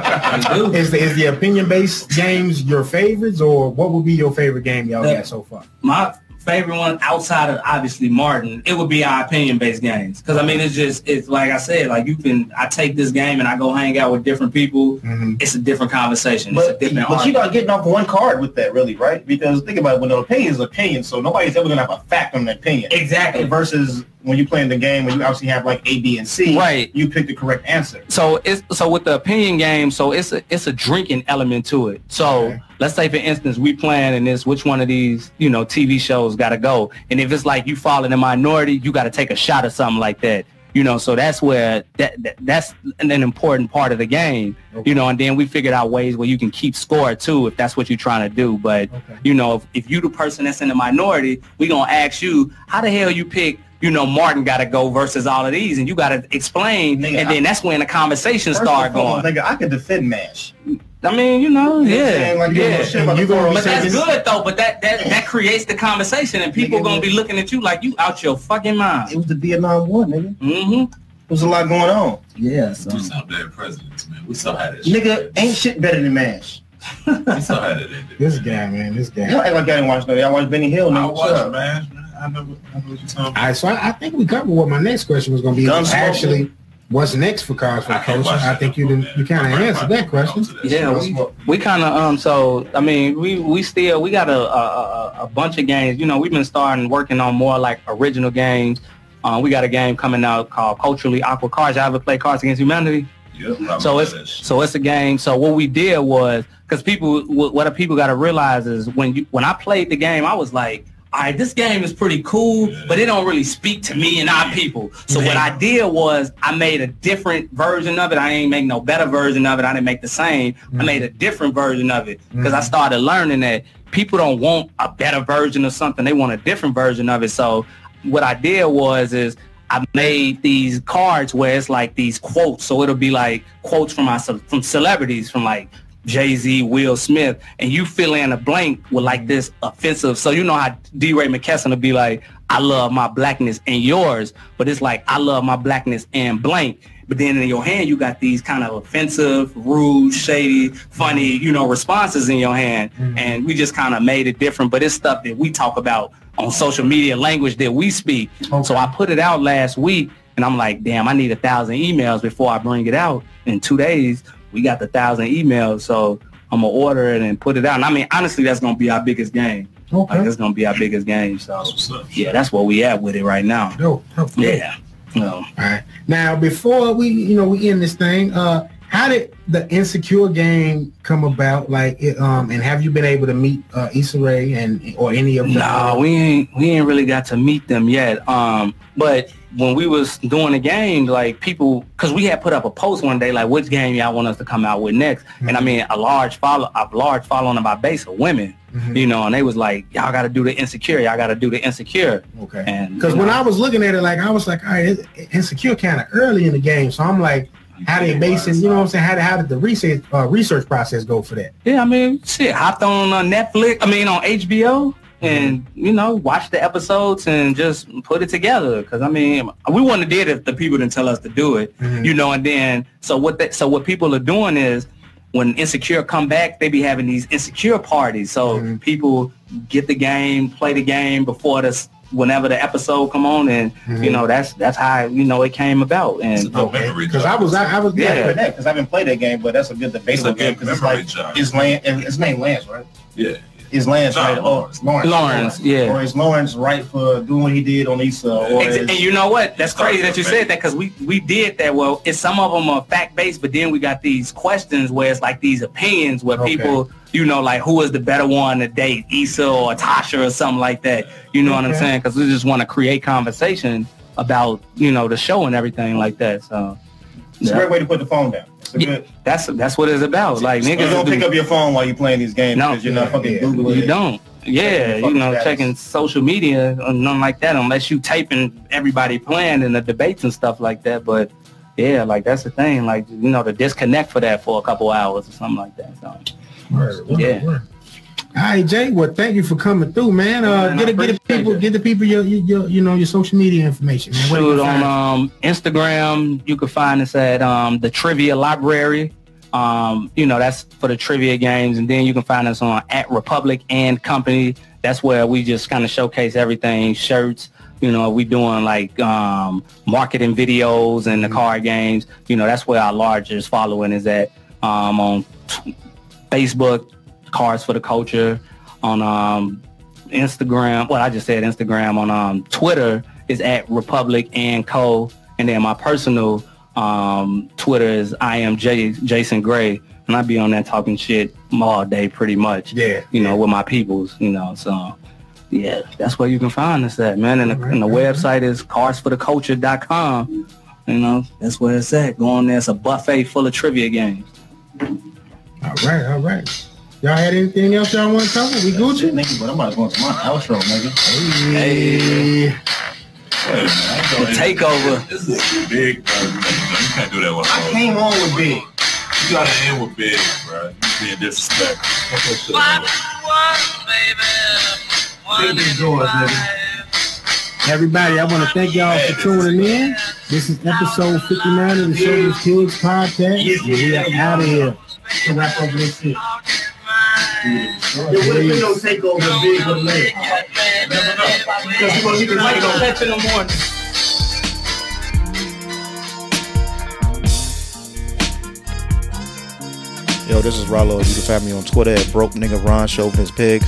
[SPEAKER 6] the
[SPEAKER 2] is the, is the opinion based games your favorites or what would be your favorite game y'all got so far?
[SPEAKER 6] my favorite one outside of obviously Martin, it would be our opinion based games. Cause I mean, it's just, it's like I said, like you can, I take this game and I go hang out with different people.
[SPEAKER 2] Mhm.
[SPEAKER 6] It's a different conversation.
[SPEAKER 3] But,
[SPEAKER 6] it's a different
[SPEAKER 3] but you're
[SPEAKER 6] argument.
[SPEAKER 3] not getting off one card with that, really, right? Because think about it, when an opinion is opinion, so nobody's ever going to have a fact on an opinion.
[SPEAKER 6] Exactly.
[SPEAKER 3] Versus when you're playing the game, when you obviously have like A, B, and C,
[SPEAKER 6] Right.
[SPEAKER 3] you pick the correct answer.
[SPEAKER 6] so it's so with the opinion game so it's a it's a drinking element to it so
[SPEAKER 2] Okay.
[SPEAKER 6] let's say for instance we playing in this which one of these you know tv shows gotta go and if it's like you fall in a minority you gotta take a shot or something like that you know so that's where that, that that's an, an important part of the game you know and then we figured out ways where you can keep score too if that's what you're trying to do but
[SPEAKER 2] Okay.
[SPEAKER 6] you know if, if you the person that's in the minority we gonna ask you how the hell you pick you know martin gotta go versus all of these and you gotta explain
[SPEAKER 3] Nigga,
[SPEAKER 6] and then that's when the conversation
[SPEAKER 3] First
[SPEAKER 6] start
[SPEAKER 3] and foremost,
[SPEAKER 6] going.
[SPEAKER 3] Nigga, I could defend MASH.
[SPEAKER 6] I mean, you know,
[SPEAKER 3] You know what I'm saying? Like,
[SPEAKER 6] yeah,
[SPEAKER 3] you don't know
[SPEAKER 6] yeah.
[SPEAKER 3] shit about
[SPEAKER 2] You
[SPEAKER 3] the
[SPEAKER 2] gonna be
[SPEAKER 3] forum.
[SPEAKER 6] But that's
[SPEAKER 2] It's-
[SPEAKER 6] good though. But that that that creates the conversation, and people
[SPEAKER 3] Nigga,
[SPEAKER 6] gonna be
[SPEAKER 3] man.
[SPEAKER 6] looking at you like you out your fucking
[SPEAKER 3] It
[SPEAKER 6] mind.
[SPEAKER 3] was the Vietnam War, nigga. There
[SPEAKER 6] Mm-hmm.
[SPEAKER 3] was a lot going on.
[SPEAKER 6] Yeah. So.
[SPEAKER 4] We saw dead presidents, man. We saw how that shit
[SPEAKER 3] Nigga,
[SPEAKER 4] ended.
[SPEAKER 3] ain't shit better than MASH.
[SPEAKER 4] We saw how that ended.
[SPEAKER 2] This guy, man, this
[SPEAKER 3] Y'all
[SPEAKER 2] guy.
[SPEAKER 3] act like y'all didn't watch no. Y'all watch Benny Hill.
[SPEAKER 4] I
[SPEAKER 3] Nigga. What's
[SPEAKER 4] watched
[SPEAKER 3] up?
[SPEAKER 4] MASH, man. I know, what- I know what you're talking
[SPEAKER 2] All
[SPEAKER 4] about.
[SPEAKER 2] right, so I, I think we covered what my next question was going to be.
[SPEAKER 3] Gunsmoke.
[SPEAKER 2] Actually, what's next for Cars for the
[SPEAKER 4] I can't
[SPEAKER 2] Culture?
[SPEAKER 4] watch
[SPEAKER 2] I
[SPEAKER 4] that
[SPEAKER 2] think you
[SPEAKER 4] no more,
[SPEAKER 2] didn't, you
[SPEAKER 4] man.
[SPEAKER 2] kind of
[SPEAKER 4] My brain
[SPEAKER 2] answered
[SPEAKER 4] might
[SPEAKER 2] that
[SPEAKER 4] go
[SPEAKER 2] question.
[SPEAKER 4] to that shit.
[SPEAKER 6] Yeah, we, we kind of um. So I mean, we we still we got a, a a- a bunch of games. You know, we've been starting working on more like original games. Uh, we got a game coming out called Culturally Awkward Cards. Y'all ever play Cards Against Humanity?
[SPEAKER 4] Yep, I
[SPEAKER 6] So
[SPEAKER 4] love
[SPEAKER 6] it's
[SPEAKER 4] that shit.
[SPEAKER 6] so it's a game. So what we did was because people wh- what people got to realize is when you when I played the game, I was like, all right, this game is pretty cool, but it don't really speak to me and our people. So what I did was I made a different version of it. I ain't make no better version of it. I didn't make the same. I made a different version of it because I started learning that people don't want a better version of something. They want a different version of it. So what I did was is I made these cards where it's like these quotes. So it'll be like quotes from our ce- from celebrities, from like Jay Z, Will Smith, and you fill in a blank with like this offensive. So you know how D. Ray McKesson will be like, "I love my blackness and yours," but it's like, "I love my blackness and blank." But then in your hand, you got these kind of offensive, rude, shady, funny, you know, responses in your hand, and we just kind of made it different. But it's stuff that we talk about on social media language that we speak. So I put it out last week and I'm like, damn, I need a thousand emails before I bring it out. In two days, we got the thousand emails. So I'm gonna order it and put it out. And I mean, honestly, that's gonna be our biggest game. Like
[SPEAKER 2] Okay.
[SPEAKER 6] that's gonna be our biggest game. So
[SPEAKER 4] That's what's up.
[SPEAKER 6] yeah, that's where we at with it right now.
[SPEAKER 2] Dope. dope, dope.
[SPEAKER 6] Yeah. Um,
[SPEAKER 2] All right. Now, before we, you know, we end this thing, uh, how did the insecure game come about? Like, it, um, and have you been able to meet uh, Issa Rae and or any of the?
[SPEAKER 6] No, we ain't we ain't really got to meet them yet. Um, but when we was doing the game, like people, cause we had put up a post one day, like which game y'all want us to come out with next. And I mean, a large follow, a large following of my base of women,
[SPEAKER 2] Mhm.
[SPEAKER 6] you know, and they was like, y'all got to do the insecure, y'all got to do the insecure.
[SPEAKER 2] Okay.
[SPEAKER 6] And
[SPEAKER 2] Because when I was looking at it, like I was like, all right, it's insecure kind of early in the game, so I'm like, how they basing? You know what I'm saying? How, how did the research uh, research process go for that?
[SPEAKER 6] yeah, I mean, shit, hopped on uh, Netflix, I mean, on HBO. And
[SPEAKER 2] Mm-hmm.
[SPEAKER 6] you know, watch the episodes and just put it together. Cause I mean, we wouldn't have did it if the people didn't tell us to do it.
[SPEAKER 2] Mm-hmm.
[SPEAKER 6] you know and then so what that so what people are doing is when insecure come back they be having these insecure parties so
[SPEAKER 2] Mhm.
[SPEAKER 6] people get the game play the game before this whenever the episode come on and you
[SPEAKER 2] Mhm.
[SPEAKER 6] know that's that's how you know it came about and
[SPEAKER 4] It's a memory
[SPEAKER 2] Because I was, I, I was,
[SPEAKER 6] Oh, Yeah.
[SPEAKER 2] yeah.
[SPEAKER 3] Connect, because I haven't played that game, but that's a good
[SPEAKER 4] It's a
[SPEAKER 3] debatable game.
[SPEAKER 4] good
[SPEAKER 3] 'cause it's
[SPEAKER 4] memory
[SPEAKER 3] like
[SPEAKER 4] job.
[SPEAKER 3] it's Lan- it's named Lance, right?
[SPEAKER 4] Yeah.
[SPEAKER 3] is Lance
[SPEAKER 4] Nah,
[SPEAKER 3] right? Oh,
[SPEAKER 4] Lawrence.
[SPEAKER 3] Lawrence.
[SPEAKER 6] Lawrence, yeah.
[SPEAKER 3] Or is Lawrence right for doing what he did on Issa? Or
[SPEAKER 6] Ex-
[SPEAKER 3] is, Oh,
[SPEAKER 6] And you know what? That's
[SPEAKER 4] Sorry,
[SPEAKER 6] crazy that you
[SPEAKER 4] man.
[SPEAKER 6] said that because we we did that. Well, it's some of them are fact based, but then we got these questions where it's like these opinions where
[SPEAKER 3] Okay.
[SPEAKER 6] people, you know, like who is the better one to date, Issa or Tasha or something like that. You know what I'm
[SPEAKER 3] Okay.
[SPEAKER 6] saying? Because we just want to create conversation about you know the show and everything like that. So
[SPEAKER 3] it's a
[SPEAKER 6] yeah.
[SPEAKER 3] great way to put the phone down. It's a
[SPEAKER 6] Yeah.
[SPEAKER 3] good.
[SPEAKER 6] that's that's what it's about. Like
[SPEAKER 3] You
[SPEAKER 6] niggas
[SPEAKER 3] don't
[SPEAKER 6] do-
[SPEAKER 3] pick up your phone while you're playing these games
[SPEAKER 6] No.
[SPEAKER 3] because you're not fucking
[SPEAKER 2] Yeah.
[SPEAKER 3] Googling.
[SPEAKER 6] You
[SPEAKER 3] it.
[SPEAKER 6] don't. Yeah,
[SPEAKER 3] Checking your
[SPEAKER 6] you know,
[SPEAKER 3] fucking
[SPEAKER 6] checking social media or nothing like that, unless you taping everybody playing in the debates and stuff like that. But yeah, like that's the thing. Like you know, to disconnect for that for a couple hours or something like that. So Yeah.
[SPEAKER 2] All right, Jay. Well, thank you for coming through, man. Uh,
[SPEAKER 6] Man,
[SPEAKER 2] get,
[SPEAKER 6] I
[SPEAKER 2] the- get the
[SPEAKER 6] appreciate
[SPEAKER 2] people,
[SPEAKER 6] it.
[SPEAKER 2] get the people your, your, your, you know, your social media information. Man. Where
[SPEAKER 6] shoot
[SPEAKER 2] they
[SPEAKER 6] on
[SPEAKER 2] can find
[SPEAKER 6] um, Instagram. You can find us at um, the Trivia Library. Um, you know, that's for the trivia games, and then you can find us on at Republic and Company. That's where we just kind of showcase everything, shirts. You know, we doing like um, marketing videos and the card games. You know, that's where our largest following is at um, on t- Facebook, Cards for the Culture, on um, Instagram. Well, I just said Instagram. On um, Twitter is at Republic and Co. And then my personal um, Twitter is I am J- Jason Gray, and I be on there talking shit all day, pretty much.
[SPEAKER 2] Yeah.
[SPEAKER 6] You know, with my peoples. You know, so yeah, that's where you can find us at, man. And the, and the website is carsfortheculture.com. You know, that's where it's at. Go on there. It's a buffet full of trivia games.
[SPEAKER 2] All right, all right. Y'all had anything else y'all want to cover? We
[SPEAKER 3] Shit,
[SPEAKER 2] Gucci?
[SPEAKER 3] nigga, but I'm about to go into my outro, nigga.
[SPEAKER 2] Hey.
[SPEAKER 6] The takeover.
[SPEAKER 4] This is big, bro. You can't do that one.
[SPEAKER 3] I came on with big.
[SPEAKER 4] You gotta end with big, bro. You being disrespectful. Fuck that shit
[SPEAKER 8] One,
[SPEAKER 4] up.
[SPEAKER 8] one, baby. One
[SPEAKER 3] Big doors, nigga.
[SPEAKER 2] Everybody, I want to thank y'all for tuning in. This is episode 59 of the Showbiz Kids podcast. and we are out of here.
[SPEAKER 3] To wrap up this shit. There would have been no
[SPEAKER 2] Peace.
[SPEAKER 3] takeover big but late. Never know. Because you gonna leave the light on.
[SPEAKER 8] Catch in the morning.
[SPEAKER 9] Yo, this is Rollo. You can find me on Twitter at broke nigga Ron Chauvinist Pig,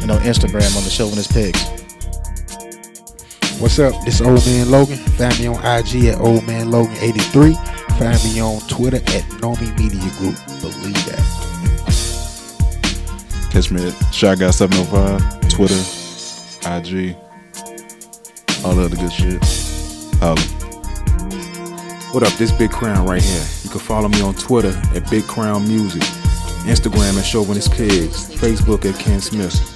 [SPEAKER 9] and on Instagram on the Chauvinist Pigs.
[SPEAKER 10] What's up? This is Old Man Logan. Find me on IG at Old Man Logan83. Find me on Twitter at Nomi Media Group. Believe that.
[SPEAKER 11] Catch me at Shy Guy 705, Twitter, IG, all the other good shit. Holla.
[SPEAKER 12] What up? This Big Crown right here. You can follow me on Twitter at Big Crown Music, Instagram at Chauvinist Pigs, Facebook at Ken Smith.